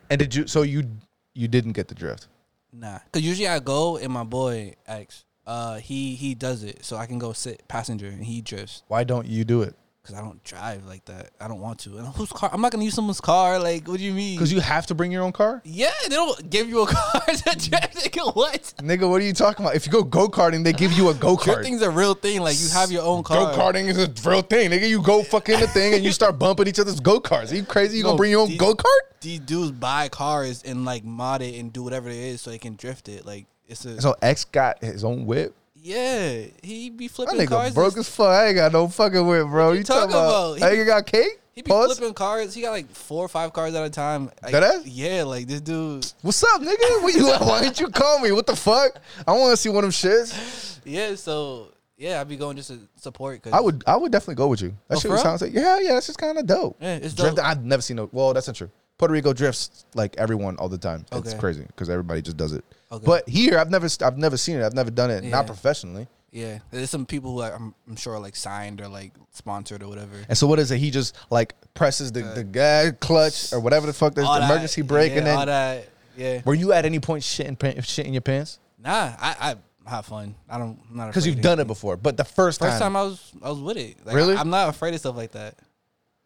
A: And did you? So you you didn't get the drift.
B: Nah, cause usually I go and my boy X, uh, he he does it, so I can go sit passenger and he drifts.
A: Why don't you do it?
B: Cause I don't drive like that. I don't want to. And whose car? I'm not gonna use someone's car. Like, what do you mean?
A: Because you have to bring your own car.
B: yeah, they don't give you a car
A: Mm.
B: to drive. Nigga, what?
A: Nigga, what are you talking about? If you go go karting, they give you a go kart.
B: Drifting's a real thing. Like, you have your own
A: Go
B: car.
A: karting is a real thing. Nigga, you go fucking the thing and you start bumping each other's go karts. Are you crazy? You
B: No,
A: gonna bring your own
B: these-
A: go kart?
B: These dudes buy cars and like mod it and do whatever it is so they can drift it. Like, it's a
A: So X got his own whip.
B: yeah. He be
A: That
B: flipping
A: nigga
B: cars. and
A: broke as fuck. I ain't got no fucking whip, bro.
B: you
A: You, talking
B: talking
A: about?
B: about? He-
A: Nigga got cake?
B: He be
A: Pause.
B: flipping cars. He got like four or five cars at a time. Like,
A: That ass?
B: Yeah, like this dude.
A: What's up, nigga? What you, why didn't you call me? What the fuck? I want to see one of them shits.
B: Yeah, so yeah, I'd be going just to support. Cause,
A: I would, I would definitely go with you. That
B: Oh,
A: shit
B: for real?
A: sounds like yeah, yeah. That's just kind of dope.
B: Yeah, it's
A: Drift-
B: dope.
A: I've never seen no. Well, that's not true. Puerto Rico drifts like everyone all the time. It's
B: Okay.
A: crazy because everybody just does it.
B: Okay.
A: But here, I've never, I've never seen it. I've never done it,
B: Yeah.
A: not professionally.
B: Yeah, there's some people who are, I'm, I'm sure are like signed or like sponsored or whatever.
A: And so, what is it? He just like presses the, the gas clutch or whatever the fuck. There's
B: All
A: the
B: that,
A: emergency brake,
B: yeah,
A: and
B: all
A: then
B: that. Yeah,
A: were you at any point shitting, pa- shitting your pants?
B: nah, I, I have fun. I don't. I'm not
A: Because
B: afraid
A: you've
B: of
A: done it
B: anything.
A: before. But the first,
B: First
A: time,
B: time I was I was with it. Like,
A: Really?
B: I, am not afraid of stuff like that.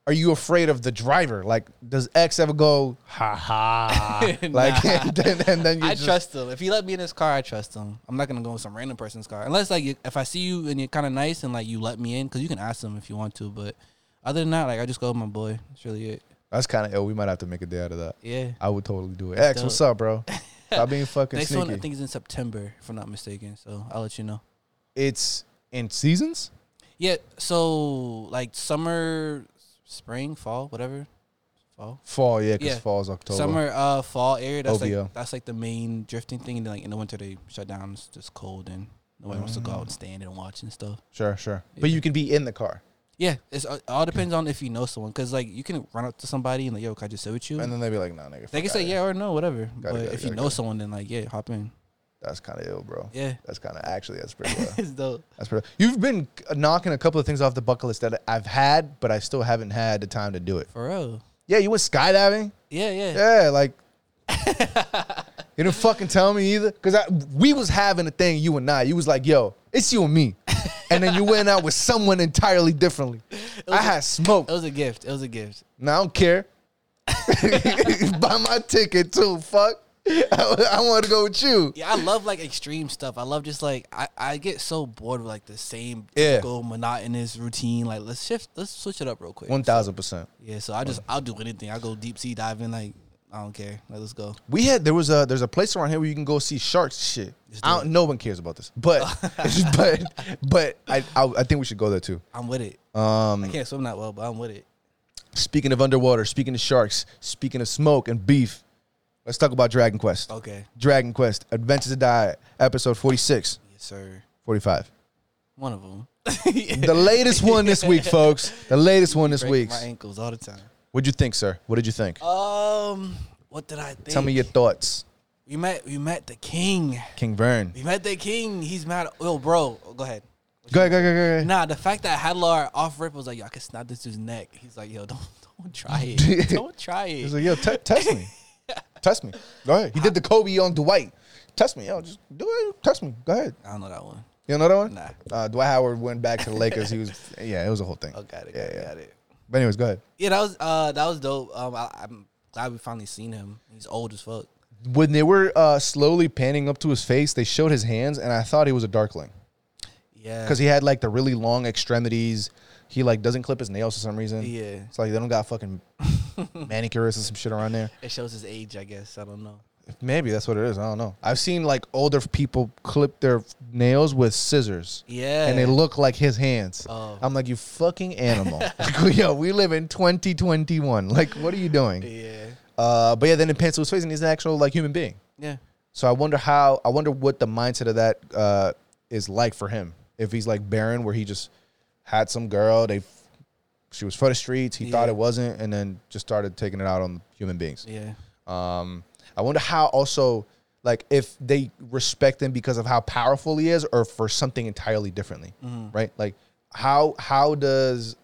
A: are you afraid of the driver? Like, does X ever go ha ha? Ah, like,
B: Nah.
A: and then, and then you
B: I
A: just,
B: trust him. If he let me in his car, I trust him. I'm not gonna go in some random person's car unless like you- if I see you and you're kind of nice and like you let me in because you can ask them if you want to. But other than that, like I just go with my boy. That's really it.
A: That's kind of ill. We might have to make a day out of that.
B: Yeah.
A: I would totally do it. X, what's up, bro? Stop being fucking
B: Next
A: sneaky.
B: one I think is in September, if I'm not mistaken. So I'll let you know.
A: it's in seasons.
B: Yeah. So like summer, spring, fall, whatever, fall.
A: Fall, yeah, because
B: Yeah.
A: fall is October.
B: Summer, uh, fall area. That's
A: OVO.
B: like that's like the main drifting thing. And then, like in the winter, they shut down. It's just cold and nobody wants to go out and stand and watch and stuff.
A: Sure, sure. But you can be in the car,
B: Yeah, it's it all depends on if you know someone. Cause like you can run up to somebody and like, yo, can I just sit with you?
A: and then they'd be like, "Nah, nigga."
B: they can
A: fuck outta
B: say
A: here.
B: yeah or no, whatever. but
A: gotta-
B: if you
A: gotta
B: know
A: go.
B: someone, then like yeah, hop in.
A: That's kind of ill, bro.
B: Yeah,
A: That's kind of actually that's pretty. Ill.
B: it's dope.
A: that's pretty. You've been knocking a couple of things off the bucket list that I've had, but I still haven't had the time to do it.
B: For real.
A: Yeah, you went skydiving.
B: Yeah, yeah.
A: Yeah, like you didn't fucking tell me either. Cause I we was having a thing, you and I. You was like, yo, it's you and me. And then you went out with someone entirely differently. I had smoke.
B: It was a gift. It was a gift.
A: Now I don't care. Buy my ticket too. Fuck. I, want to go with you.
B: Yeah, I love like extreme stuff. I love just like I, I get so bored with like the same
A: Yeah.
B: typical monotonous routine. Like let's shift, let's switch it up real quick.
A: One thousand percent.
B: Yeah, so I just I'll do anything. I go deep sea diving. Like I don't care. Like, let's go.
A: We had there was a there's a place around here where you can go see sharks. Shit. I don't, no one cares about this, but but but I, I I think we should go there too.
B: I'm with it.
A: Um,
B: I can't swim that well, but I'm with it.
A: Speaking of underwater, speaking of sharks, speaking of smoke and beef, let's talk about Dragon Quest.
B: Okay,
A: Dragon Quest Adventures of Die, episode 46,
B: yes sir.
A: 45.
B: One of them.
A: The latest one this week, folks. The latest one this week.
B: my ankles all the time.
A: What'd you think, sir? What did you think?
B: Um, what did I think?
A: Tell me your thoughts.
B: We met. We met the king.
A: King Vern.
B: We met the king. He's mad. Yo, bro, go ahead.
A: Go ahead, go ahead, go ahead. go ahead.
B: Nah, the fact that Hadlar off rip was like, yo, I could snap this dude's neck. He's like, yo, don't don't try it. don't try
A: He's
B: it.
A: like, yo, te- test me. test me. Go ahead. He did the Kobe on Dwight. Test me. Yo, just do it. Test me. Go ahead.
B: I don't know that one.
A: You know that one?
B: Nah.
A: Uh, Dwight Howard went back to the Lakers. He was, yeah, it was a whole thing.
B: Oh, got it.
A: Yeah,
B: got it,
A: yeah.
B: Got it.
A: But anyways, go ahead.
B: Yeah, that was uh that was dope. Um, I, I'm glad we finally seen him. He's old as fuck.
A: when they were uh, slowly panning up to his face, they showed his hands, and I thought he was a darkling
B: Yeah.
A: because he had like the really long extremities. He like doesn't clip his nails for some reason.
B: Yeah.
A: it's like they don't got fucking manicurists and some shit around there.
B: it shows his age, I guess. I don't know.
A: Maybe that's what it is. I don't know. I've seen like older people clip their nails with scissors.
B: Yeah.
A: And they look like his hands.
B: Oh.
A: I'm like, you fucking animal. Yo, we live in 2021. Like, what are you doing?
B: Yeah.
A: Uh, but yeah, then it pans to his face, and he's an actual like human being.
B: Yeah.
A: So I wonder how I wonder what the mindset of that uh, is like for him. If he's like barren, where he just had some girl, they she was for the streets, he thought
B: Yeah.
A: it wasn't, and then just started taking it out on human beings.
B: Yeah.
A: Um, I wonder how also like if they respect him because of how powerful he is, or for something entirely differently, right? Like how how does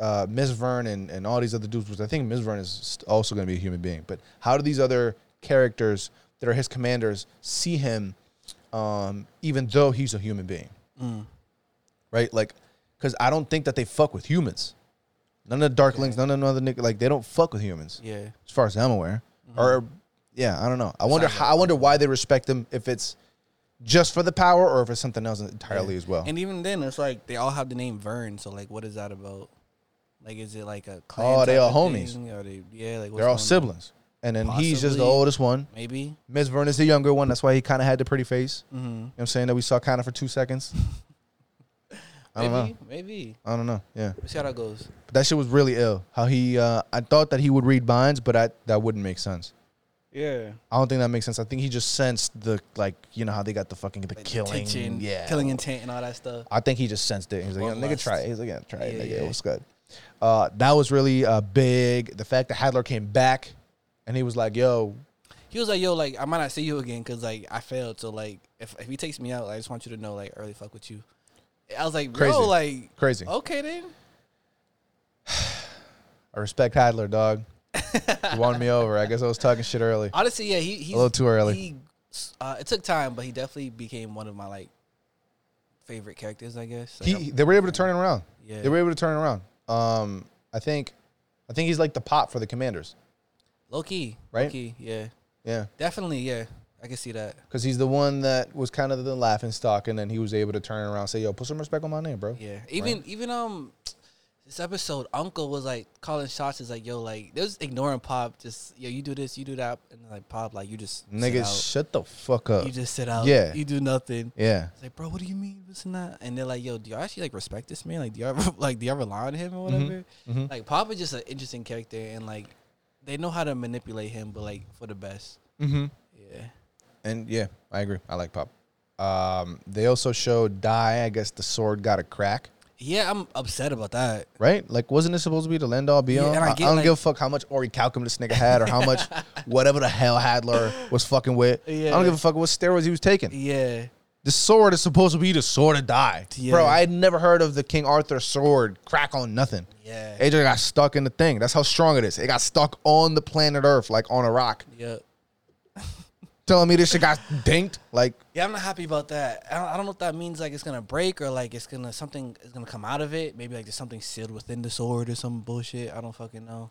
A: uh, Miss Vern and, and all these other dudes, which I think Miss Vern is st- also going to be a human being, but how do these other characters that are his commanders see him, um, even though he's a human being, right? Like, because I don't think that they fuck with humans. None of the Darklings, none of the other nigga, like they don't fuck with humans
B: Yeah.
A: as far as I'm aware.
B: Mm-hmm.
A: Or yeah, I don't know. I wonder how, I wonder why they respect them if it's just for the power or if it's something else entirely as well.
B: And even then, it's like they all have the name Vern. So like, what is that about? Like, is it like a clan?
A: Oh, they
B: type
A: all
B: of
A: homies.
B: thing? Are they, yeah, like what's
A: They're all
B: going on?
A: siblings. And then he's just the
B: Possibly.
A: oldest one.
B: Maybe.
A: Miss Vern is the younger one. That's why he kind of had the pretty face.
B: Mm-hmm.
A: You know what I'm saying? That we saw kind of for two seconds. I don't
B: maybe.
A: know.
B: Maybe.
A: I don't know. Yeah.
B: Let's see how that goes.
A: But that shit was really ill. How he, uh, I thought that he would read minds, but I, that wouldn't make sense.
B: Yeah.
A: I don't think that makes sense. I think he just sensed the, like, you know, how they got the fucking, the killing.
B: Tension,
A: yeah.
B: Killing intent and all that stuff.
A: I think he just sensed it. He's like,
B: Or
A: yeah, nigga,
B: lust.
A: try it. He's like, yeah, try it,
B: Yeah,
A: nigga.
B: yeah.
A: What's good? Uh, that was really uh, big. The fact that Hadler came back and he was like, yo,
B: He was like, "Yo, like I might not see you again because like I failed. So like if if he takes me out, like, I just want you to know, like early fuck with you." I was like,
A: Crazy.
B: "Bro, like
A: crazy.
B: okay then."
A: I respect Hadler, dog. he won me over. I guess I was talking shit early.
B: Honestly, yeah, he he's,
A: little too early.
B: He, uh, it took time, but he definitely became one of my like favorite characters. I guess. Like,
A: He,
B: I'm-
A: they were able to turn it around.
B: Yeah.
A: They were able to turn it around. Um, I think, I think he's like the pop for the Commanders.
B: low key,
A: Right?
B: Low key, yeah,
A: Yeah,
B: definitely, yeah. I can see that.
A: because he's the one that was kind of the laughing stock, and then he was able to turn it around, and say, "Yo, put some respect on my name, bro."
B: Yeah, even even um, this episode, Uncle was like calling shots. Is like, "Yo, like they was ignoring Pop. Just yo, you do this, you do that, and like Pop, like you just sit
A: Nigga,
B: out.
A: shut the fuck up.
B: you just sit out.
A: Yeah.
B: You do nothing.
A: yeah.
B: It's like, bro, what do you mean this and that? And they're like, yo, do y'all actually like respect this man? Like, do y'all like do y'all rely on him or
A: Mm-hmm.
B: whatever? Like, Pop is just an interesting character, and like, they know how to manipulate him, but like for the best.
A: Mm-hmm.
B: Yeah.
A: And yeah, I agree. I like Pop. Um, they also showed Die. I guess the sword got a crack,
B: Yeah, I'm upset about that.
A: right? Like, wasn't it supposed to be the land all be all?
B: and I
A: I, I
B: get,
A: don't
B: like-
A: give a fuck how much Ori Calcum this nigga had or how much whatever the hell Hadler was fucking with. I
B: Yeah.
A: don't give a fuck what steroids he was taking.
B: Yeah.
A: The sword is supposed to be the sword of Die. Bro,
B: Yeah.
A: I had never heard of the King Arthur sword crack on nothing.
B: Yeah.
A: AJ got stuck in the thing. That's how strong it is. It got stuck on the planet Earth, like on a rock.
B: yeah.
A: Telling me this shit got dinked. Like,
B: Yeah, I'm not happy about that. I don't, I don't know if that means like it's gonna break or like it's gonna something is gonna come out of it. Maybe like there's something sealed within the sword or some bullshit. I don't fucking know.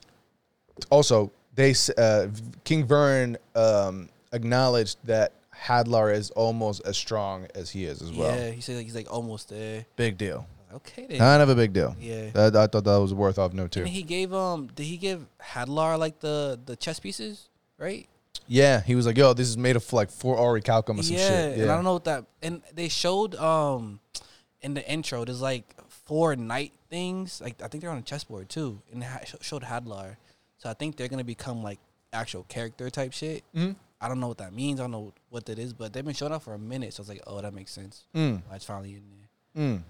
A: also they s- uh, King Vern um, acknowledged that Hadlar is almost as strong as he is as well.
B: yeah, he said like, he's like almost there.
A: Big deal.
B: Okay then.
A: Kind of a big deal.
B: Yeah.
A: That- I thought that was worth off note too.
B: And he gave um did he give Hadlar like the the chess pieces, right?
A: yeah, he was like, "Yo, this is made of like four Ori Calcum or some shit."
B: And I don't know what that and they showed um in the intro there's like four knight things. Like I think they're on a chessboard too. And it ha- sh- showed Hadlar. So I think they're going to become like actual character type shit. Mm-hmm. I don't know what that means. I don't know what that is, but they've been showing up for a minute. So I was like, "Oh, that makes sense."
A: Mm.
B: Why it's finally in there.
A: Mm.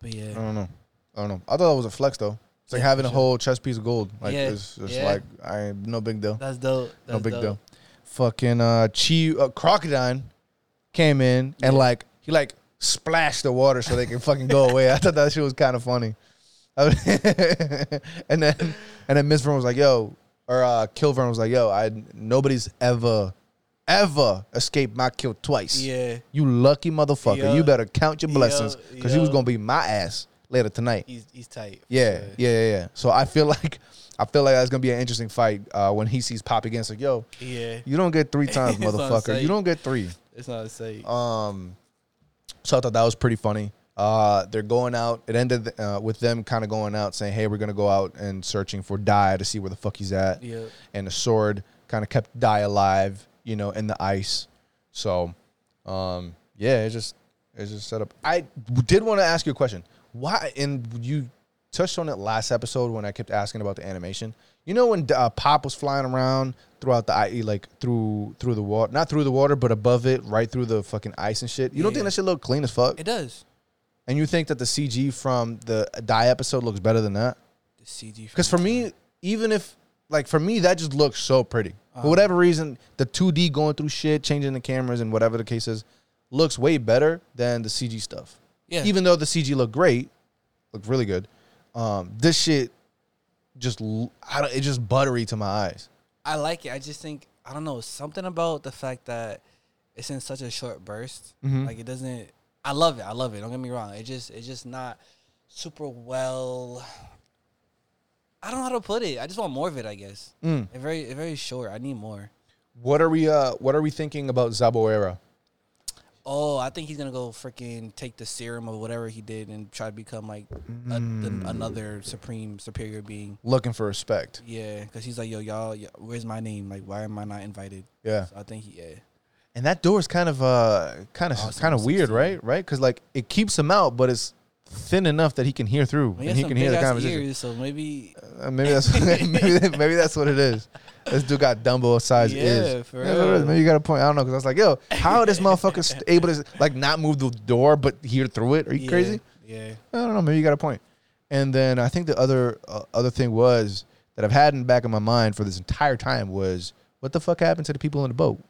B: But yeah.
A: I don't know. I don't know. I thought that was a flex though. It's like having a whole chess piece of gold. Like
B: Yeah.
A: it's, it's
B: Yeah.
A: like I ain't no big deal.
B: That's dope. That's
A: no big
B: dope.
A: deal. Fucking uh, Chi uh, Crocodile came in and like he like splashed the water so they can fucking go away. I thought that shit was kind of funny. and then and then Miss Vern was like, "Yo," or uh, Kilvern was like, "Yo, I nobody's ever ever escaped my kill twice.
B: Yeah.
A: You lucky motherfucker.
B: Yo.
A: You better count your
B: Yo,
A: blessings because you was
B: yo.
A: gonna be my ass later tonight."
B: He's he's tight. for
A: Yeah,
B: sure.
A: yeah, yeah, yeah. So I feel like I feel like that's gonna be an interesting fight uh, when he sees Pop against like, yo,
B: Yeah.
A: you don't get three times,
B: That's what I'm
A: motherfucker.
B: saying.
A: You don't get three.
B: It's not a sight.
A: Um, so I thought that was pretty funny. Uh, they're going out. It ended uh, with them kind of going out, saying, "Hey, we're gonna go out and searching for Die to see where the fuck he's at."
B: Yeah.
A: And the sword kind of kept Die alive, you know, in the ice. So, um, yeah, it just it just set up. I did want to ask you a question. Why? And you touched on it last episode when I kept asking about the animation. You know when uh, Pop was flying around throughout the IE, like through through the water, not through the water, but above it, right through the fucking ice and shit. You don't
B: Yeah.
A: think that shit look clean as fuck?
B: It does.
A: and you think that the CG from the uh, Die episode looks better than that?
B: The CG.
A: Because for me, even if like for me, that just looks so pretty.
B: Uh-huh.
A: For whatever reason, the 2D going through shit, changing the cameras and whatever the case is, looks way better than the CG stuff.
B: Yeah.
A: Even though the CG looked great, looked really good, um, this shit just l- I don't, it's just buttery to my eyes.
B: I like it. I just think I don't know something about the fact that it's in such a short burst. Like it doesn't. I love it. I love it. Don't get me wrong. It just it's just not super well. I don't know how to put it. I just want more of it. I guess. It very it very short. I need more.
A: What are we uh What are we thinking about Zaboera?
B: Oh, I think he's gonna go freaking take the serum of whatever he did and try to become like a, the, another supreme superior being.
A: Looking for respect.
B: Yeah, because he's like, yo, y'all, y- where's my name? Like, why am I not invited?
A: Yeah.
B: So I think he, yeah.
A: And that door is kind of uh kind of
B: Awesome,
A: kind of weird, right? Right? Because like it keeps him out, but it's thin enough that he can hear through
B: Well,
A: and he can
B: has some
A: hear the
B: big-ass
A: conversation.
B: Ears, so maybe,
A: Uh, maybe that's maybe, that- maybe that's what it is. This dude got Dumbo size
B: Yeah,
A: ears.
B: for
A: that's what it is.
B: real.
A: Maybe you got a point. I don't know because I was like, yo, how this motherfucker's able to like not move the door but hear through it? Are you
B: yeah,
A: crazy?
B: Yeah.
A: I don't know. Maybe you got a point. And then I think the other uh, other thing was that I've had in the back of my mind for this entire time was what the fuck happened to the people in the boat?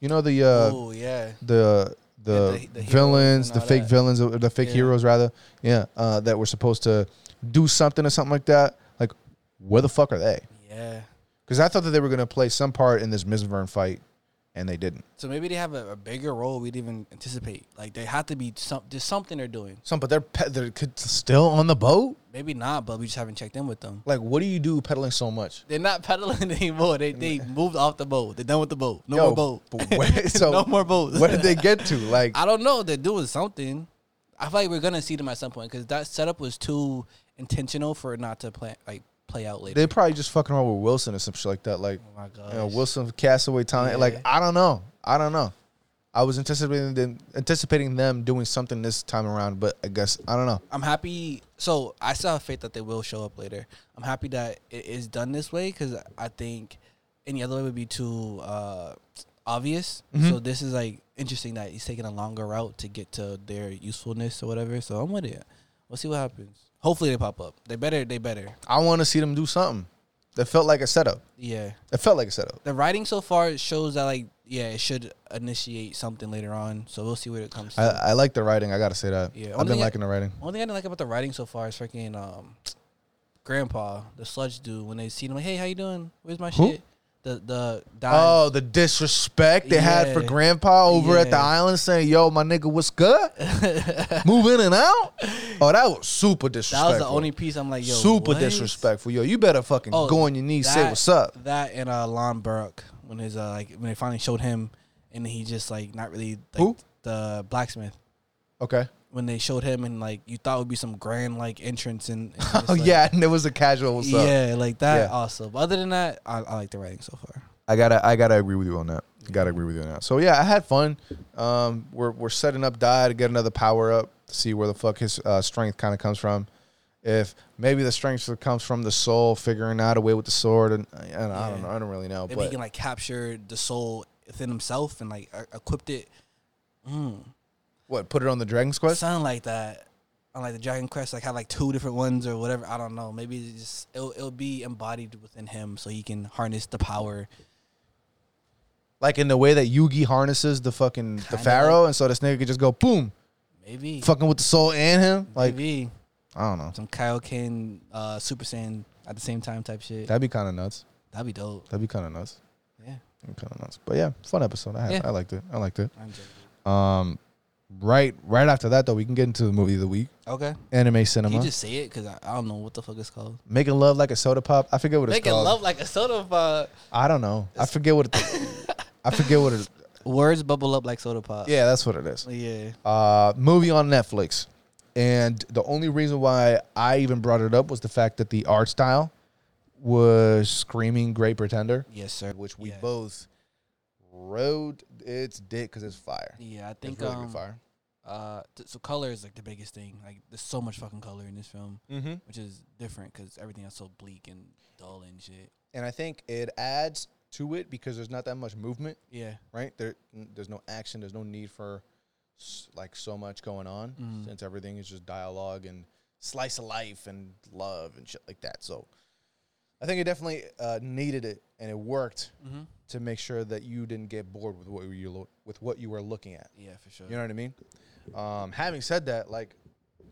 A: You know the uh,
B: oh yeah.
A: the the,
B: Yeah, the- the heroes
A: villains,
B: and
A: the
B: all
A: fake
B: that.
A: villains, uh, the fake
B: Yeah.
A: heroes rather, yeah, uh, that were supposed to do something or something like that. Like, where the fuck are they?
B: Yeah.
A: Because I thought that they were gonna play some part in this Miss Vern fight, and they didn't.
B: So maybe they have a, a bigger role we'd even anticipate. Like they have to be some. There's something they're doing.
A: Some, but they're pe- they're c- still on the boat.
B: Maybe not, but we just haven't checked in with them.
A: Like, what do you do peddling so much?
B: They're not peddling anymore. They they moved off the boat. They're done with the boat.
A: Mm.
B: No
A: Yo,
B: more boat.
A: but where- so
B: no more boat.
A: Where did they get to? Like,
B: I don't know. They're doing something. I feel like we're gonna see them at some point because that setup was too intentional for it not to play like play out later.
A: they probably just fucking around with Wilson or some shit like that. Like,
B: oh my god.
A: you know, Wilson Castaway Town.
B: Yeah.
A: Like I don't know. I don't know. I was anticipating them, anticipating them doing something this time around, but I guess I don't know.
B: I'm happy. So I still have faith that they will show up later. I'm happy that it is done this way because I think any other way would be too uh, obvious. So this is like interesting that he's taking a longer route to get to their usefulness or whatever. So I'm with it. We'll see what happens. Hopefully they pop up. They better. They better.
A: I want to see them do something. That felt like a setup.
B: Yeah.
A: It felt like a setup.
B: The writing so far shows that like yeah it should initiate something later on. So we'll see what it comes to.
A: I, I like the writing. I gotta say that.
B: Yeah,
A: I've
B: only
A: been
B: thing I-
A: liking the writing.
B: One thing I didn't like about the writing so far is freaking um, grandpa, the sludge dude. When they see him, like, hey, how you doing? Where's my
A: Who?
B: shit? The the dime.
A: Oh, the disrespect they had for
B: Yeah.
A: Grandpa over at the
B: Yeah.
A: island, saying, "Yo, my nigga, what's good? Move in and out." Oh, that was super
B: that
A: disrespectful.
B: was the only piece I'm like, yo,
A: super
B: what? Oh,
A: disrespectful. Yo, you better fucking go on your knees, say
B: that-
A: what's up.
B: That and uh, Lon Burke when his uh, like when they finally showed him, and he just like not really like,
A: Who?
B: the blacksmith.
A: Okay.
B: When they showed him and like you thought it would be some grand like entrance and, and just,
A: Oh
B: like,
A: yeah, and it was a casual. What's up?
B: yeah like that
A: Yeah.
B: also. But other than that, I, I like the writing so far.
A: I gotta I gotta agree with you on that. Gotta agree with you on that. So yeah, I had fun. Um, we're we're setting up Die to get another power up to see where the fuck his uh, strength kind of comes from. If maybe the strength comes from the soul figuring out a way with the sword, and, and I don't
B: Yeah.
A: know, I don't really know.
B: Maybe he
A: But
B: can like capture the soul within himself and like e- equipped it, Mm.
A: what put it on the Dragon's Quest?
B: something like that. On like the Dragon Quest, like had like two different ones or whatever. I don't know. Maybe it's just it'll, it'll be embodied within him, so he can harness the power.
A: Like in the way that Yugi harnesses the fucking the
B: Kinda
A: Pharaoh, and so this nigga could just go boom,
B: Maybe
A: fucking with the soul and him. Like
B: maybe
A: I don't know.
B: some Kaioken, uh, Super Saiyan at the same time type shit.
A: That'd be kind of nuts.
B: That'd be dope.
A: That'd be kind of nuts.
B: Yeah,
A: Kind of nuts. But yeah, fun episode. I had,
B: Yeah.
A: I liked it. I liked it.
B: I'm joking.
A: Um, right, right after that though, we can get into the movie of the week,
B: Okay,
A: anime
B: Can
A: cinema.
B: you just say it because I, I don't know what the fuck it's called.
A: Making love like a soda pop. I forget what it's
B: Making
A: called.
B: love like a soda pop.
A: I don't know. I forget what. It, I forget what it.
B: Words bubble up like soda pop.
A: Yeah, that's what it is.
B: yeah.
A: Uh, movie on Netflix, and the only reason why I even brought it up was the fact that the art style was screaming "Great Pretender,"
B: Yes, sir.
A: which we
B: Yeah.
A: both rode its dick because it's fire.
B: Yeah, I
A: It's
B: think
A: really good
B: um,
A: fire.
B: Uh, th- so color is like the biggest thing. Like, there's so much fucking color in this film,
A: Mm-hmm.
B: which is different because everything else so bleak and dull and shit.
A: And I think it adds to it because there's not that much movement,
B: Yeah,
A: right? There, n- there's no action. There's no need for s- like so much going on since everything is just dialogue and slice of life and love and shit like that. So I think it definitely uh, needed it and it worked to make sure that you didn't get bored with what you lo- with what you were looking at.
B: yeah, for sure.
A: You know what I mean? Um, having said that, like,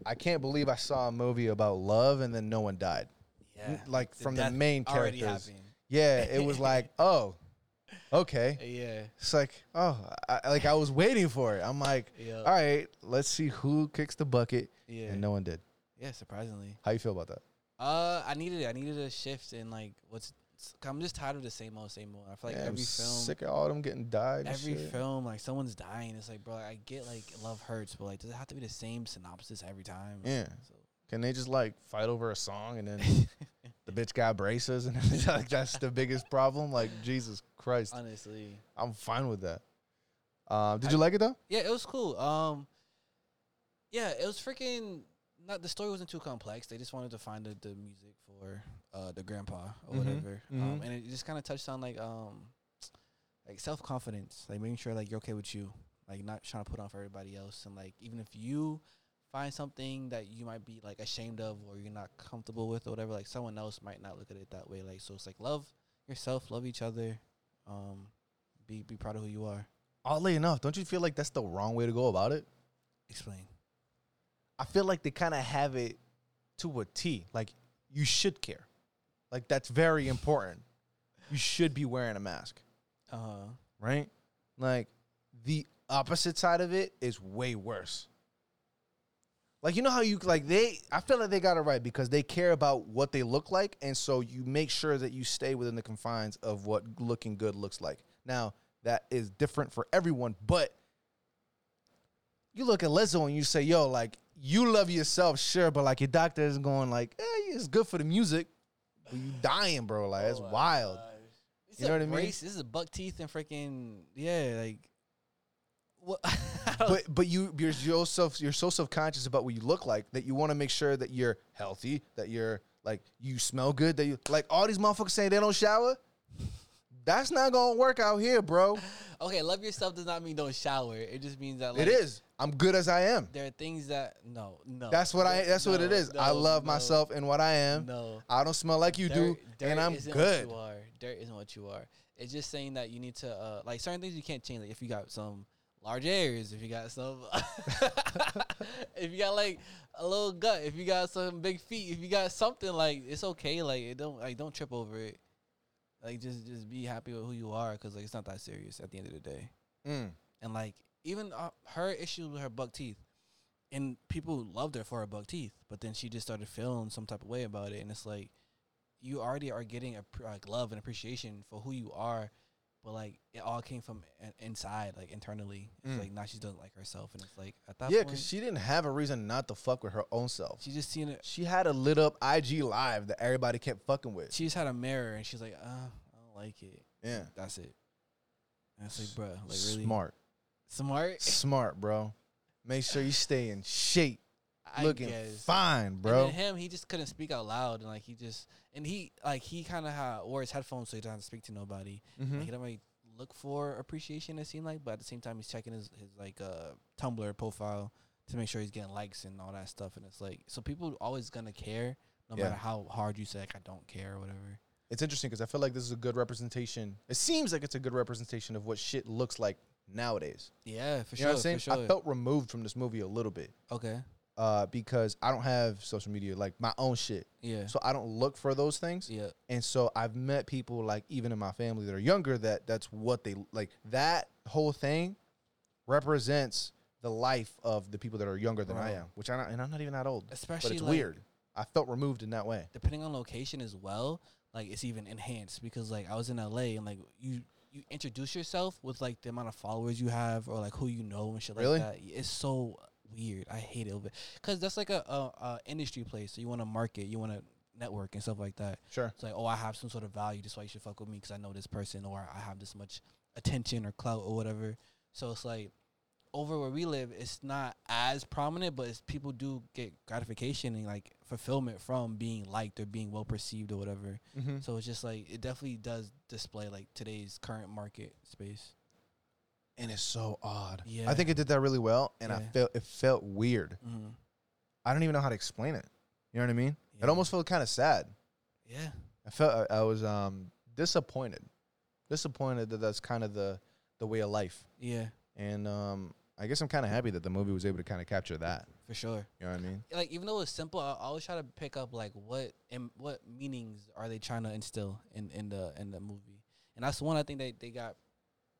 A: I can't believe I saw a movie about love and then no one died.
B: yeah,
A: Like from the
B: death
A: main
B: already
A: characters.
B: happened.
A: Yeah, it was like, oh, okay.
B: Yeah,
A: It's like, oh, I, like I was waiting for it. I'm like,
B: Yeah.
A: all right, let's see who kicks the bucket.
B: Yeah.
A: and no one did.
B: yeah, surprisingly.
A: How you feel about that?
B: Uh, I needed it. I needed a shift in like what's. I'm just tired of the same old, same old. I feel like
A: Yeah, I'm
B: every film,
A: sick of all them getting died. and
B: every
A: shit.
B: film, like someone's dying. It's like, bro, I get like love hurts, but like, does it have to be the same synopsis every time?
A: Yeah.
B: So,
A: Can they just like fight over a song and then the bitch got braces and like that's the biggest problem? Like Jesus Christ,
B: honestly,
A: I'm fine with that. Um, did you like it though?
B: yeah, it was cool. Um, yeah, it was freaking. Not the story wasn't too complex. They just wanted to find the, the music for uh the grandpa or whatever, Um,
A: mhm.
B: and it just kind of touched on like um like self confidence, like making sure like you're okay with you, like not trying to put on for everybody else, and like even if you find something that you might be like ashamed of or you're not comfortable with or whatever, like someone else might not look at it that way. Like so, it's like love yourself, love each other, um, be be proud of who you are.
A: Oddly enough, don't you feel like that's the wrong way to go about it?
B: Explain.
A: I feel like they kind of have it to a T. Like you should care. Like that's very important. You should be wearing a mask,
B: Uh huh.
A: right? Like the opposite side of it is way worse. Like you know how you like they I feel like they got it right because they care about what they look like and so you make sure that you stay within the confines of what looking good looks like. Now, that is different for everyone, but you look at Lizzo and you say, "Yo, like you love yourself, sure, but like your doctor is going like, eh, it's good for the music, but you dying, bro. Like that's wild."
B: This
A: You know
B: is a
A: what I mean?
B: race- This is a buck teeth and freaking yeah, like what? I don't-
A: But but you you're so self, you're so self conscious about what you look like that you want to make sure that you're healthy, that you're like you smell good, that you like all these motherfuckers saying they don't shower. That's not gonna work out here, bro.
B: okay, love yourself does not mean don't shower. It just means that like,
A: it is. I'm good as I am.
B: There are things that no, no.
A: That's what I.
B: No,
A: That's what it
B: no,
A: is. I
B: no,
A: love
B: no.
A: myself and what I am.
B: No.
A: I don't smell like you do,
B: Dirt- dirt
A: and I'm
B: isn't
A: good.
B: What you are dirt isn't what you are. It's just saying that you need to uh, like certain things you can't change. Like if you got some large areas, if you got some, if you got like a little gut, if you got some big feet, if you got something like it's okay. Like it don't like don't trip over it. Like just just be happy with who you are because like it's not that serious at the end of the day.
A: Mm.
B: And like even uh, her issue with her buck teeth. And people loved her for her buck teeth, but then she just started feeling some type of way about it, and it's like, you already are getting a, like love and appreciation for who you are, but like it all came from in- inside, like internally. It's like now she doesn't like herself, and it's like at that
A: Mm. Yeah,
B: point
A: because she didn't have a reason not to fuck with her own self.
B: she just seen it.
A: She had a lit up IG live that everybody kept fucking with.
B: She just had a mirror, and she's like, uh, I don't like it.
A: Yeah,
B: That's it. And it's like, bruh, like really
A: smart,
B: smart,
A: smart, bro. Make sure you stay in shape,
B: I
A: looking
B: guess.
A: fine,
B: And
A: bro.
B: then him, he just couldn't speak out loud, and like he just and he like he kind of had wore his headphones so he doesn't speak to nobody.
A: Hmm? Mm-hmm.
B: Like, he don't really look for appreciation. It seemed like, but at the same time, he's checking his his like uh Tumblr profile to make sure he's getting likes and all that stuff. And it's like so people always gonna care no
A: Yeah.
B: matter how hard you say like I don't care or whatever.
A: It's interesting because I feel like this is a good representation. It seems like it's a good representation of what shit looks like nowadays.
B: Yeah, for
A: You
B: sure.
A: know what I'm saying?
B: For sure.
A: I felt removed from this movie a little bit.
B: okay.
A: uh, because I don't have social media, like my own shit.
B: Yeah.
A: So I don't look for those things.
B: Yeah.
A: And so I've met people like even in my family that are younger that that's what they like. That whole thing represents the life of the people that are younger than I
B: Right.
A: am, which I and I'm not even that old. but
B: Especially,
A: it's
B: like-
A: weird. I felt removed in that way.
B: depending on location as well, like it's even enhanced because like I was in LA and like you you introduce yourself with like the amount of followers you have or like who you know and shit
A: Really?
B: like that. It's so weird. I hate it because that's like a, a, a industry place. So you want to market, you want to network and stuff like that.
A: Sure.
B: It's like oh I have some sort of value, that's why you should fuck with me because I know this person or I have this much attention or clout or whatever. So it's like over where we live, it's not as prominent, but it's people do get gratification and like fulfillment from being liked or being well perceived or whatever.
A: Mhm.
B: So it's just like it definitely does display like today's current market space.
A: and it's so odd.
B: Yeah.
A: I think it did that really well, and I
B: Yeah.
A: felt it felt weird.
B: Mm-hmm.
A: I don't even know how to explain it. You know what I mean?
B: Yeah.
A: It almost felt kind of sad.
B: Yeah.
A: I felt I, I was um, disappointed, disappointed that that's kind of the the way of life.
B: Yeah.
A: And um, I guess I'm kind of happy that the movie was able to kind of capture that.
B: For sure.
A: You know what I mean?
B: Like even though it's simple, I I always try to pick up like what and what meanings are they trying to instill in in the in the movie, and that's the one I think they they got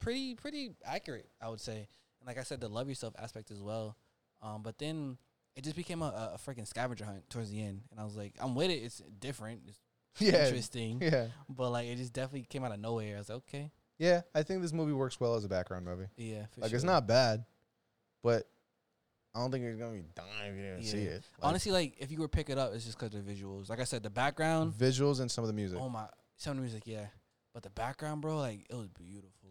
B: pretty pretty accurate. I would say, and like I said, the love yourself aspect as well. Um, but then it just became a, a freaking scavenger hunt towards the end, and I was like, I'm with it. It's different. It's
A: Yeah.
B: interesting.
A: Yeah,
B: But like it just definitely came out of nowhere. I was like, okay,
A: yeah. I think this movie works well as a background movie.
B: yeah, for
A: Like it's
B: sure.
A: not bad, but I don't think it's gonna be dying if you didn't
B: Yeah.
A: see it. Like,
B: Honestly, like if you were to pick it up, it's just because of the visuals. Like I said, the background.
A: visuals and some of the music.
B: Oh my, some of the music, yeah, but the background, bro, like it was beautiful.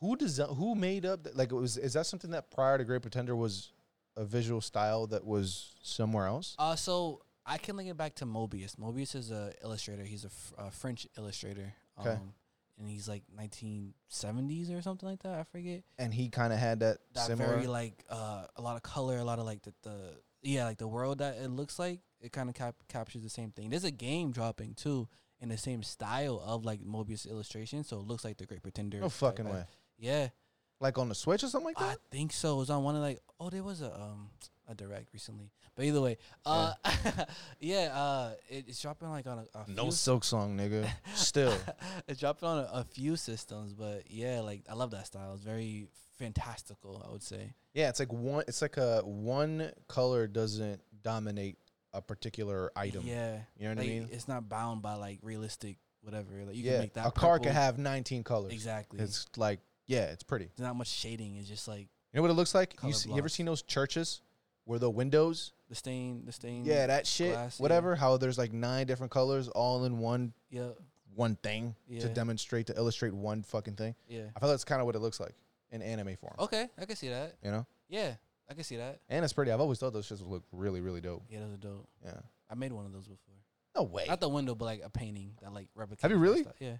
A: Who does who made up that, like it was is that something that prior to Great Pretender was a visual style that was somewhere else?
B: Uh, so I can link it back to Mobius. Mobius is a illustrator. He's a, f- a French illustrator. Um,
A: Okay.
B: and he's like 1970s or something like that. I forget.
A: And he kind of had that,
B: That
A: similar
B: very like uh, a lot of color, a lot of like the, the yeah, like the world that it looks like. It kind of cap- captures the same thing. There's a game dropping too in the same style of like Mobius illustration, so it looks like the Great Pretender.
A: no fucking
B: Like,
A: way.
B: Yeah.
A: Like on the Switch or something like
B: I
A: that?
B: think so. It was on one of like oh there was a um a direct recently. But either way, uh yeah, uh it, it's dropping like on a, a few,
A: no silk song, nigga. Still.
B: it's dropping on a, a few systems, but yeah, like I love that style. It's very fantastical, I would say.
A: Yeah, it's like one it's like a one color doesn't dominate a particular item.
B: Yeah.
A: You know what I
B: like,
A: mean?
B: It's not bound by like realistic whatever. Like you
A: yeah.
B: can make that
A: a car
B: purple-
A: can have 19 colors.
B: exactly.
A: It's like yeah, it's pretty.
B: There's not much shading. It's just like
A: You know what it looks like? You,
B: Color
A: see, you ever
B: blocks.
A: seen those churches where the windows?
B: the stain, the stain.
A: Yeah, that shit,
B: glass, yeah.
A: whatever. How there's like nine different colors all in one
B: Yeah,
A: one thing
B: Yeah.
A: to demonstrate to illustrate one fucking thing.
B: yeah.
A: I feel that's kind of what it looks like in anime form.
B: Okay, I can see that.
A: You know,
B: Yeah, I can see that.
A: and it's pretty. I've always thought those shits would look really, really dope.
B: Yeah, those are dope.
A: Yeah.
B: I made one of those before.
A: No way.
B: Not the window, but like a painting that like replicates.
A: Have you
B: that
A: really?
B: stuff. Yeah.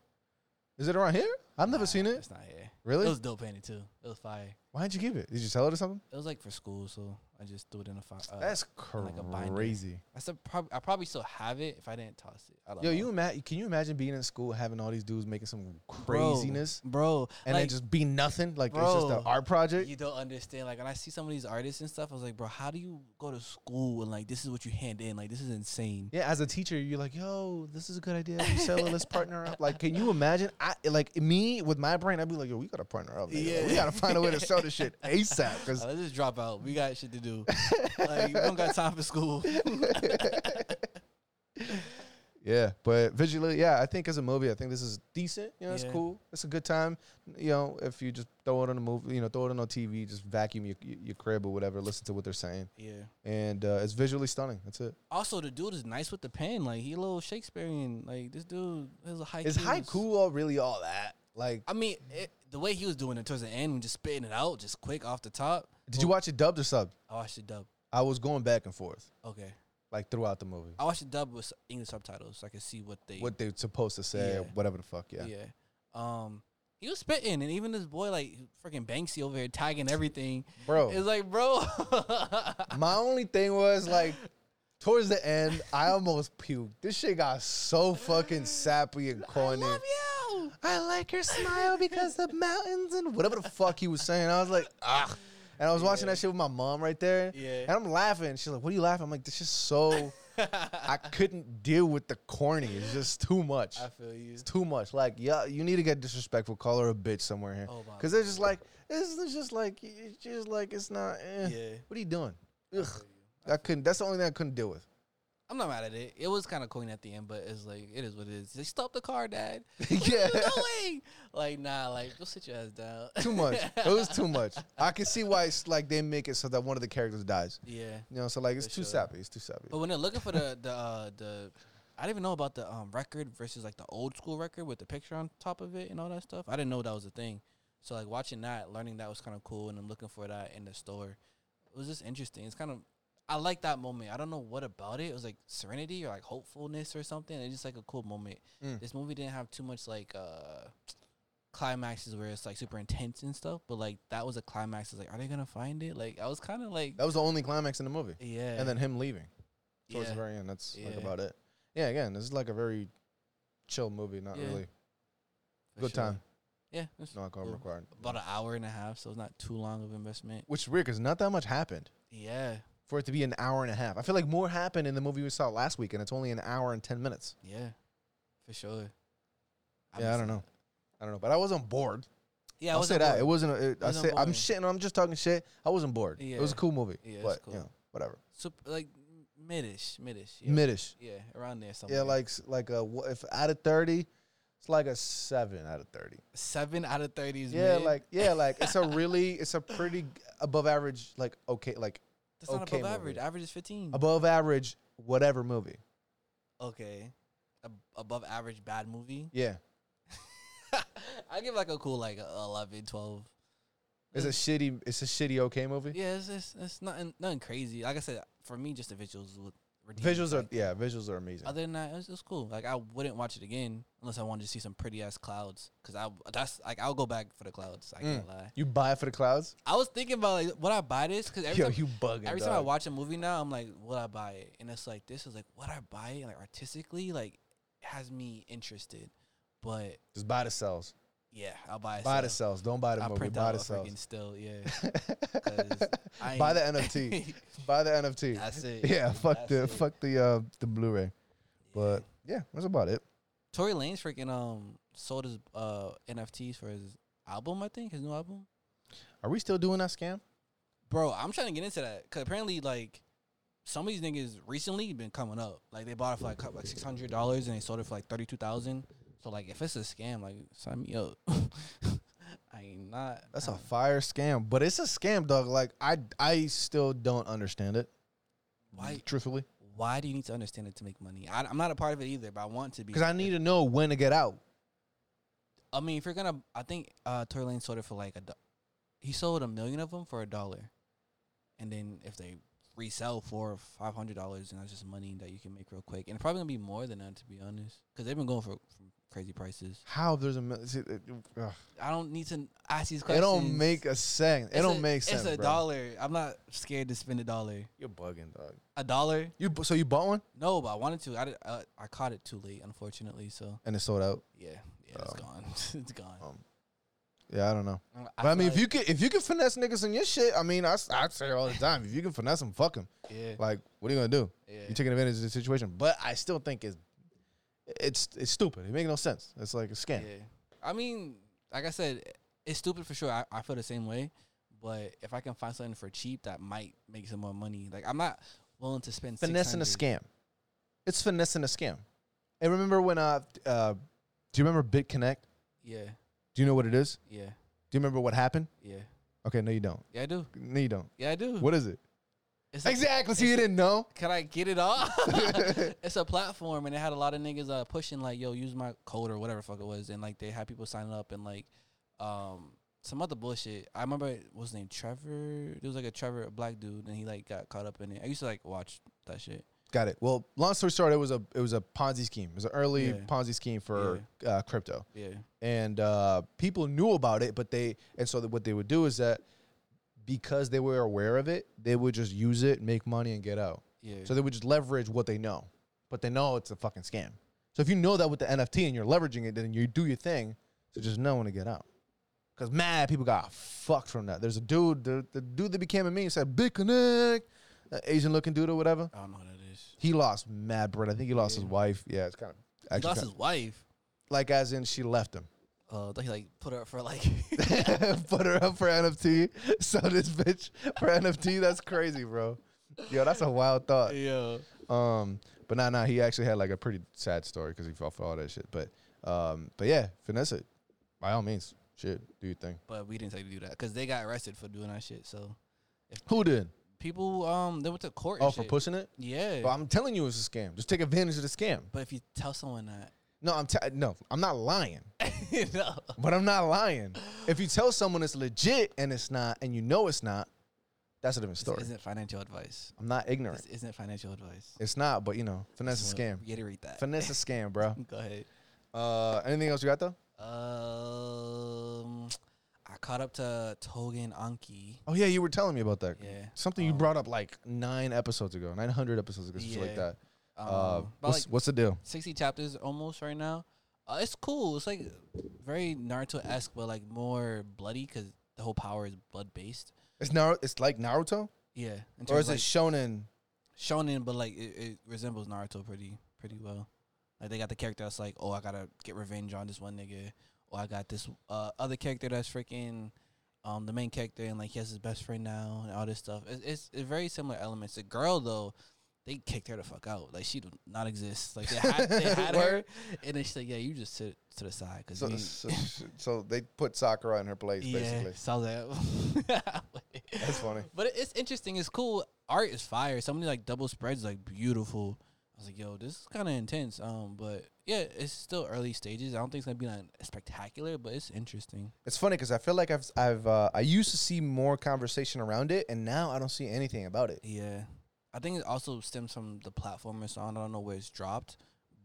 A: Is it around here? I've never
B: Nah,
A: seen it.
B: It's not here.
A: Really?
B: It was dope painting too. It was fire.
A: Why'd you keep it? Did you sell it or something?
B: It was like for school, so I just threw it in a fire. Uh,
A: That's
B: like a binder.
A: crazy.
B: I said prob- I probably still have it if I didn't toss it. I don't
A: Yo,
B: know.
A: you ima- can you imagine being in school having all these dudes making some
B: Bro,
A: craziness
B: bro,
A: and
B: like,
A: then just be nothing? Like it's just
B: Bro.
A: an art project.
B: you don't understand. Like when I see some of these artists and stuff, I was like, bro, how do you go to school and like this is what you hand in? Like this is insane.
A: Yeah, as a teacher, you're like, yo, this is a good idea. You sell it, let's partner up. Like, can you imagine? I like me with my brain, I'd be like, yo, we gotta partner up. nigga.
B: Yeah.
A: we gotta find a way to sell this shit ASAP.
B: Uh,
A: Cause
B: let's just drop out. We got shit to do. like we don't got time for school.
A: yeah, but visually, yeah, I think as a movie, I think this is decent. You know, it's
B: Yeah.
A: cool. It's a good time. You know, if you just throw it on a movie, you know, throw it on a TV, just vacuum your, your crib or whatever, listen to what they're saying,
B: yeah.
A: and uh, it's visually stunning. That's it.
B: Also, the dude is nice with the pen. Like he a little Shakespearean. Like this dude is a high.
A: Is haiku all really all that? Like,
B: I mean, it, the way he was doing it towards the end, just spitting it out, just quick off the top.
A: did you watch it dubbed or subbed?
B: I watched the dub.
A: I was going back and forth
B: Okay,
A: like throughout the movie.
B: I watched the dub with English subtitles, so I could see what they.
A: what they're supposed to say, or
B: Yeah.
A: whatever the fuck. Yeah.
B: yeah. Um, he was spitting, and even this boy, like freaking Banksy over here, tagging everything.
A: Bro.
B: it's like, ah. bro,
A: My only thing was like, towards the end, I almost puked. This shit got so fucking sappy and corny. I,
B: love you.
A: like your smile because the mountains and whatever the fuck he was saying. I was like, ah. And I was watching that shit with my mom right there.
B: Yeah.
A: And I'm laughing. She's like, what are you laughing? I'm like, this is so. I couldn't deal with the corny. It's just too much.
B: I feel you.
A: It's too much. Like, yeah, you need to get disrespectful. Call her a bitch somewhere here.
B: Oh, my
A: Because they're just like, this is just like, it's just like, it's not. eh.
B: Yeah.
A: What are you doing? Ugh. I couldn't. That's the only thing I couldn't deal with.
B: I'm not mad at it. It was kind of coin at the end, but it's like it is what it is. They stop the car, Dad.
A: Yeah.
B: what are you doing? Like, nah, like go sit your ass down.
A: Too much. it was too much. I can see why it's like they make it so that one of the characters dies.
B: yeah.
A: You know, so like it's
B: For
A: too
B: sure. Oh.
A: sappy. It's too sappy.
B: But when they're looking for the the uh, the, I didn't even know about the um record versus like the old school record with the picture on top of it and all that stuff. I didn't know that was a thing. So like watching that, learning that was kind of cool, and I'm looking for that in the store. It was just interesting. It's kind of I like that moment. I don't know what about it. It was like serenity or like hopefulness or something. It's just like a cool moment.
A: Mm.
B: This movie didn't have too much like uh climaxes where it's like super intense and stuff, but like that was a climax. It's like, are they gonna find it? Like I was kind of like,
A: That was the only climax in the movie.
B: yeah,
A: And then him leaving towards
B: yeah.
A: the very end. That's like
B: Yeah.
A: about it. Yeah, again, this is like a very chill movie. Not
B: Yeah,
A: really
B: for
A: good
B: sure.
A: time.
B: Yeah, it's
A: No alcohol
B: cool.
A: required.
B: about an hour and a half, so it's not too long of investment.
A: Which is weird because not that much happened
B: Yeah,
A: for it to be an hour and a half. I feel like more happened in the movie we saw last week, and it's only an hour and ten minutes.
B: yeah, for sure.
A: yeah, I
B: miss
A: don't
B: it.
A: know. I don't know, but I wasn't bored.
B: Yeah, I
A: I'll
B: was
A: say that it wasn't. a- It, I
B: wasn't
A: say I'm
B: boring.
A: shitting. I'm just talking shit. I wasn't bored. It was a
B: Yeah.
A: cool movie.
B: Yeah,
A: Yeah,
B: it's
A: but
B: cool.
A: you know, whatever.
B: Sup- like midish, midish, yeah.
A: Midish.
B: yeah, around there somewhere.
A: Yeah, like like a wh- if out of thirty, it's like a seven out of thirty.
B: seven out of thirty is
A: Yeah,
B: mid.
A: like yeah, like it's a really it's a pretty above average like okay like
B: that's not
A: okay movie.
B: above average. Average is fifteen.
A: above average whatever movie.
B: okay, Ab- above average bad movie.
A: Yeah,
B: I give like a cool like a 11, 12.
A: it's a shitty it's a shitty okay movie.
B: Yeah, it's it's, it's nothing nothing crazy. Like I said, for me, just the visuals would redeem it.
A: Visuals are yeah, visuals are amazing.
B: Other than that, it was, it was cool. Like I wouldn't watch it again unless I wanted to see some pretty ass clouds. Cause I that's like I'll go back for the clouds. I can't lie.
A: You buy it for the clouds?
B: I was thinking about like would I buy this? Cause every
A: Yo,
B: time,
A: you bugging.
B: every time I
A: dog.
B: watch a movie now, I'm like, would I buy it? And it's like this is like would I buy it? Like artistically, like has me interested. But
A: just buy the cells.
B: yeah, I'll buy it.
A: Buy the
B: still.
A: cells. Don't buy the
B: I
A: movie.
B: print
A: Buy
B: out
A: the
B: a freaking
A: cells.
B: still, yeah. 'Cause I
A: Buy the
B: ain't-
A: NFT. buy the NFT.
B: That's it.
A: Yeah, fuck
B: That's
A: the
B: it.
A: fuck the uh the Blu-ray. But yeah, that's about it.
B: Tory Lane's freaking um sold his uh NFTs for his album, I think, his new album.
A: Are we still doing that scam?
B: Bro, I'm trying to get into that because apparently, like, some of these niggas recently been coming up. Like, they bought it for like, cou- like six hundred dollars and they sold it for like thirty two thousand. So, like, if it's a scam, like, sign me up. I ain't not.
A: That's a fire scam, but it's a scam, dog. Like I I still don't understand it.
B: why.
A: Truthfully,
B: Why do you need to understand it to make money? I, I'm not a part of it either, but I want to be.
A: because I need to know when to get out.
B: I mean, if you're gonna, I think uh, Tory Lane sold it for like a. do- He sold a million of them for a dollar, and then if they resell for five hundred dollars, and that's just money that you can make real quick, and it's probably gonna be more than that to be honest, because they've been going for, for crazy prices.
A: How if there's a mil- see, it, ugh.
B: I don't need to ask these
A: it
B: questions.
A: don't make a sense. It
B: It's
A: don't
B: a-
A: make sense.
B: It's a
A: bro.
B: dollar. I'm not scared to spend a dollar.
A: You're bugging, dog.
B: A dollar?
A: You bu- so you bought one
B: No, but I wanted to. I did, uh, I caught it too late, unfortunately. So
A: and it sold out.
B: yeah, yeah, it's
A: Oh.
B: gone. it's gone.
A: Yeah, I don't know.
B: I,
A: But I, mean,
B: feel
A: if you could if you could finesse niggas in your shit, I mean, I s- I say all the time, if you can finesse them, fuck them.
B: like- yeah,
A: Like, what are you gonna do?
B: yeah.
A: You're taking advantage of the situation. But I still think it's it's it's stupid. It makes no sense. It's like a scam.
B: Yeah. I mean, like I said, it's stupid for sure. I, I feel the same way. But if I can find something for cheap that might make some more money, like I'm not willing to spend
A: finessing a
B: 600.
A: scam. It's finessing a scam. And remember when uh, uh do you remember BitConnect?
B: Yeah,
A: Do you know what it is?
B: yeah,
A: Do you remember what happened?
B: yeah,
A: Okay, no, you don't.
B: yeah. I do.
A: No, you don't.
B: Yeah, I do.
A: What is it?
B: It's a-
A: Exactly. So you didn't know.
B: can I get it off? it's a platform, and it had a lot of niggas uh, pushing like, "Yo, use my code or whatever the fuck it was," and like they had people signing up and like um, some other bullshit. I remember it was named Trevor. There was like a Trevor, a black dude, and he like got caught up in it. I used to like watch that shit.
A: Got it. Well, long story short, it was a it was a Ponzi scheme. It was an early
B: Yeah.
A: Ponzi scheme for uh, crypto,
B: Yeah.
A: and uh, people knew about it, but they and so that what they would do is that because they were aware of it, they would just use it, make money, and get out.
B: Yeah.
A: So they would just leverage what they know, but they know it's a fucking scam. So if you know that with the NFT and you're leveraging it, then you do your thing. So just know when to get out. Cause mad people got fucked from that. There's a dude, the, the dude that became a meme said Big Connect, uh, Asian looking dude or whatever.
B: I don't know what that is.
A: He lost mad bread. I think he lost his wife. Yeah, it's kind of
B: He
A: actually
B: lost
A: kinda-
B: his wife.
A: like as in she left him.
B: Uh, they like put her up for like.
A: Put her up for NFT. Sell this bitch for NFT. That's crazy, bro. Yo, that's a wild thought.
B: yeah.
A: Um, but nah, nah, he actually had like a pretty sad story because he fell for all that shit. But, um, but yeah, finesse it by all means. Shit, do your thing.
B: But we didn't say to do that because they got arrested for doing that shit. So
A: Who did?
B: people, um, they went to court. and
A: Oh, for
B: shit.
A: pushing it.
B: Yeah.
A: Well, I'm telling you, it's a scam. Just take advantage of the scam.
B: but if you tell someone that,
A: No, I'm t- no, I'm not lying.
B: no.
A: But I'm not lying. If you tell someone it's legit and it's not, and you know it's not, that's a different story.
B: This isn't financial advice.
A: I'm not
B: This
A: ignorant.
B: isn't financial advice.
A: It's not, but you know, finesse is a
B: Just wanna
A: scam.
B: Reiterate that.
A: Finesse is a scam, bro.
B: Go ahead.
A: Uh, anything else you got though?
B: Um, I caught up to Togan Anki.
A: Oh yeah, you were telling me about that.
B: Yeah. Um,
A: Something you brought up like nine episodes ago, nine hundred episodes ago, something like
B: Yeah.
A: that.
B: Um,
A: Uh,
B: but
A: what's
B: like
A: what's the deal?
B: sixty chapters almost right now. Uh, it's cool. It's like very Naruto esque, but like more bloody because the whole power is blood based.
A: It's Naruto. It's like Naruto,
B: Yeah, in terms
A: or is
B: of,
A: it shonen?
B: shonen, but like it, it resembles Naruto pretty pretty well. Like they got the character that's like, oh, I gotta get revenge on this one nigga, or I got this uh, other character that's freaking um, the main character, and like he has his best friend now, and all this stuff. It's it's, it's very similar elements. The girl though. They kicked her the fuck out. Like she did not exist. Like they had, they had her,
A: Word.
B: and then she's like, "Yeah, you just sit to the side because
A: So, so, so they put Sakura in her place,
B: yeah."
A: basically.
B: So I was like,
A: That's funny.
B: But it- it's interesting. It's cool. Art is fire. Some of the like double spreads like beautiful. I was like, yo, this is kind of intense. Um, but yeah, it's still early stages. I don't think it's gonna be like spectacular, but it's interesting.
A: It's funny because I feel like I've I've uh, I used to see more conversation around it, and now I don't see anything about it.
B: Yeah, I think it also stems from the platform it's on. I don't know where it's dropped,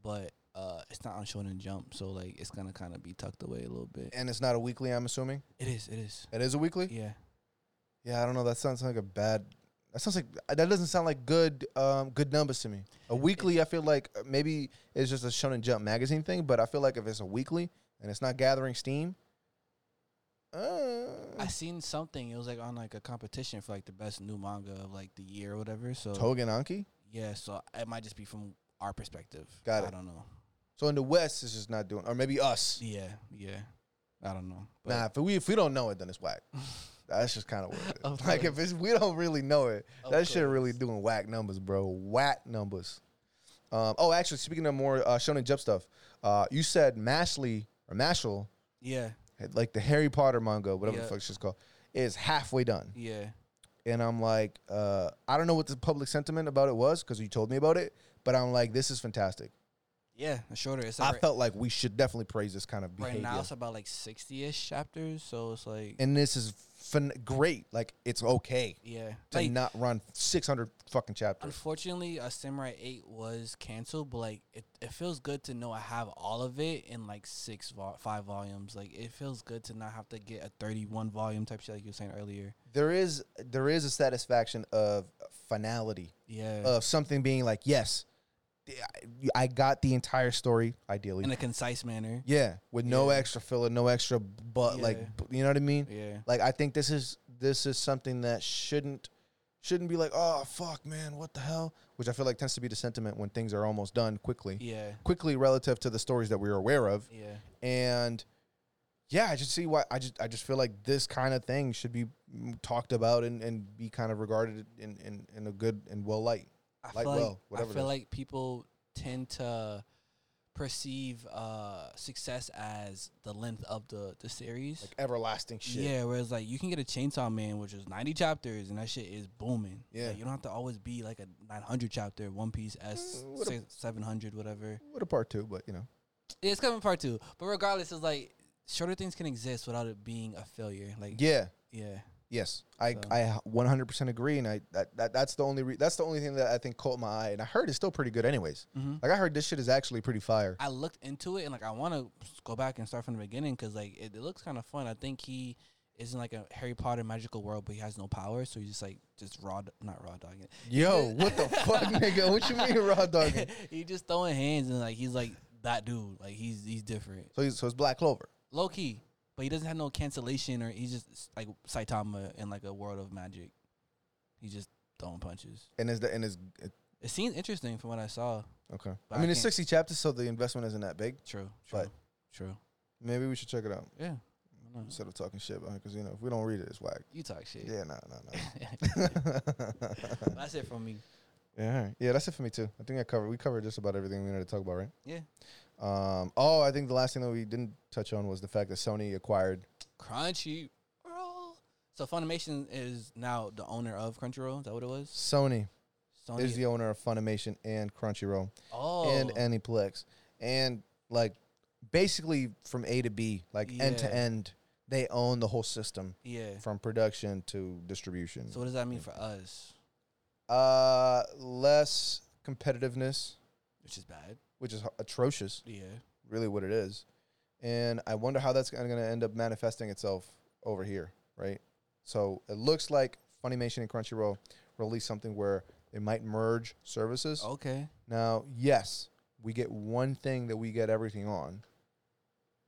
B: but uh, it's not on Shonen Jump, so like it's gonna kind of be tucked away a little bit.
A: And it's not a weekly, I'm assuming.
B: It is. It is.
A: It is a weekly.
B: Yeah.
A: Yeah, I don't know. That sounds like a bad. That sounds like that doesn't sound like good um, good numbers to me. A weekly, I feel like uh, maybe it's just a Shonen Jump magazine thing, but I feel like if it's a weekly and it's not gathering steam, uh,
B: I seen something. It was like on like a competition for like the best new manga of like the year or whatever. So
A: Togan Anki.
B: Yeah, so it might just be from our perspective.
A: Got it.
B: I don't know.
A: So in the West, it's just not doing, or maybe us.
B: Yeah, yeah. I don't know. But
A: Nah, if we if we don't know it, then it's whack. That's just kind of weird.
B: Of
A: Like if it's we don't really know it, that shit
B: course.
A: really doing whack numbers, bro. Whack numbers. Um, oh, actually, speaking of more uh, Shonen Jump stuff, uh, you said Mashley or Mashal,
B: yeah,
A: like the Harry Potter manga, whatever the
B: Yeah.
A: fuck she's called, is halfway done,
B: yeah.
A: and I'm like, uh, I don't know what the public sentiment about it was because you told me about it, but I'm like, this is fantastic.
B: Yeah, it's shorter. It's
A: I
B: like right,
A: felt like we should definitely praise this kind of
B: right
A: behavior.
B: now it's about like 60 ish chapters, so it's like,
A: and this is fin- great. Like it's okay.
B: yeah.
A: to
B: Like,
A: not run 600 fucking chapters.
B: unfortunately, uh, Samurai 8 was canceled, but like, it, it feels good to know I have all of it in like six, vol five volumes. Like, it feels good to not have to get a 31 volume type shit like you were saying earlier.
A: There is there is a satisfaction of finality
B: Yeah.
A: of something being like, yes, I- I got the entire story. Ideally,
B: in a concise manner.
A: yeah, with no
B: Yeah.
A: extra filler, no extra but
B: Yeah.
A: like b- you know what I mean.
B: Yeah.
A: Like I think this is this is something that shouldn't shouldn't be like, oh fuck, man, what the hell? Which I feel like tends to be the sentiment when things are almost done quickly.
B: Yeah.
A: Quickly relative to the stories that we are aware of.
B: Yeah.
A: and yeah, I just see why I just I just feel like this kind of thing should be mm, talked about and, and be kind of regarded in, in, in a good and well light.
B: I
A: Light
B: feel like,
A: well, whatever
B: I
A: it
B: feel
A: is.
B: like people tend to perceive uh, success as the length of the the series.
A: Like everlasting shit.
B: yeah, whereas like you can get a Chainsaw Man, which is ninety chapters, and that shit is booming.
A: Yeah.
B: Like, you don't have to always be like a nine hundred chapter One Piece S
A: Mm, what a-
B: seven hundred whatever.
A: What a part two, but you know.
B: Yeah, it's coming part two, but regardless, it's like shorter things can exist without it being a failure. Like
A: Yeah.
B: yeah,
A: Yes. I
B: So-
A: I 100% agree and I that, that that's the only re- that's the only thing that I think caught my eye and I heard it's still pretty good anyways.
B: Mm-hmm.
A: Like I heard this shit is actually pretty fire.
B: I looked into it and like I want to go back and start from the beginning because like it, it looks kind of fun. I think he is in like a Harry Potter magical world, but he has no power, so he's just like just raw, d- not raw dogging. it.
A: Yo, what the fuck nigga? What you mean raw dogging?
B: he just throwing hands and like he's like that dude. Like he's he's different,
A: So he's, so it's Black Clover.
B: low key, but he doesn't have no cancellation or he's just like Saitama in like a world of magic. He's just throwing punches.
A: And is the and is it,
B: It seems interesting from what I saw.
A: okay.
B: But
A: I
B: I
A: mean it's
B: can't-
A: 60 chapters so the investment isn't that big.
B: True, true,
A: But-
B: true.
A: Maybe we should check it out.
B: Yeah, I don't know.
A: instead of talking shit about because you know if we don't read it, it's whack.
B: you talk shit.
A: Yeah, no, no, no.
B: That's it from me.
A: Yeah, all right. yeah, that's it for me too. I think I covered. We covered just about everything we wanted to talk about, right?
B: Yeah.
A: Um. Oh, I think the last thing that we didn't touch on was the fact that Sony acquired.
B: Crunchyroll. So Funimation is now the owner of Crunchyroll. Is that what it was?
A: Sony
B: Sony
A: is the owner of Funimation and Crunchyroll
B: Oh, oh
A: and Aniplex and like basically from A to B, like end to
B: Yeah.
A: end. They own the whole system
B: Yeah.
A: from production to distribution.
B: So what does that mean for us?
A: uh, less competitiveness,
B: Which is bad.
A: which is atrocious,
B: Yeah.
A: really what it is. And I wonder how that's going to end up manifesting itself over here, right? So it looks like Funimation and Crunchyroll release something where they might merge services.
B: Okay.
A: Now, yes, we get one thing that we get everything on.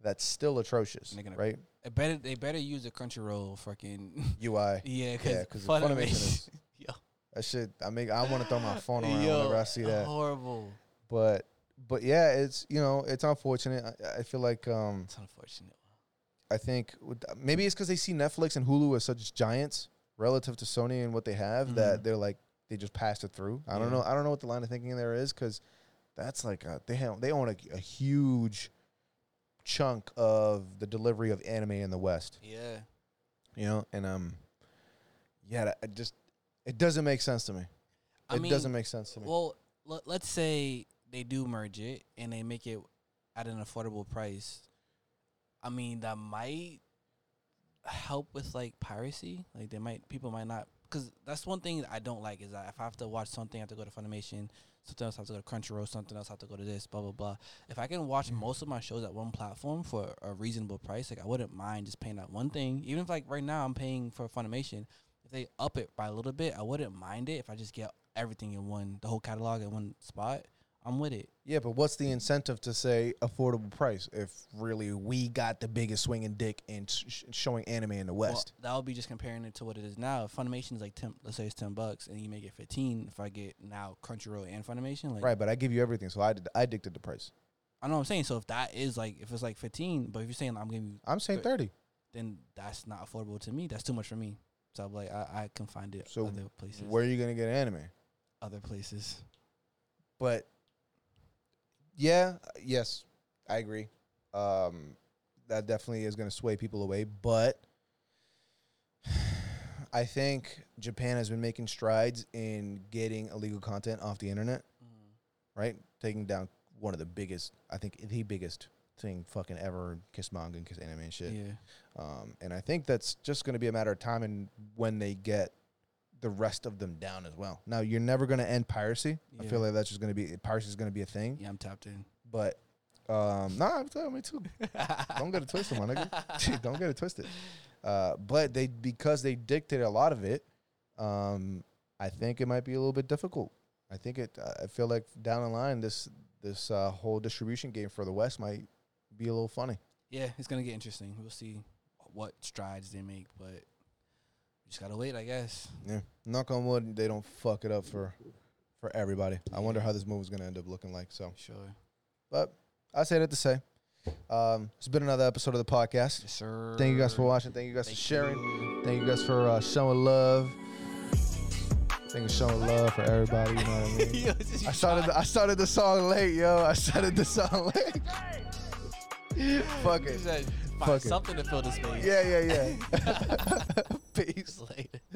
A: That's still atrocious,
B: They're gonna-
A: right?
B: It better they better use the Crunchyroll fucking
A: UI. Yeah,
B: yeah because
A: 'cause the Funimation
B: Funimation
A: is-
B: yo
A: That shit. I make. I want to throw my phone around
B: Yo,
A: whenever I see that.
B: horrible.
A: But, but yeah, it's you know, it's unfortunate. I, I feel like um,
B: It's unfortunate.
A: I think with- uh, maybe it's because they see Netflix and Hulu as such giants relative to Sony and what they have that they're like they just passed it through. I don't
B: Mm-hmm. Yeah.
A: know. I don't know what the line of thinking there is because that's like a, they have, they own a, a huge chunk of the delivery of anime in the West.
B: Yeah.
A: You know, and um, yeah, that- it just it doesn't make sense to me.
B: I
A: it
B: mean,
A: doesn't make sense to me.
B: Well, let, let's say they do merge it and they make it at an affordable price. I mean, that might help with like piracy. Like they might people might not because that's one thing I don't like is that if I have to watch something, I have to go to Funimation. Something else I have to go to Crunchyroll. Something else I have to go to this. Blah blah blah. If I can watch most of my shows at one platform for a reasonable price, like I wouldn't mind just paying that one thing. Even if like right now I'm paying for Funimation, if they up it by a little bit, I wouldn't mind it. If I just get everything in one, the whole catalog in one spot, I'm with it.
A: yeah, but what's the incentive to say affordable price if really we got the biggest swinging dick in sh- showing anime in the
B: Well,
A: West?
B: that would be just comparing it to what it is now. If Funimation's like ten, let's say it's ten bucks, and you make it fifteen. If I get now Crunchyroll and Funimation, like
A: right, but I give you everything, so I did, I dictate the price.
B: I know what I'm saying. So if that is like if it's like fifteen, but if you're saying I'm giving you,
A: I'm saying
B: Th-
A: thirty.
B: then that's not affordable to me. That's too much for me. So I'm like, I, I can find it
A: So
B: other places.
A: Where are you gonna get anime?
B: other places?
A: But yeah, yes, I agree. Um, that definitely is gonna sway people away. But I think Japan has been making strides in getting illegal content off the internet. Right, taking down one of the biggest, I think the biggest thing fucking ever, kiss manga and kiss anime and shit.
B: Yeah.
A: Um, and I think that's just going to be a matter of time and when they get the rest of them down as well. Now, you're never going to end piracy. I
B: Yeah.
A: feel like that's just going to be, piracy is going to be a thing.
B: Yeah, I'm tapped in.
A: But, um, nah, I'm telling me too. Don't get it twisted, my nigga. Don't get it twisted. Uh, but they, because they dictate a lot of it, um, I think it might be a little bit difficult. I think it, uh, I feel like down the line, this, this uh, whole distribution game for the West might be a little funny.
B: Yeah, it's gonna get interesting. We'll see what strides they make, but we just gotta wait, I guess.
A: Yeah. Knock on wood, they don't fuck it up for for everybody. I wonder how this movie's gonna end up looking like. So,
B: Sure.
A: but I say that to say, um, it's been another episode of the podcast.
B: Yes, sir.
A: Thank you guys for watching. Thank you guys for sharing. Thank you guys for uh, showing love. Thank you for showing love for everybody. You know what I mean.
B: Yo, this is-
A: I started. I started the song late, yo. I started the song late. Fuck
B: this
A: it.
B: is-
A: Fuck
B: Find
A: it.
B: something to fill the space.
A: Yeah, yeah, yeah. Peace.
B: Later.